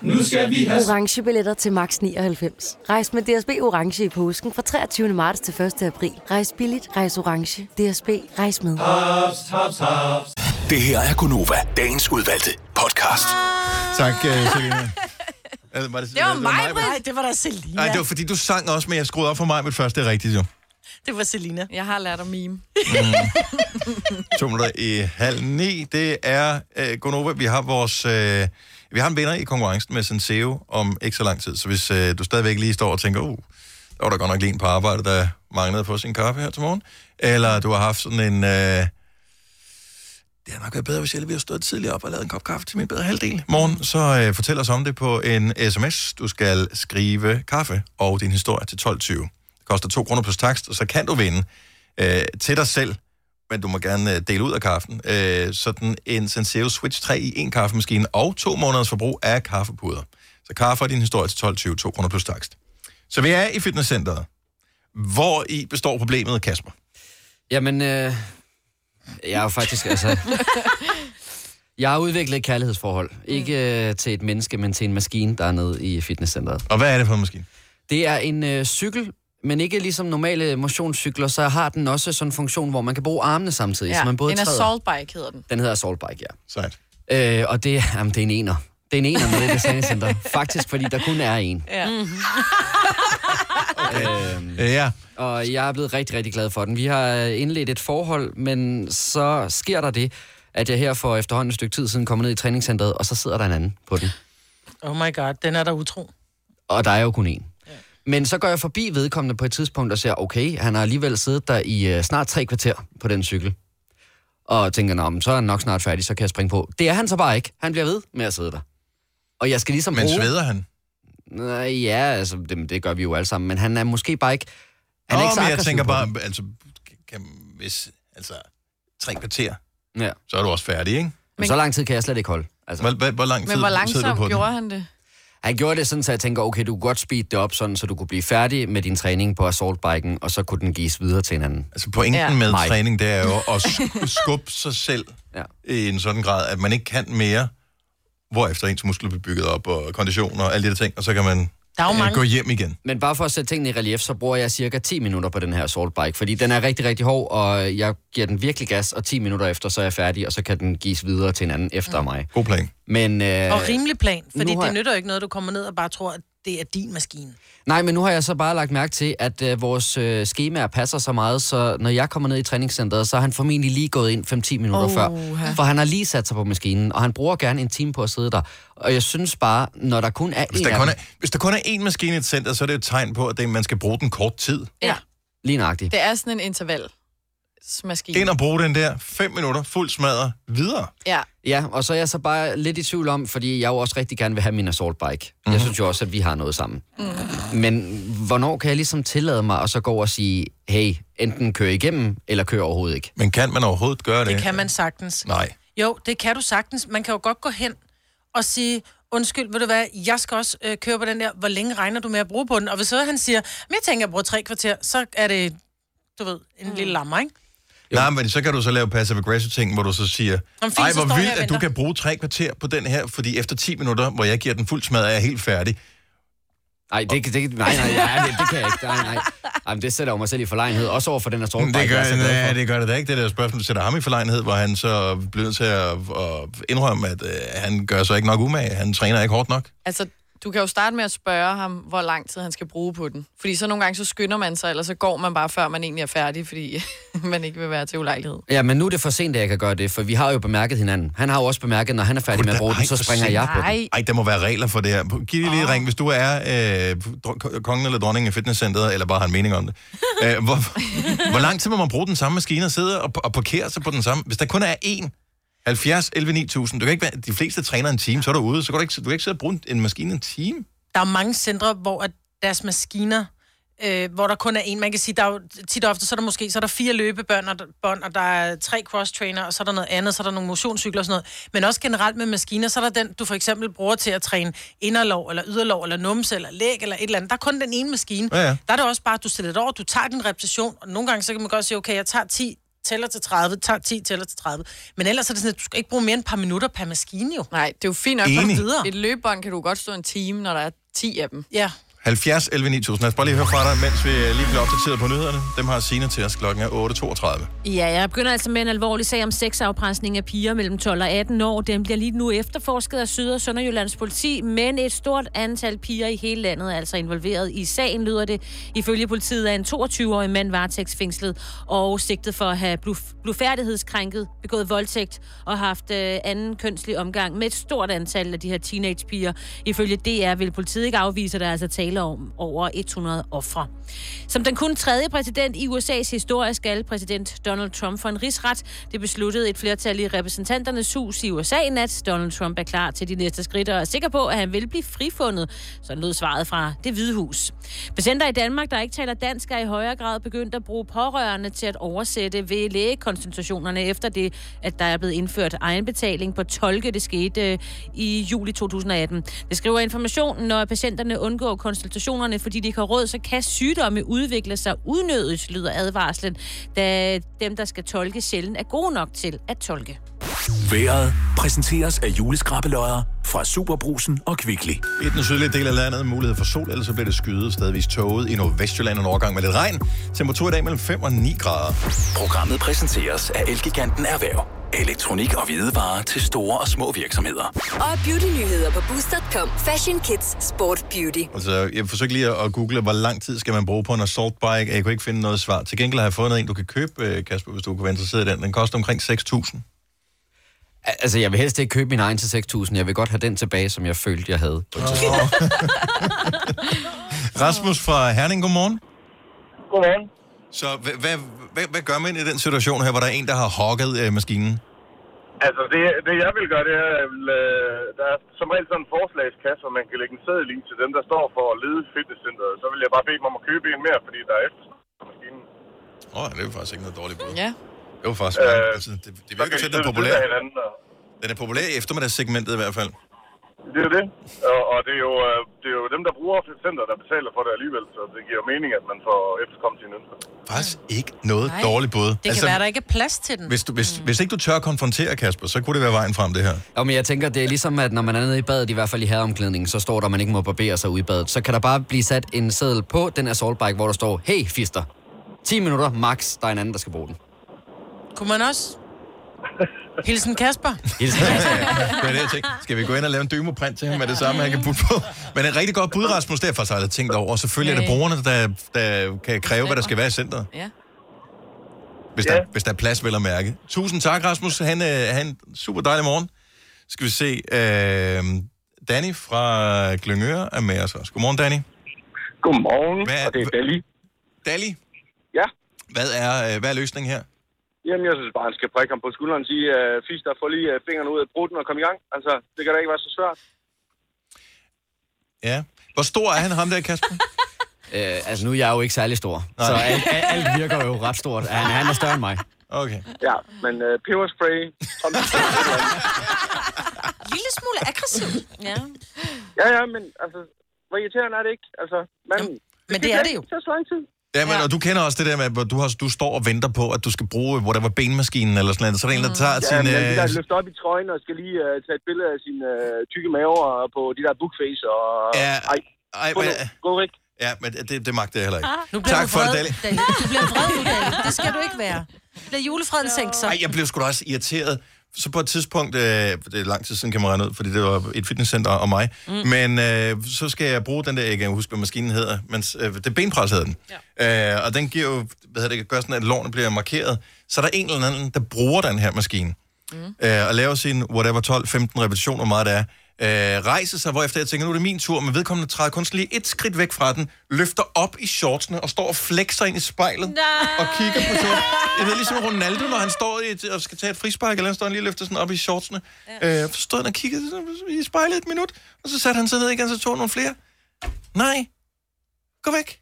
[SPEAKER 18] Nu skal vi have...
[SPEAKER 19] orange billetter til max 99. Rejs med DSB orange i påsken fra 23. marts til 1. april. Rejs billigt, rejs orange. DSB rejs med.
[SPEAKER 18] Haps, haps, haps.
[SPEAKER 8] Det her er Gunova, dagens udvalgte podcast.
[SPEAKER 1] Tak, øh, Selina. Eller var det,
[SPEAKER 3] Det var mig,
[SPEAKER 1] Britt?
[SPEAKER 3] Nej, det var da Selina.
[SPEAKER 1] Nej, det var fordi, du sang også, men jeg skruede op for mig, men først det er rigtigt jo.
[SPEAKER 3] det var Selina.
[SPEAKER 6] Jeg har lært at mime.
[SPEAKER 1] Mm. To minutter i halv ni. Det er øh, Gonova. Vi har vores... Øh, vi har en vinder i konkurrencen med Senseo om ikke så lang tid. Så hvis øh, du stadigvæk lige står og tænker, uh, der var der godt nok lige en på arbejde, der manglede på sin kaffe her til morgen. Eller du har haft sådan en... Øh, det har nok været bedre, hvis jeg lige havde stået tidligere op og lavet en kop kaffe til min bedre halvdel. Morgen, så øh, fortæl os om det på en sms. Du skal skrive kaffe og din historie til 12.20. Det koster 2 kroner plus takst, og så kan du vinde øh, til dig selv men du må gerne øh, dele ud af kaffen. Øh, sådan en Senseo Switch 3 i en kaffemaskine og to måneders forbrug af kaffepuder. Så kaffe er din historie til 12,20, 2 kroner plus takst. Så vi er i fitnesscenteret. Hvor i består problemet, Kasper?
[SPEAKER 5] Jamen, øh, jeg er jo faktisk, altså... Jeg har udviklet et kærlighedsforhold. Ikke øh, til et menneske, men til en maskine, der er nede i fitnesscenteret.
[SPEAKER 1] Og hvad er det for en maskine?
[SPEAKER 5] Det er en øh, cykel, men ikke ligesom normale motionscykler, så har den også sådan en funktion, hvor man kan bruge armene samtidig. så man både
[SPEAKER 6] en
[SPEAKER 5] træder.
[SPEAKER 6] assault bike hedder den.
[SPEAKER 5] Den hedder Assault Bike, ja.
[SPEAKER 1] Sejt.
[SPEAKER 5] Øh, og det, jamen, det er en ener. Det er en ener med det træningscenter. Faktisk, fordi der kun er en.
[SPEAKER 6] Ja. Mm-hmm.
[SPEAKER 5] Øhm,
[SPEAKER 1] Øh, ja.
[SPEAKER 5] Og jeg er blevet rigtig, rigtig glad for den. Vi har øh, indledt et forhold, men så sker der det, at jeg her for efterhånden et stykke tid siden kommer ned i træningscenteret, og så sidder der en anden på den.
[SPEAKER 3] Oh my god, den er der utro.
[SPEAKER 5] Og der er jo kun én. Men så går jeg forbi vedkommende på et tidspunkt og siger, okay, han har alligevel siddet der i øh, snart tre kvarter på den cykel. Og tænker, nå, men så er han nok snart færdig, så kan jeg springe på. Det er han så bare ikke. Han bliver ved med at sidde der. Og jeg skal ligesom
[SPEAKER 1] Men
[SPEAKER 5] bruge...
[SPEAKER 1] sveder han?
[SPEAKER 5] Nej, ja, altså, det, det gør vi jo alle sammen. Men han er måske bare ikke... Han
[SPEAKER 1] Nå,
[SPEAKER 5] er ikke så
[SPEAKER 1] men jeg
[SPEAKER 5] aggressiv
[SPEAKER 1] tænker
[SPEAKER 5] på
[SPEAKER 1] bare,
[SPEAKER 5] den.
[SPEAKER 1] altså, kan, hvis, altså, tre kvarter,
[SPEAKER 5] ja.
[SPEAKER 1] så er du også færdig, ikke?
[SPEAKER 5] Men... Så lang tid kan jeg slet ikke holde. Altså.
[SPEAKER 1] Hvor, hvor, hvor lang
[SPEAKER 6] Men hvor langsomt gjorde han det?
[SPEAKER 5] Han gjorde det sådan, så jeg tænker, okay, du kunne godt speede det op, sådan, så du kunne blive færdig med din træning på assaultbiken, og så kunne den gives videre til hinanden.
[SPEAKER 1] Altså pointen ja. med Mig. træning, det er jo at sk- skubbe sig selv
[SPEAKER 5] ja.
[SPEAKER 1] i en sådan grad, at man ikke kan mere, hvorefter ens muskler bliver bygget op, og kondition og alle de der ting, og så kan man
[SPEAKER 5] Der er jo
[SPEAKER 1] øh,
[SPEAKER 5] mange.
[SPEAKER 1] gå hjem igen.
[SPEAKER 5] Men bare for at sætte tingene i relief, så bruger jeg cirka 10 minutter på den her assaultbike, fordi den er rigtig, rigtig hård, og jeg giver den virkelig gas, og 10 minutter efter, så er jeg færdig, og så kan den gives videre til hinanden efter mig.
[SPEAKER 1] Mm. God plan.
[SPEAKER 5] Men, øh,
[SPEAKER 3] Og rimelig plan, fordi
[SPEAKER 5] nu har
[SPEAKER 3] det
[SPEAKER 5] jeg-
[SPEAKER 3] nytter jo ikke noget, du kommer ned og bare tror, at det er din maskine.
[SPEAKER 5] Nej, men nu har jeg så bare lagt mærke til, at øh, vores øh, skemaer passer så meget, så når jeg kommer ned i træningscenteret, så er han formentlig lige gået ind 5-10 minutter oh, før.
[SPEAKER 20] Oha.
[SPEAKER 5] For han har lige sat sig på maskinen, og han bruger gerne en time på at sidde der. Og jeg synes bare, når der kun er
[SPEAKER 1] Hvis
[SPEAKER 5] en
[SPEAKER 1] der,
[SPEAKER 5] af
[SPEAKER 1] kun er,
[SPEAKER 5] dem,
[SPEAKER 1] hvis der kun er én maskine i et center, så er det jo et tegn på, at det, man skal bruge den kort tid.
[SPEAKER 6] Ja.
[SPEAKER 5] lige nøjagtigt.
[SPEAKER 6] Det er sådan en intervalsmaskine.
[SPEAKER 1] Ind og bruge den der, fem minutter, fuld smadret, videre.
[SPEAKER 6] Ja.
[SPEAKER 5] Ja, og så er jeg så bare lidt i tvivl om, fordi jeg jo også rigtig gerne vil have min assault bike. Mm-hmm.
[SPEAKER 1] Mhm.
[SPEAKER 5] Jeg synes jo også, at vi har noget sammen. Mm. Men hvornår kan jeg ligesom tillade mig at så gå og sige, hey, enten kør igennem, eller kør overhovedet ikke?
[SPEAKER 1] Men kan man overhovedet gøre
[SPEAKER 3] Det kan man sagtens.
[SPEAKER 1] Nej.
[SPEAKER 3] Jo, det kan du sagtens. Man kan jo godt gå hen og sige, undskyld, ved du hvad, jeg skal også øh, køre på den der, hvor længe regner du med at bruge på den? Og hvis så han siger, men jeg tænker, jeg bruger tre kvarter, så er det, du ved, en mm. lille lammer, ikke?
[SPEAKER 1] Nej, men så kan du så lave passive-aggressive ting, hvor du så siger,
[SPEAKER 3] Om fint,
[SPEAKER 1] ej,
[SPEAKER 3] så står
[SPEAKER 1] hvor
[SPEAKER 3] jeg
[SPEAKER 1] vildt,
[SPEAKER 3] og
[SPEAKER 1] at du
[SPEAKER 3] venter."
[SPEAKER 1] kan bruge tre kvarter på den her, fordi efter 10 minutter, hvor jeg giver den fuld smad, er jeg helt færdig.
[SPEAKER 5] Nej, det, det, nej, nej, nej, det, det kan jeg ikke. Nej, nej. Ej, men det sætter jo mig selv i forlegenhed, også over for den her
[SPEAKER 1] Men
[SPEAKER 5] stalkerpike,
[SPEAKER 1] det gør,
[SPEAKER 5] jeg er så glad
[SPEAKER 1] nej,
[SPEAKER 5] for.
[SPEAKER 1] det gør det da ikke. Det der spørgsmål sætter ham i forlegenhed, hvor han så bliver nødt til at, at indrømme, at øh, han gør sig ikke nok umage. Han træner ikke hårdt nok.
[SPEAKER 6] Altså, du kan jo starte med at spørge ham, hvor lang tid han skal bruge på den. Fordi så nogle gange, så skynder man sig, eller så går man bare, før man egentlig er færdig, fordi man ikke vil være til ulejlighed.
[SPEAKER 5] Ja, men nu er det for sent, at jeg kan gøre det, for vi har jo bemærket hinanden. Han har jo også bemærket, at når han er færdig med at bruge den, så springer jeg på den.
[SPEAKER 1] Nej, Ej, der må være regler for det her. Giv lige et ring, hvis du er øh, dr- kongen eller dronningen i fitnesscenteret, eller bare har en mening om det. Æh, hvor, hvor lang tid må man bruge den samme maskine og sidde og, og parkere sig på den samme? Hvis der kun er én, 70, 11, 9000. Du kan ikke være, de fleste træner en time, så er du ude. Så kan du ikke, du kan ikke sidde og bruge en- en maskine en time.
[SPEAKER 3] Der er mange centre, hvor at deres maskiner, øh, hvor der kun er en. Man kan sige, der er jo tit og ofte, så er der måske så er der fire løbebånd, og, bånd, og der er tre cross-trainer, og så er der noget andet, så er der nogle motionscykler og sådan noget. Men også generelt med maskiner, så er der den, du for eksempel bruger til at træne inderlov, eller yderlov, eller numse, eller læg, eller et eller andet. Der er kun den ene maskine.
[SPEAKER 1] Ja, ja.
[SPEAKER 3] Der er det også bare, at du stiller det over, du tager din repetition, og nogle gange så kan man godt sige, okay, jeg tager 10, tæller til 30, tager 10, tæller til 30. Men ellers er det sådan, at du skal ikke bruge mere end et par minutter per maskine jo.
[SPEAKER 6] Nej, det er jo fint
[SPEAKER 1] nok, for Enig.
[SPEAKER 6] Et løbebånd kan du godt stå en time, når der er 10 af dem.
[SPEAKER 3] Ja.
[SPEAKER 1] 70, 11, 9000. Lad os bare lige høre fra dig, mens vi øh, lige bliver opdateret på nyhederne. Dem har Signe til os klokken er 8.32.
[SPEAKER 2] Ja, jeg begynder altså med en alvorlig sag om sexafpresning af piger mellem 12 og 18 år. Den bliver lige nu efterforsket af Syd- og Sønderjyllands politi, men et stort antal piger i hele landet er altså involveret i sagen, lyder det. Ifølge politiet er en 22-årig mand varetægtsfængslet og sigtet for at have bluf- blufærdighedskrænket, begået voldtægt og haft øh, anden kønslig omgang med et stort antal af de her teenagepiger. Ifølge DR vil politiet ikke afvise, at der er altså tale om over 100 ofre. Som den kun tredje præsident i USA's historie skal præsident Donald Trump for en rigsret. Det besluttede et flertal i repræsentanternes hus i USA i nat. Donald Trump er klar til de næste skridt og er sikker på, at han vil blive frifundet. Sådan lød svaret fra det hvide hus. Patienter i Danmark, der ikke taler dansk, er i højere grad begyndt at bruge pårørende til at oversætte ved lægekonsultationerne efter det, at der er blevet indført egenbetaling på tolke. Det skete øh, i juli 2018. Det skriver information, når patienterne undgår konsultationerne, fordi de ikke har råd, så kan sygdomme udvikle sig unødigt, lyder advarslen, da dem, der skal tolke, sjældent er gode nok til at tolke.
[SPEAKER 8] Været præsenteres af juleskrabbeløjer fra Superbrusen og Kvickly.
[SPEAKER 1] I den sydlige del af landet mulighed for sol, ellers så bliver det skyet stadigvis tåget i Nordvestjylland en overgang med lidt regn. Temperatur i dag mellem 5 og 9 grader.
[SPEAKER 8] Programmet præsenteres af Elgiganten Erhverv. Elektronik og hvidevarer til store og små virksomheder.
[SPEAKER 7] Og beautynyheder på Boost.com. Fashion Kids Sport Beauty.
[SPEAKER 1] Altså, jeg forsøgte lige at at google, hvor lang tid skal man bruge på en assault bike. Jeg kunne ikke finde noget svar. Til gengæld har jeg fundet en, du kan købe, øh, Kasper, hvis du kunne være interesseret i den. Den koster omkring 6.000.
[SPEAKER 5] Al- Altså, jeg vil helst ikke købe min egen til 6.000. Jeg vil godt have den tilbage, som jeg følte, jeg havde. på et tidspunkt.
[SPEAKER 1] Rasmus fra Herning, godmorgen.
[SPEAKER 13] Godmorgen.
[SPEAKER 1] Så hvad, hvad, hvad, hvad gør man i den situation her, hvor der er en, der har hogget øh, maskinen?
[SPEAKER 11] Altså, det, det jeg vil gøre, det er, at jeg vil, øh, der er som regel sådan en forslagskasse, hvor man kan lægge en seddel i til dem, der står for at lede fitnesscenteret. Så vil jeg bare bede dem om at købe en mere, fordi der er efter.
[SPEAKER 1] Åh, oh, det er jo faktisk ikke noget dårligt bud.
[SPEAKER 6] Ja.
[SPEAKER 1] Det var faktisk
[SPEAKER 11] Øh,
[SPEAKER 1] øh, altså, det, det virker
[SPEAKER 11] kan
[SPEAKER 1] til,
[SPEAKER 11] de sidde
[SPEAKER 1] at den er
[SPEAKER 11] ved
[SPEAKER 1] populær.
[SPEAKER 11] siden af hinanden, og-
[SPEAKER 1] Den er populær i eftermiddagssegmentet i hvert fald.
[SPEAKER 11] Det er jo det. Og, og det, er jo, øh, det er jo dem, der bruger fitnesscenteret, der betaler for det alligevel. Så det giver jo mening, at man får efterkommet sine ønsker.
[SPEAKER 1] Faktisk ikke noget
[SPEAKER 3] Nej.
[SPEAKER 1] Nej. dårligt bud.
[SPEAKER 3] Det kan altså, være, der ikke er plads til den.
[SPEAKER 1] Hvis, du, hvis, mm. hvis ikke du tør at konfrontere Kasper, så kunne det være vejen frem, det her.
[SPEAKER 5] Jo, men jeg tænker, det er ligesom, at når man er nede i badet, i hvert fald i herreomklædningen, så står der, at man ikke må barbere sig ude i badet. Så kan der bare blive sat en seddel på den assaultbike, hvor der står, hey, fister, 10 minutter max, der er en anden, der skal bruge den.
[SPEAKER 3] Kunne man også? Hilsen Kasper.
[SPEAKER 1] det er det, jeg tænkte. Skal vi gå ind og lave en dymoprint til ham med det samme, han kan putte på? Men et rigtig godt bud, Rasmus, derfor så har jeg tænkt over. Og selvfølgelig er det
[SPEAKER 11] Ja, ja.
[SPEAKER 1] brugerne, der, der kan kræve, hvad der skal være i centret.
[SPEAKER 6] Ja.
[SPEAKER 1] Hvis, der, hvis der er plads, vel at mærke. Tusind tak, Rasmus. Han øh, han en super dejlig morgen. Skal vi se. Øh, Danny fra Glyngøre er med os også. Godmorgen, Danny.
[SPEAKER 13] Godmorgen,
[SPEAKER 1] hvad, og det er
[SPEAKER 13] Dali.
[SPEAKER 1] Dali?
[SPEAKER 13] Ja.
[SPEAKER 1] Hvad er, øh, hvad er løsningen her?
[SPEAKER 13] Jamen, jeg synes bare, han skal prikke ham på skulderen og sige, øh, fisk der får lige øh, fingrene ud af bruden og kom i gang. Altså, det kan da ikke være så svært.
[SPEAKER 1] Ja. Hvor stor er han, ham der, Kasper?
[SPEAKER 5] Øh, altså, nu er jeg jo ikke særlig stor, Nej. så alt, alt, alt virker jo ret stort. Han, han er større end mig.
[SPEAKER 1] Okay.
[SPEAKER 13] Ja, men øh, peberspray,
[SPEAKER 3] Lille smule aggressiv. Ja.
[SPEAKER 13] ja, ja, men altså, hvor irriterende er det ikke? Altså, man,
[SPEAKER 3] men det er det jo.
[SPEAKER 13] Så så lang tid.
[SPEAKER 1] Ja, men, ja. og du kender også det der med, hvor du, har, du står og venter på, at du skal bruge, hvor der var benmaskinen eller sådan noget. Så er der en, der tager
[SPEAKER 12] Ja,
[SPEAKER 1] sin...
[SPEAKER 12] men de
[SPEAKER 1] øh,
[SPEAKER 12] der løfter op i trøjen og skal lige uh, tage et billede af sin uh, tykke mave og på de der bookface og...
[SPEAKER 1] Ja,
[SPEAKER 12] ej,
[SPEAKER 1] ej,
[SPEAKER 12] gå
[SPEAKER 1] men-
[SPEAKER 12] nu, gå væk.
[SPEAKER 1] Ja, men det, det magter jeg heller ikke.
[SPEAKER 3] Nu bliver
[SPEAKER 1] tak
[SPEAKER 3] du
[SPEAKER 1] for det,
[SPEAKER 3] vred,
[SPEAKER 1] Dali.
[SPEAKER 3] Daniel. Du bliver vred nu, Daniel. Det skal du ikke være. Bliver julefreden sænkt så?
[SPEAKER 1] Ej, jeg blev sgu da også irriteret. Så på et tidspunkt, øh, det er lang tid siden, kan man regne ud, fordi det var et fitnesscenter og mig, mm. men øh, så skal jeg bruge den der, jeg kan huske, hvad maskinen hedder, men øh, det er benpres hedder den. Ja. Øh, og den giver jo, hvad hedder det, gør sådan, at lårene bliver markeret. Så er der en eller anden, der bruger den her maskine, mm. øh, og laver sin whatever 12-15 repetitioner, hvor meget det er, øh, rejser sig, hvorefter jeg tænker, nu er det min tur, men vedkommende træder kun lige et skridt væk fra den, løfter op i shortsene og står og flexer ind i spejlet
[SPEAKER 2] Nej.
[SPEAKER 1] og kigger på shorts. Jeg ved ligesom Ronaldo, når han står i et, og skal tage et frispark, eller han står han lige og løfter sådan op i shortsene. Ja. Øh, så stod han og kiggede sådan i spejlet et minut, og så satte han sig ned igen, så tog nogle flere. Nej, gå væk.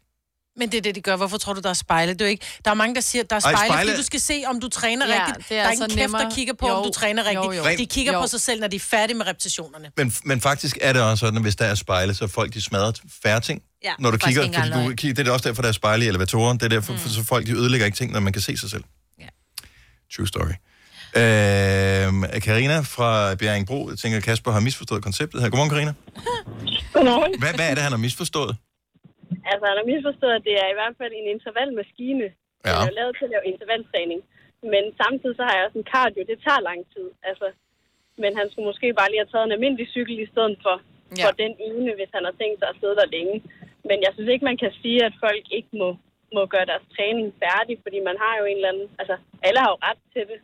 [SPEAKER 3] Men det er det, de gør. Hvorfor tror du, der er spejle? Det er jo ikke... Der er mange, der siger, der er
[SPEAKER 1] Ej,
[SPEAKER 3] spejle,
[SPEAKER 1] spejle-
[SPEAKER 3] fordi du skal se, om du træner
[SPEAKER 6] Ja,
[SPEAKER 3] rigtigt.
[SPEAKER 6] det
[SPEAKER 3] Det
[SPEAKER 6] er
[SPEAKER 3] er der er
[SPEAKER 6] altså
[SPEAKER 3] ingen kæft,
[SPEAKER 6] nemmere.
[SPEAKER 3] der kigger på, jo, om
[SPEAKER 6] Jo,
[SPEAKER 3] du træner
[SPEAKER 6] jo,
[SPEAKER 3] rigtigt.
[SPEAKER 1] jo.
[SPEAKER 3] De kigger
[SPEAKER 6] Jo.
[SPEAKER 3] på sig selv, når de er færdige med repetitionerne.
[SPEAKER 1] Men, men faktisk er det også sådan, at hvis der er spejle, så er folk de smadrer færre ting.
[SPEAKER 3] Ja,
[SPEAKER 1] når du
[SPEAKER 3] faktisk
[SPEAKER 1] kigger,
[SPEAKER 3] ikke
[SPEAKER 1] fordi
[SPEAKER 3] engang
[SPEAKER 1] du
[SPEAKER 3] løgn.
[SPEAKER 1] kigger, det er også derfor, der er spejle i elevatoren. Det er derfor, mm. så folk de ødelægger ikke ting, når man kan se sig selv. Ja. True story. Øh, Karina fra Bjerringbro jeg tænker, Kasper har misforstået konceptet her. Godmorgen, Karina.
[SPEAKER 20] Godmorgen.
[SPEAKER 1] Hvad, hvad er det, han har misforstået?
[SPEAKER 20] Altså, han har misforstået, at det er i hvert fald en intervalmaskine. Ja. Den er jo lavet til at lave intervaltræning. Men samtidig så har jeg også en cardio. Det tager lang tid. Altså, men han skulle måske bare lige have taget en almindelig cykel i stedet for, ja. for den ene, hvis han har tænkt sig at sidde der længe. Men jeg synes ikke, man kan sige, at folk ikke må, må gøre deres træning færdig, fordi man har jo en eller anden... Altså, alle har jo ret til det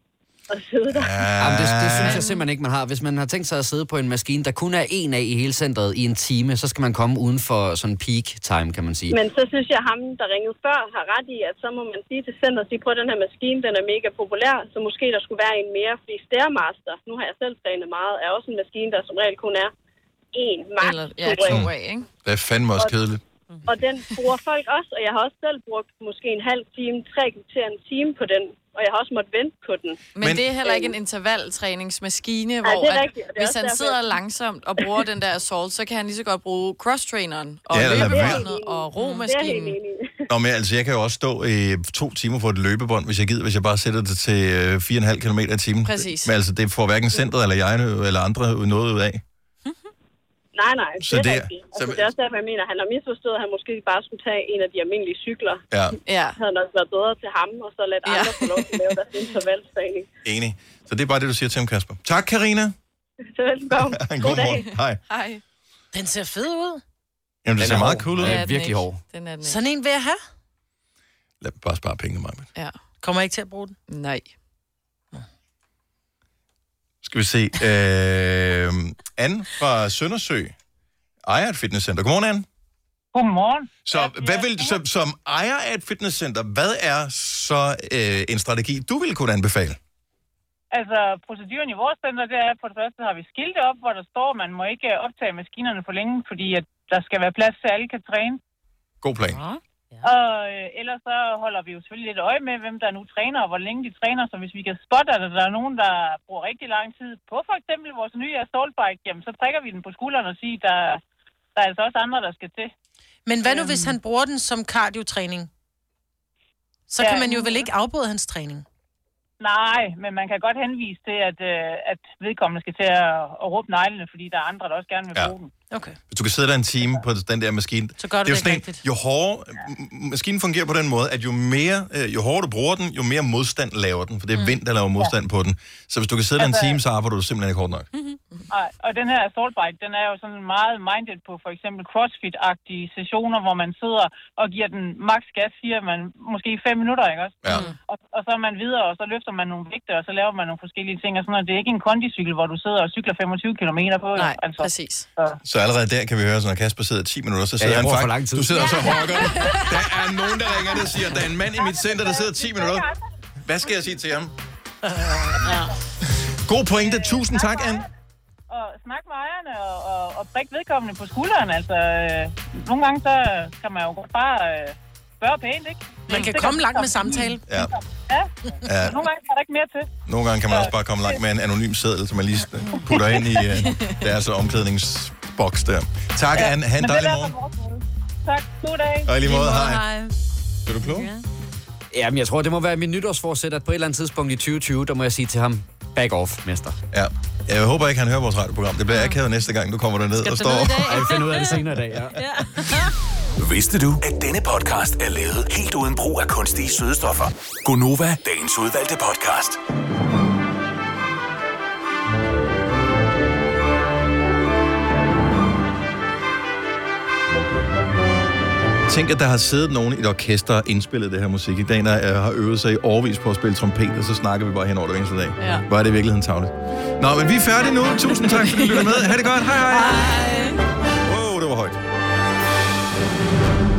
[SPEAKER 20] at sidde der.
[SPEAKER 5] Jamen, det, det synes jeg simpelthen ikke, man har. Hvis man har tænkt sig at sidde på en maskine, der kun er en af i hele centret i en time, så skal man komme uden for sådan peak time, kan man sige.
[SPEAKER 20] Men så synes jeg, at ham, der ringede før, har ret i, at så må man sige til centret, sige, prøv den her maskine, den er mega populær, så måske der skulle være en mere, fordi Stairmaster, nu har jeg selv trænet meget, er også en maskine, der som regel kun er en max.
[SPEAKER 6] Eller, ja,
[SPEAKER 20] to af.
[SPEAKER 6] to af, ikke?
[SPEAKER 1] Mm.
[SPEAKER 6] Mhm.
[SPEAKER 1] Det er fandme også kedeligt.
[SPEAKER 20] Og den bruger folk også, og jeg har også selv brugt måske en halv time, tre kvarter en time på den, og jeg har også måttet vente på den. Øh.
[SPEAKER 6] Men, men det er heller ikke en intervaltræningsmaskine, hvor
[SPEAKER 20] det er
[SPEAKER 6] at,
[SPEAKER 20] rigtigt, og det er
[SPEAKER 6] hvis
[SPEAKER 20] også
[SPEAKER 6] han
[SPEAKER 20] derfor,
[SPEAKER 6] sidder
[SPEAKER 20] jeg-
[SPEAKER 6] langsomt og bruger den der assault, så kan han lige så godt bruge cross-traineren og
[SPEAKER 1] Ja,
[SPEAKER 6] ja,
[SPEAKER 1] eller lad være.
[SPEAKER 6] løbebåndet og romaskinen.
[SPEAKER 1] Nå, men altså, jeg kan jo også stå i to timer på et løbebånd, hvis jeg gider, hvis jeg bare sætter det til øh, 4,5 km i timen.
[SPEAKER 6] Præcis.
[SPEAKER 1] Men altså, det får hverken centret eller jeg eller andre noget ud af.
[SPEAKER 20] Nej, nej, det
[SPEAKER 1] Så
[SPEAKER 20] så er
[SPEAKER 1] det
[SPEAKER 20] det,
[SPEAKER 1] er-
[SPEAKER 20] rigtigt.
[SPEAKER 1] så-
[SPEAKER 20] Altså, det er også derfor, jeg mener, at han har misforstået, at han måske bare skulle tage en af de almindelige cykler.
[SPEAKER 1] Ja.
[SPEAKER 20] ja. Det havde nok været bedre til ham, og så lade andre få lov til at lave deres intervaltræning.
[SPEAKER 1] Enig. Så det er bare det, du siger til ham, Kasper. Tak, Karina.
[SPEAKER 20] Så velkommen.
[SPEAKER 1] God morgen. Hej.
[SPEAKER 6] Hej.
[SPEAKER 3] Den ser fed ud.
[SPEAKER 1] Jamen, det
[SPEAKER 5] Den
[SPEAKER 1] ser
[SPEAKER 5] er
[SPEAKER 1] meget
[SPEAKER 5] hård.
[SPEAKER 1] cool ud.
[SPEAKER 5] Ja, den er virkelig hård.
[SPEAKER 6] Den er den
[SPEAKER 3] Sådan en vil jeg have.
[SPEAKER 1] Lad mig bare spare penge, mig.
[SPEAKER 6] Ja.
[SPEAKER 3] Kommer jeg ikke til at bruge den?
[SPEAKER 6] Nej.
[SPEAKER 1] Skal vi se. Øh, Anne fra Søndersø ejer et fitnesscenter. Godmorgen, Anne.
[SPEAKER 21] Godmorgen.
[SPEAKER 1] Så hvad vil, så, som ejer af et fitnesscenter, hvad er så øh, en strategi, du ville kunne anbefale?
[SPEAKER 21] Altså, proceduren i vores center, det er, at for det første har vi skilte op, hvor der står, at man må ikke øh, optage maskinerne for længe, fordi at der skal være plads til, at alle kan træne.
[SPEAKER 1] God plan.
[SPEAKER 21] Ja. Og øh, ellers så holder vi jo selvfølgelig lidt øje med, hvem der nu træner, og hvor længe de træner. Så hvis vi kan spotte, at der er nogen, der bruger rigtig lang tid på for eksempel vores nye assault bike, jamen så prikker vi den på skulderen og siger, der, der er altså også andre, der skal til.
[SPEAKER 3] Men hvad nu, hvis han bruger den som cardiotræning? Så kan
[SPEAKER 21] Ja.
[SPEAKER 3] man jo vel ikke afbryde hans træning.
[SPEAKER 21] Nej, men man kan godt henvise til, at, øh, at vedkommende skal til at, at råbe neglene, fordi der er andre, der også gerne vil
[SPEAKER 1] Ja.
[SPEAKER 21] bruge den.
[SPEAKER 3] Okay.
[SPEAKER 1] Hvis du kan sidde der en time på den der maskine.
[SPEAKER 21] Så gør du
[SPEAKER 1] er jo
[SPEAKER 21] det
[SPEAKER 1] sådan
[SPEAKER 21] ikke
[SPEAKER 1] en- Jo hårdere, m- maskinen fungerer på den måde, at jo, mere, øh, jo hårdere du bruger den, jo mere modstand laver den, for det er vind, der laver modstand på den. Så hvis du kan sidde der en
[SPEAKER 21] Mm.
[SPEAKER 1] time,
[SPEAKER 21] Altså-
[SPEAKER 1] så arbejder du simpelthen ikke hårdt nok.
[SPEAKER 21] Nej, og den her assault bike, den er jo sådan meget minded på for eksempel crossfit-agtige sessioner, hvor man sidder og giver den max gas, siger man, måske i fem minutter, ikke også?
[SPEAKER 1] Ja.
[SPEAKER 21] Og, og så er man videre, og så løfter man nogle vægte, og så laver man nogle forskellige ting, og sådan noget. Det er ikke en kondicykel, hvor du sidder og cykler 25 km på. Nej, altså.
[SPEAKER 6] præcis.
[SPEAKER 21] Så.
[SPEAKER 1] Så allerede der kan vi høre, så når Kasper sidder 10 minutter, så
[SPEAKER 5] Ja,
[SPEAKER 1] sidder
[SPEAKER 5] jeg
[SPEAKER 1] han
[SPEAKER 5] bruger
[SPEAKER 1] faktisk...
[SPEAKER 5] for lang tid.
[SPEAKER 1] Du sidder så rocker. Der er nogen, der ringer det og siger, der er en mand i mit center, der sidder 10 minutter. Hvad skal jeg sige til ham? God pointe. Tusind tak, Anne.
[SPEAKER 21] Og snak med ejerne, og, og, og prik vedkommende på skulderen, altså. Øh, nogle gange, så kan man jo godt bare øh, spørge pænt, ikke?
[SPEAKER 3] Man kan
[SPEAKER 21] Det
[SPEAKER 3] komme langt med samtale.
[SPEAKER 1] Ja.
[SPEAKER 21] Ja,
[SPEAKER 1] Ja.
[SPEAKER 21] ja. nogle gange er der ikke mere til.
[SPEAKER 1] Nogle gange kan man også bare komme langt med en anonym seddel, som man lige putter ind i øh, deres omklædningsboks der. Tak, Anne. Ha' en
[SPEAKER 21] Men det
[SPEAKER 1] dejlig
[SPEAKER 21] er
[SPEAKER 1] morgen.
[SPEAKER 21] derfor vores måde. Tak, god dag.
[SPEAKER 1] Og i lige måde, hej. Blev du klog? Ja.
[SPEAKER 5] Jamen, jeg tror, det må være min nytårsforsæt, at på et eller andet tidspunkt i 2020, der må jeg sige til ham, back off, mester.
[SPEAKER 1] Ja. Jeg håber ikke, han hører vores radioprogram. Det bliver akavet næste gang, Ah. du kommer derned og står...
[SPEAKER 5] Ej, jeg finder ud af det senere i dag, ja.
[SPEAKER 8] Vidste du, at denne podcast er lavet helt uden brug af kunstige sødestoffer? Gonova, dagens udvalgte podcast.
[SPEAKER 1] Tænk, at der har siddet nogen i et orkester og indspillet det her musik. I dag der, øh, har øvet sig i overvis på at spille trompet, og så snakker vi bare hen over det eneste dag.
[SPEAKER 14] Ja.
[SPEAKER 1] Hvor er det i virkeligheden tavligt. Nå, men vi er færdige nu. Tusind tak, fordi du lyttede med. Ha' det godt. Hej hej. Wow, det var højt.